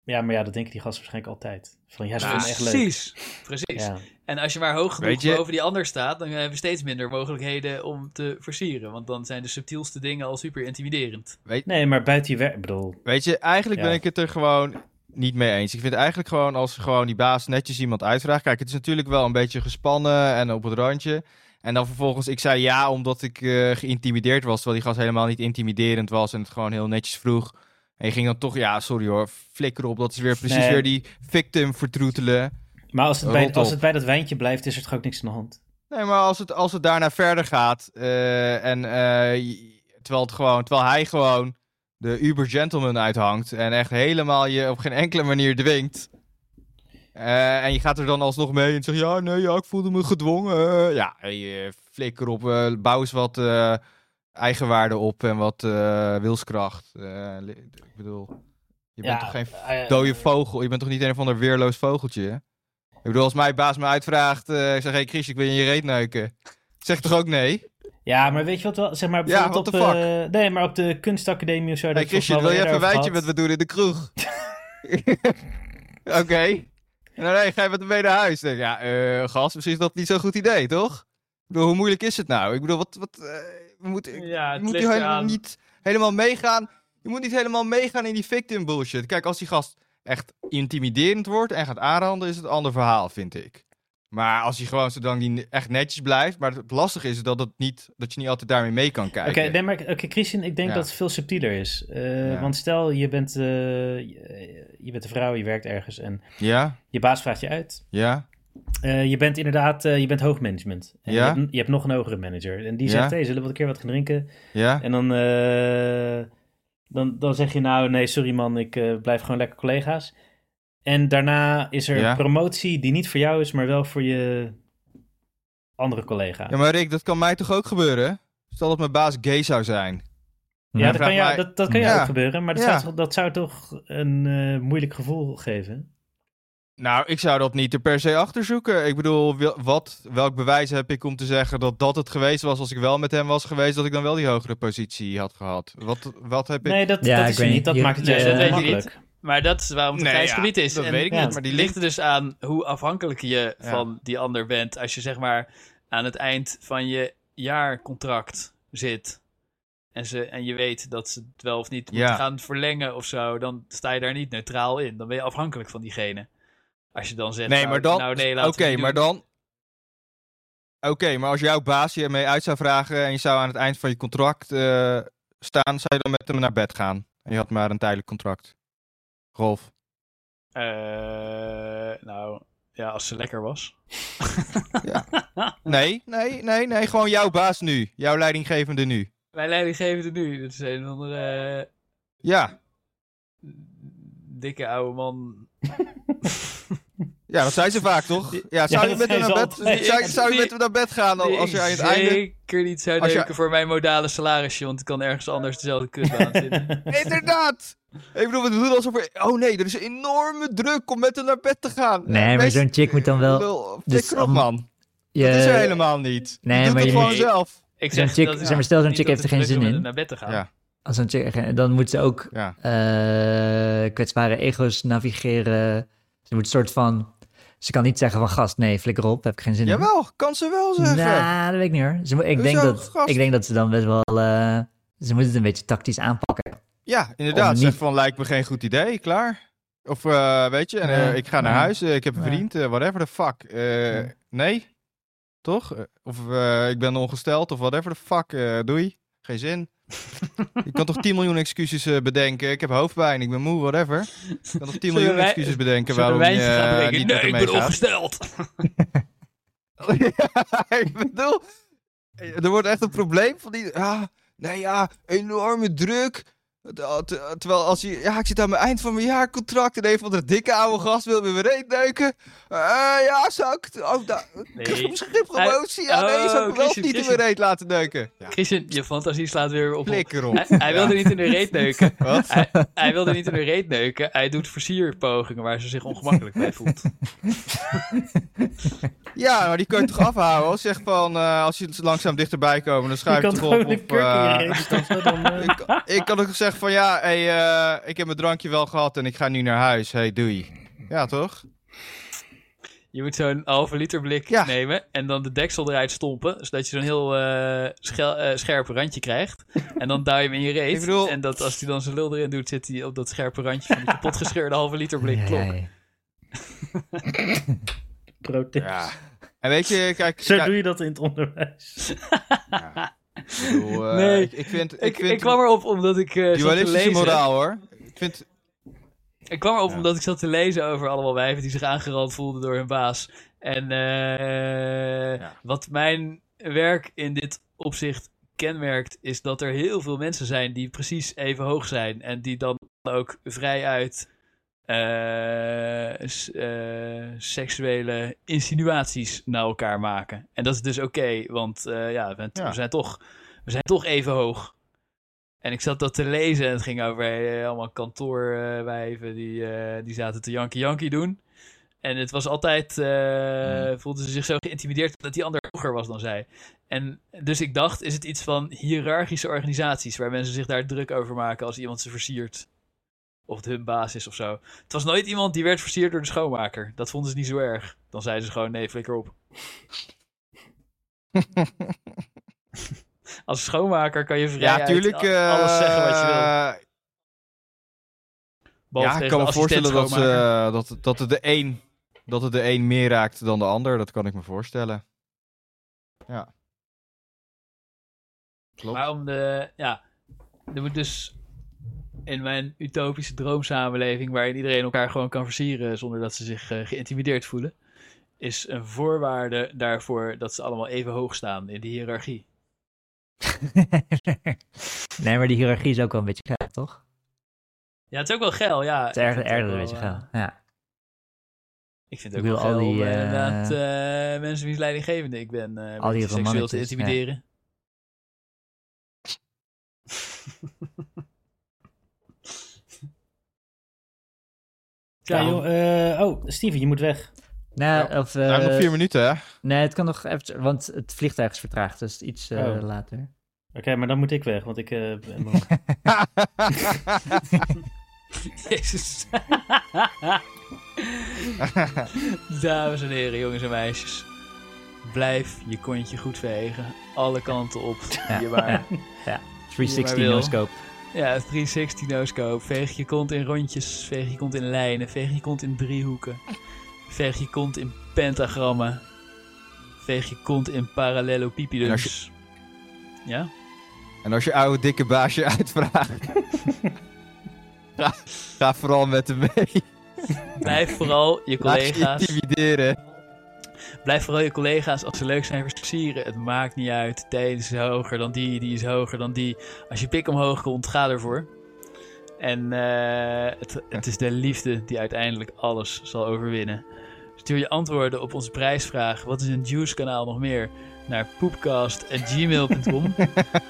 D: ja, maar ja, dat denken die gasten waarschijnlijk altijd. Van, ja, ze vinden het echt leuk.
A: precies. Precies.
D: Ja.
A: En als je maar hoog genoeg
F: Weet je-
A: boven die ander staat, dan hebben we steeds minder mogelijkheden om te versieren. Want dan zijn de subtielste dingen al super intimiderend.
D: Nee, maar buiten je werk, ik bedoel,
F: Weet je, eigenlijk
D: Ja.
F: ben ik het er gewoon niet mee eens. Ik vind eigenlijk gewoon als gewoon die baas netjes iemand uitvraagt. Kijk, het is natuurlijk wel een beetje gespannen en op het randje. En dan vervolgens, ik zei ja omdat ik eh, geïntimideerd was. Terwijl die gast helemaal niet intimiderend was en het gewoon heel netjes vroeg. En je ging dan toch, ja, sorry hoor, flikker op. Dat is weer precies
D: Nee.
F: weer die victim vertroetelen.
D: Maar als het, bij,
F: Rot
D: als
F: op.
D: het bij dat wijntje blijft, is er toch ook niks aan de hand?
F: Nee, maar als het, als het daarna verder gaat eh, en eh, j- terwijl, het gewoon, terwijl hij gewoon de uber gentleman uithangt en echt helemaal je op geen enkele manier dwingt. eh, en je gaat er dan alsnog mee en zegt, ja, nee, ja, ik voelde me gedwongen. eh." ja, hey, eh, flikker op, eh, bouw eens wat eh, eigenwaarde op en wat eh, wilskracht. Eh, li- ik bedoel, je bent toch geen
D: eh,
F: dode vogel. Je bent toch niet een of ander weerloos vogeltje? hè? Ik bedoel, als mijn baas me uitvraagt, eh, ik zeg, hé hey Chris, ik wil je in je reet neuken. Ik Zeg toch ook nee?
D: Ja, maar weet je wat wel? Zeg maar
F: Ja,
D: bijvoorbeeld
F: what
D: op,
F: the
D: eh, nee, maar op de kunstacademie of zo.
F: Hey
D: dat
F: Christian, wil je even een wijntje met me doen in de kroeg? Oké. Nou nee, ga je met hem mee naar huis? Denk, ik, ja, eh gast, misschien is dat niet zo'n goed idee, toch? Ik bedoel, hoe moeilijk is het nou? Ik bedoel, wat... wat eh, we moeten,
D: Ja,
F: je
D: het
F: moet
D: ligt
F: hier helemaal
D: eraan.
F: niet helemaal meegaan. Je moet niet helemaal meegaan in die victim bullshit. Kijk, als die gast echt intimiderend wordt en gaat aanranden, is het een ander verhaal, vind ik. Maar als hij gewoon zolang die ne- echt netjes blijft. Maar het lastige is dat, het niet, dat je niet altijd daarmee mee kan
D: Oké,
F: kijken.
D: nee, maar oké, Christian, ik denk
F: Ja.
D: dat het veel subtieler is. Eh,
F: Ja.
D: Want stel, je bent, eh, je- je bent een vrouw, je werkt ergens en
F: Ja,
D: je baas vraagt je uit.
F: ja,
D: Eh, je bent inderdaad, eh, je bent hoogmanagement. En
F: Ja.
D: je, hebt, je hebt nog een hogere manager. En die
F: Ja.
D: zegt, hey, zullen we een keer wat gaan drinken?
F: ja.
D: En dan, eh, dan, dan zeg je nou, nee, sorry man, ik eh, blijf gewoon lekker collega's. En daarna is er
F: Ja.
D: promotie die niet voor jou is, maar wel voor je andere collega.
F: Ja, maar Rick, dat kan mij toch ook gebeuren? Stel dat mijn baas gay zou zijn.
D: Ja,
F: Ja,
D: dat
F: vraag
D: kan, jou,
F: mij-
D: dat, dat kan jou
F: Ja.
D: ook gebeuren, maar dat,
F: Ja.
D: zou, toch- dat zou toch een eh, moeilijk gevoel geven?
F: Nou, ik zou dat niet er per se achter zoeken. Ik bedoel, wel- wat, welk bewijs heb ik om te zeggen dat dat het geweest was als ik wel met hem was geweest, dat ik dan wel die hogere positie had gehad? Wat, wat heb ik...
D: Nee, dat,
E: Ja,
D: dat
E: ik
D: is
E: weet
D: er niet. eh,
E: niet.
D: Dat
E: Je-
D: maakt het
E: Nee,
D: juist
E: dat
D: heel
A: weet je
D: makkelijk.
A: Maar dat is waarom het een
F: Nee,
A: grijs
F: ja,
A: gebied is.
F: dat
A: En
F: weet ik
D: ja,
F: niet, maar die
A: Het ligt
F: ligt...
A: er dus aan hoe afhankelijk je
F: Ja.
A: van die ander bent. Als je zeg maar aan het eind van je jaarcontract zit. En, ze, en je weet dat ze het wel of niet
F: Ja.
A: moeten gaan verlengen of zo. Dan sta je daar niet neutraal in. Dan ben je afhankelijk van diegene. Als je dan zegt,
F: Nee,
A: nou,
F: maar dan...
A: nou nee,
F: Oké,
A: laten we het niet
F: maar
A: doen.
F: dan... Oké, maar als jouw baas je ermee uit zou vragen en je zou aan het eind van je contract eh, staan, zou je dan met hem naar bed gaan? En je had maar een tijdelijk contract. Rolf.
A: Eh, nou, ja, als ze lekker was. [LAUGHS]
F: Nee, nee, nee, nee. Gewoon jouw baas nu. Jouw leidinggevende nu.
A: Mijn leidinggevende nu, dat is een of andere eh,
F: Ja.
A: dikke oude man.
F: Ja, dat zijn ze vaak, toch? Ja, zou je
D: dat
F: met
D: zijn
F: hem naar
D: ze
F: bed,
D: altijd.
F: zou, zou je met hem naar bed gaan
A: Die
F: al- Nou, als je aan het
A: ik
F: einde...
A: Zeker niet zou
F: als je-
A: denken voor mijn modale salarisje, want ik kan ergens anders dezelfde
F: [LAUGHS]
A: kutbaan vinden.
F: Inderdaad! Ik bedoel, we doen alsof er... Oh nee, er is een enorme druk om met hem naar bed te gaan.
E: Nee, maar
F: Wees-
E: zo'n chick moet dan wel-
F: Lul,
E: dus
F: flikker op,
E: om-
F: man.
E: Je,
F: dat is er helemaal niet.
E: nee,
F: je doet
E: maar
F: het
E: je-
F: gewoon zelf.
A: Ik
E: Zo'n
A: zeg,
E: chick-
A: dat is
E: zeg maar, stel zo'n
A: niet
E: chick
A: dat
E: heeft
A: het
E: er geen
A: druk
E: zin
A: om
E: in.
A: naar bed te gaan.
F: Ja.
E: als een chick, dan moet ze ook
F: Ja.
E: eh, kwetsbare ego's navigeren. Ze moet een soort van... Ze kan niet zeggen van gast, nee, flikker op, heb ik geen zin in.
F: Jawel, kan ze wel
E: Nou,
F: zeggen.
E: dat weet ik niet hoor. Ze, moet- ik,
F: Hoezo,
E: denk dat,
F: gast?
E: ik denk dat ze dan best wel... eh, ze moet het een beetje tactisch aanpakken.
F: Ja, inderdaad.
E: Om
F: Zeg
E: niet-
F: van, lijkt me geen goed idee, klaar. Of eh, weet je, en, eh,
E: Nee,
F: ik ga naar
E: nee,
F: huis, eh, ik heb een
E: nee.
F: vriend, eh, whatever the fuck. Eh,
E: Ja.
F: Nee? Toch? Eh, Of eh, ik ben ongesteld, of whatever the fuck. eh, doei. Geen zin.
A: [LAUGHS]
F: ik kan toch 10 miljoen excuses eh, bedenken. Ik heb hoofdpijn, ik ben moe, whatever. Ik kan toch 10 miljoen
A: wij-
F: excuses bedenken
A: Zullen we een
F: waarom je
A: wijntje gaan
F: eh,
A: drinken?
F: niet met
A: Nee,
F: hem
A: ik ben
F: meegaat.
A: opgesteld.
F: Ja, [LAUGHS] ik bedoel, er wordt echt een probleem van die. Ah, nou ja, enorme druk. Te- te- Terwijl als je. Ja, ik zit aan mijn eind van mijn jaarcontract. En een van de dikke oude gast wil me weer neuken. Eh, ja, zou ik. het- Oh, da, krijg ik
A: Nee.
F: misschien geen promotie? Ja, nee, zou ik
A: Oh,
F: wel
A: Christian,
F: niet in mijn
A: Christian.
F: reet laten neuken. Ja,
A: Christian, je fantasie slaat weer op. hol.
F: flikker
A: Hij,
F: op.
A: hij wilde
F: Ja.
A: niet in de reet neuken.
F: Wat?
A: Hij, hij wilde niet in de reet neuken. Hij doet versierpogingen waar ze zich ongemakkelijk bij voelt.
F: Ja, maar die kun je toch afhouden? Zeg van, eh, als je langzaam dichterbij komen, dan
D: Je
F: schuif je
D: kan
F: toch
D: gewoon
F: op.
D: de
F: Of,
D: kurk in je
F: eh,
D: reet stoppen, dan,
F: [LAUGHS]
D: eh,
F: ik, ik kan ook zeggen van ja, hey, eh, ik heb mijn drankje wel gehad en ik ga nu naar huis. Hey, doei. Ja, toch?
A: Je moet zo'n halve liter blik
F: Ja.
A: nemen en dan de deksel eruit stompen, zodat je zo'n heel eh, schel- eh, scherp randje krijgt. En dan duw je hem in je reet.
F: Ik bedoel-
A: En dat, als hij dan zijn lul erin doet, zit hij op dat scherpe randje
F: [LAUGHS]
A: van die kapotgescheurde halve liter blik
E: Ja,
A: klok.
E: ja, [LAUGHS] ja.
D: protest.
F: Ja. En weet je, kijk,
D: Zo
F: kijk,
D: doe je dat in het onderwijs.
F: ik bedoel, eh,
A: Nee.
F: ik, ik vind, ik,
A: Ik,
F: vind
A: ik kwam erop omdat ik eh zat te
F: dualistische
A: lezen.
F: moraal hoor. Ik vind,
A: Ik kwam erop
F: Ja.
A: omdat ik zat te lezen over allemaal wijven die zich aangerand voelden door hun baas. En eh,
F: Ja.
A: wat mijn werk in dit opzicht kenmerkt, is dat er heel veel mensen zijn die precies even hoog zijn. En die dan ook vrijuit eh, s- eh, seksuele insinuaties naar elkaar maken. En dat is dus oké, want eh, ja, we, zijn-
F: Ja.
A: we zijn toch, we zijn toch even hoog. En ik zat dat te lezen en het ging over eh, allemaal kantoorwijven die, eh, die zaten te janky janky doen. En het was altijd, eh,
F: Mm.
A: voelden ze zich zo geïntimideerd dat die ander hoger was dan zij. En dus ik dacht, is het iets van hiërarchische organisaties waar mensen zich daar druk over maken als iemand ze versiert? Of het hun baas is of zo. Het was nooit iemand die werd versierd door de schoonmaker. Dat vonden ze niet zo erg. Dan zeiden ze gewoon, nee, flikker
F: [LAUGHS]
A: op. Als schoonmaker kan je vrij
F: Ja, tuurlijk.
A: uit alles
F: eh,
A: zeggen wat je wil. Behalve
F: Ja,
A: tegen
F: ik kan
A: de
F: me voorstellen dat, ze,
A: assistent-schoonmaker.
F: eh, dat, dat, het de een, dat het de een meer raakt dan de ander. Dat kan ik me voorstellen. Ja. Klopt.
A: Maar om de. Ja, er moet dus. In mijn utopische droomsamenleving, waarin iedereen elkaar gewoon kan versieren zonder dat ze zich eh, geïntimideerd voelen, is een voorwaarde daarvoor dat ze allemaal even hoog staan in de hiërarchie.
E: nee, maar die hiërarchie is ook wel een beetje gaaf, toch?
A: Ja, het is ook wel geil, ja.
E: Het is erg,
A: Ik vind het ook
E: erg een
A: wel,
E: beetje
A: eh,
E: gaaf. Ja.
A: Ik vind
E: Ik
A: het ook
E: bedoel,
A: wel
E: al
A: geil om,
E: die,
A: eh,
E: eh,
A: inderdaad eh, mensen wiens leidinggevende ik ben, eh
E: al die
A: met seksueel te
E: romannetjes, ja. [LAUGHS]
A: intimideren.
D: Ja, joh. eh, oh, Steven, je moet weg.
E: Nou, of,
F: Nou,
E: eh,
F: nog vier minuten, hè?
E: nee, het kan nog even, want het vliegtuig is vertraagd, dus iets eh,
D: Oh.
E: later.
D: Oké, maar dan moet ik weg, want ik eh, ben moe.
F: [LAUGHS]
A: Jezus. [LAUGHS] Dames en heren, jongens en meisjes. Blijf je kontje goed vegen. Alle kanten op.
F: [LAUGHS]
A: Je maar,
E: 360
A: Ja, maar wil.
E: no-scope.
A: ja, 360 nooscoop. Veeg je kont in rondjes. Veeg je kont in lijnen. Veeg je kont in driehoeken. Veeg je kont in pentagrammen. Veeg je kont in
F: En
A: parallelopipedums.
F: als
A: Ja?
F: En als je oude dikke baasje [LAUGHS]
A: [LAUGHS]
F: uitvraagt. ga, ga vooral met hem mee.
A: Blijf vooral je
F: Laat je
A: collega's...
F: intimideren.
A: Blijf vooral je collega's als ze leuk zijn versieren. Het maakt niet uit. De een is hoger dan die, die is hoger dan die. Als je pik omhoog komt, ga ervoor. En eh, het, het is de liefde die uiteindelijk alles zal overwinnen. Stuur je antwoorden op onze prijsvraag: wat is een Juice-kanaal nog meer? naar poepcast.gmail.com.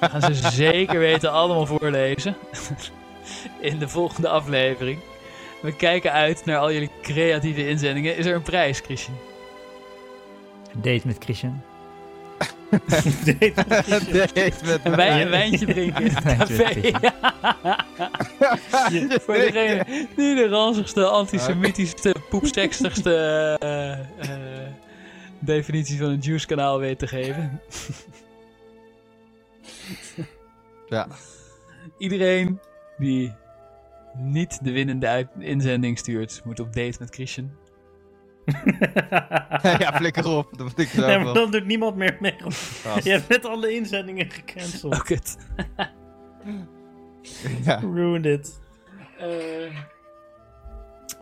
A: We gaan ze zeker weten allemaal voorlezen [LAUGHS] in de volgende aflevering. We kijken uit naar al jullie creatieve inzendingen. Is er een prijs, Christian?
E: Date met Christian.
D: Nee,
F: Date [LAUGHS] met
A: Een,
F: mij.
A: wijn- een wijntje drinken in het [LAUGHS] café. Voor degene die de ranzigste, antisemitischste, poepsekstigste eh, eh, definitie van een Juice-kanaal weet te geven.
F: Ja.
A: Iedereen die niet de winnende uit- inzending stuurt, moet op date met Christian.
D: [LAUGHS]
F: ja, flikker op. Dat moet ik zo
D: maar
F: wel.
D: dan doet niemand meer
A: [LAUGHS]
D: mee.
F: Gast.
D: Je hebt net alle inzendingen gecanceld.
A: Oh, kut.
F: Ja.
D: Ruined it.
A: Eh,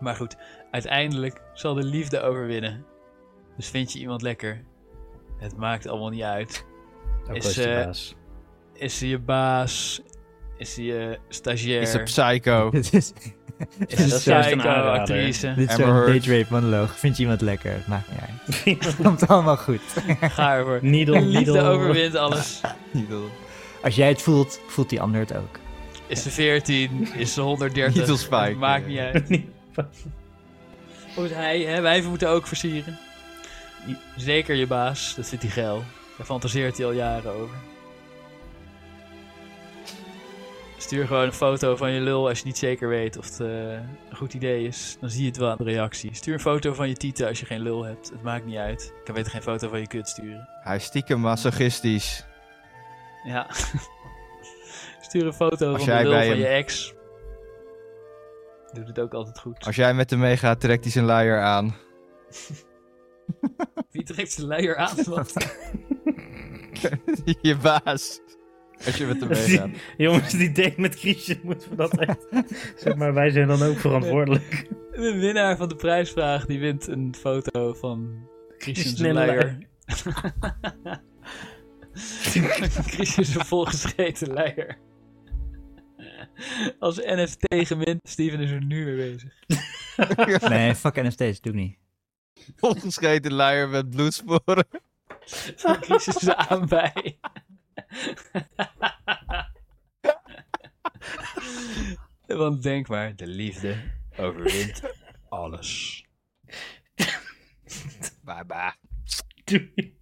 A: maar goed, uiteindelijk zal de liefde overwinnen. Dus vind je iemand lekker? Het maakt allemaal niet uit.
D: Ook
A: Is,
D: is, de
A: eh,
D: baas.
A: Is ze je baas? Is ze je stagiair?
F: Is een [LAUGHS] psycho.
E: Dit is,
A: Is
D: Ja,
A: ze
D: dat is juist een
A: psycho,
D: aanrader.
A: nou actrice?
E: dit is
F: Amber
E: zo'n
F: Heard.
E: date rape monoloog. Vind je iemand lekker? Het maakt niet uit. [LAUGHS] Komt allemaal goed.
A: Ga
D: [LAUGHS]
A: ervoor.
D: Needle,
A: De [LAUGHS] liefde
D: needle. [LAUGHS]
A: overwint alles.
F: [LAUGHS]
E: Als jij het voelt, voelt die ander het ook.
A: Is ze 14? Is ze 130?
F: Needle spike, eh.
A: Het maakt
F: ja.
A: niet uit. [LAUGHS] Of is hij, hè? Wijven moeten ook versieren. I- Zeker je baas, dat vindt hij geil. Daar fantaseert hij al jaren over. Stuur gewoon een foto van je lul als je niet zeker weet of het eh, een goed idee is. Dan zie je het wel aan de reactie. Stuur een foto van je tieten als je geen lul hebt. Het maakt niet uit. Ik kan beter geen foto van je kut sturen.
F: Hij is stiekem masochistisch.
A: Ja. [LAUGHS] Stuur een foto
F: Als
A: van de
F: jij
A: lul
F: bij
A: van
F: hem-
A: je ex. Doet het ook altijd goed.
F: [LAUGHS] Als jij met hem meegaat, trekt hij zijn luier aan. [LAUGHS]
A: Wie trekt zijn leier [LAUGHS] aan? Wat?
F: je baas. Als je
A: [LAUGHS]
F: met hem meegaat.
D: Jongens, die date met Christian moeten we dat echt... zeg maar, wij zijn dan ook
A: [LAUGHS]
D: verantwoordelijk.
A: De winnaar van de prijsvraag die wint een foto van Christian zijn
D: Snelle
A: leier. Christian zijn volgescheten leier. Als NFT gewint, Steven is er nu mee bezig.
E: Nee, fuck NFT's, doe ik niet.
F: Volgescheten luier met bloedsporen.
A: Van Christian zijn aanbij. Want denk maar, de liefde overwint alles.
F: Bah, bah.
D: Doei.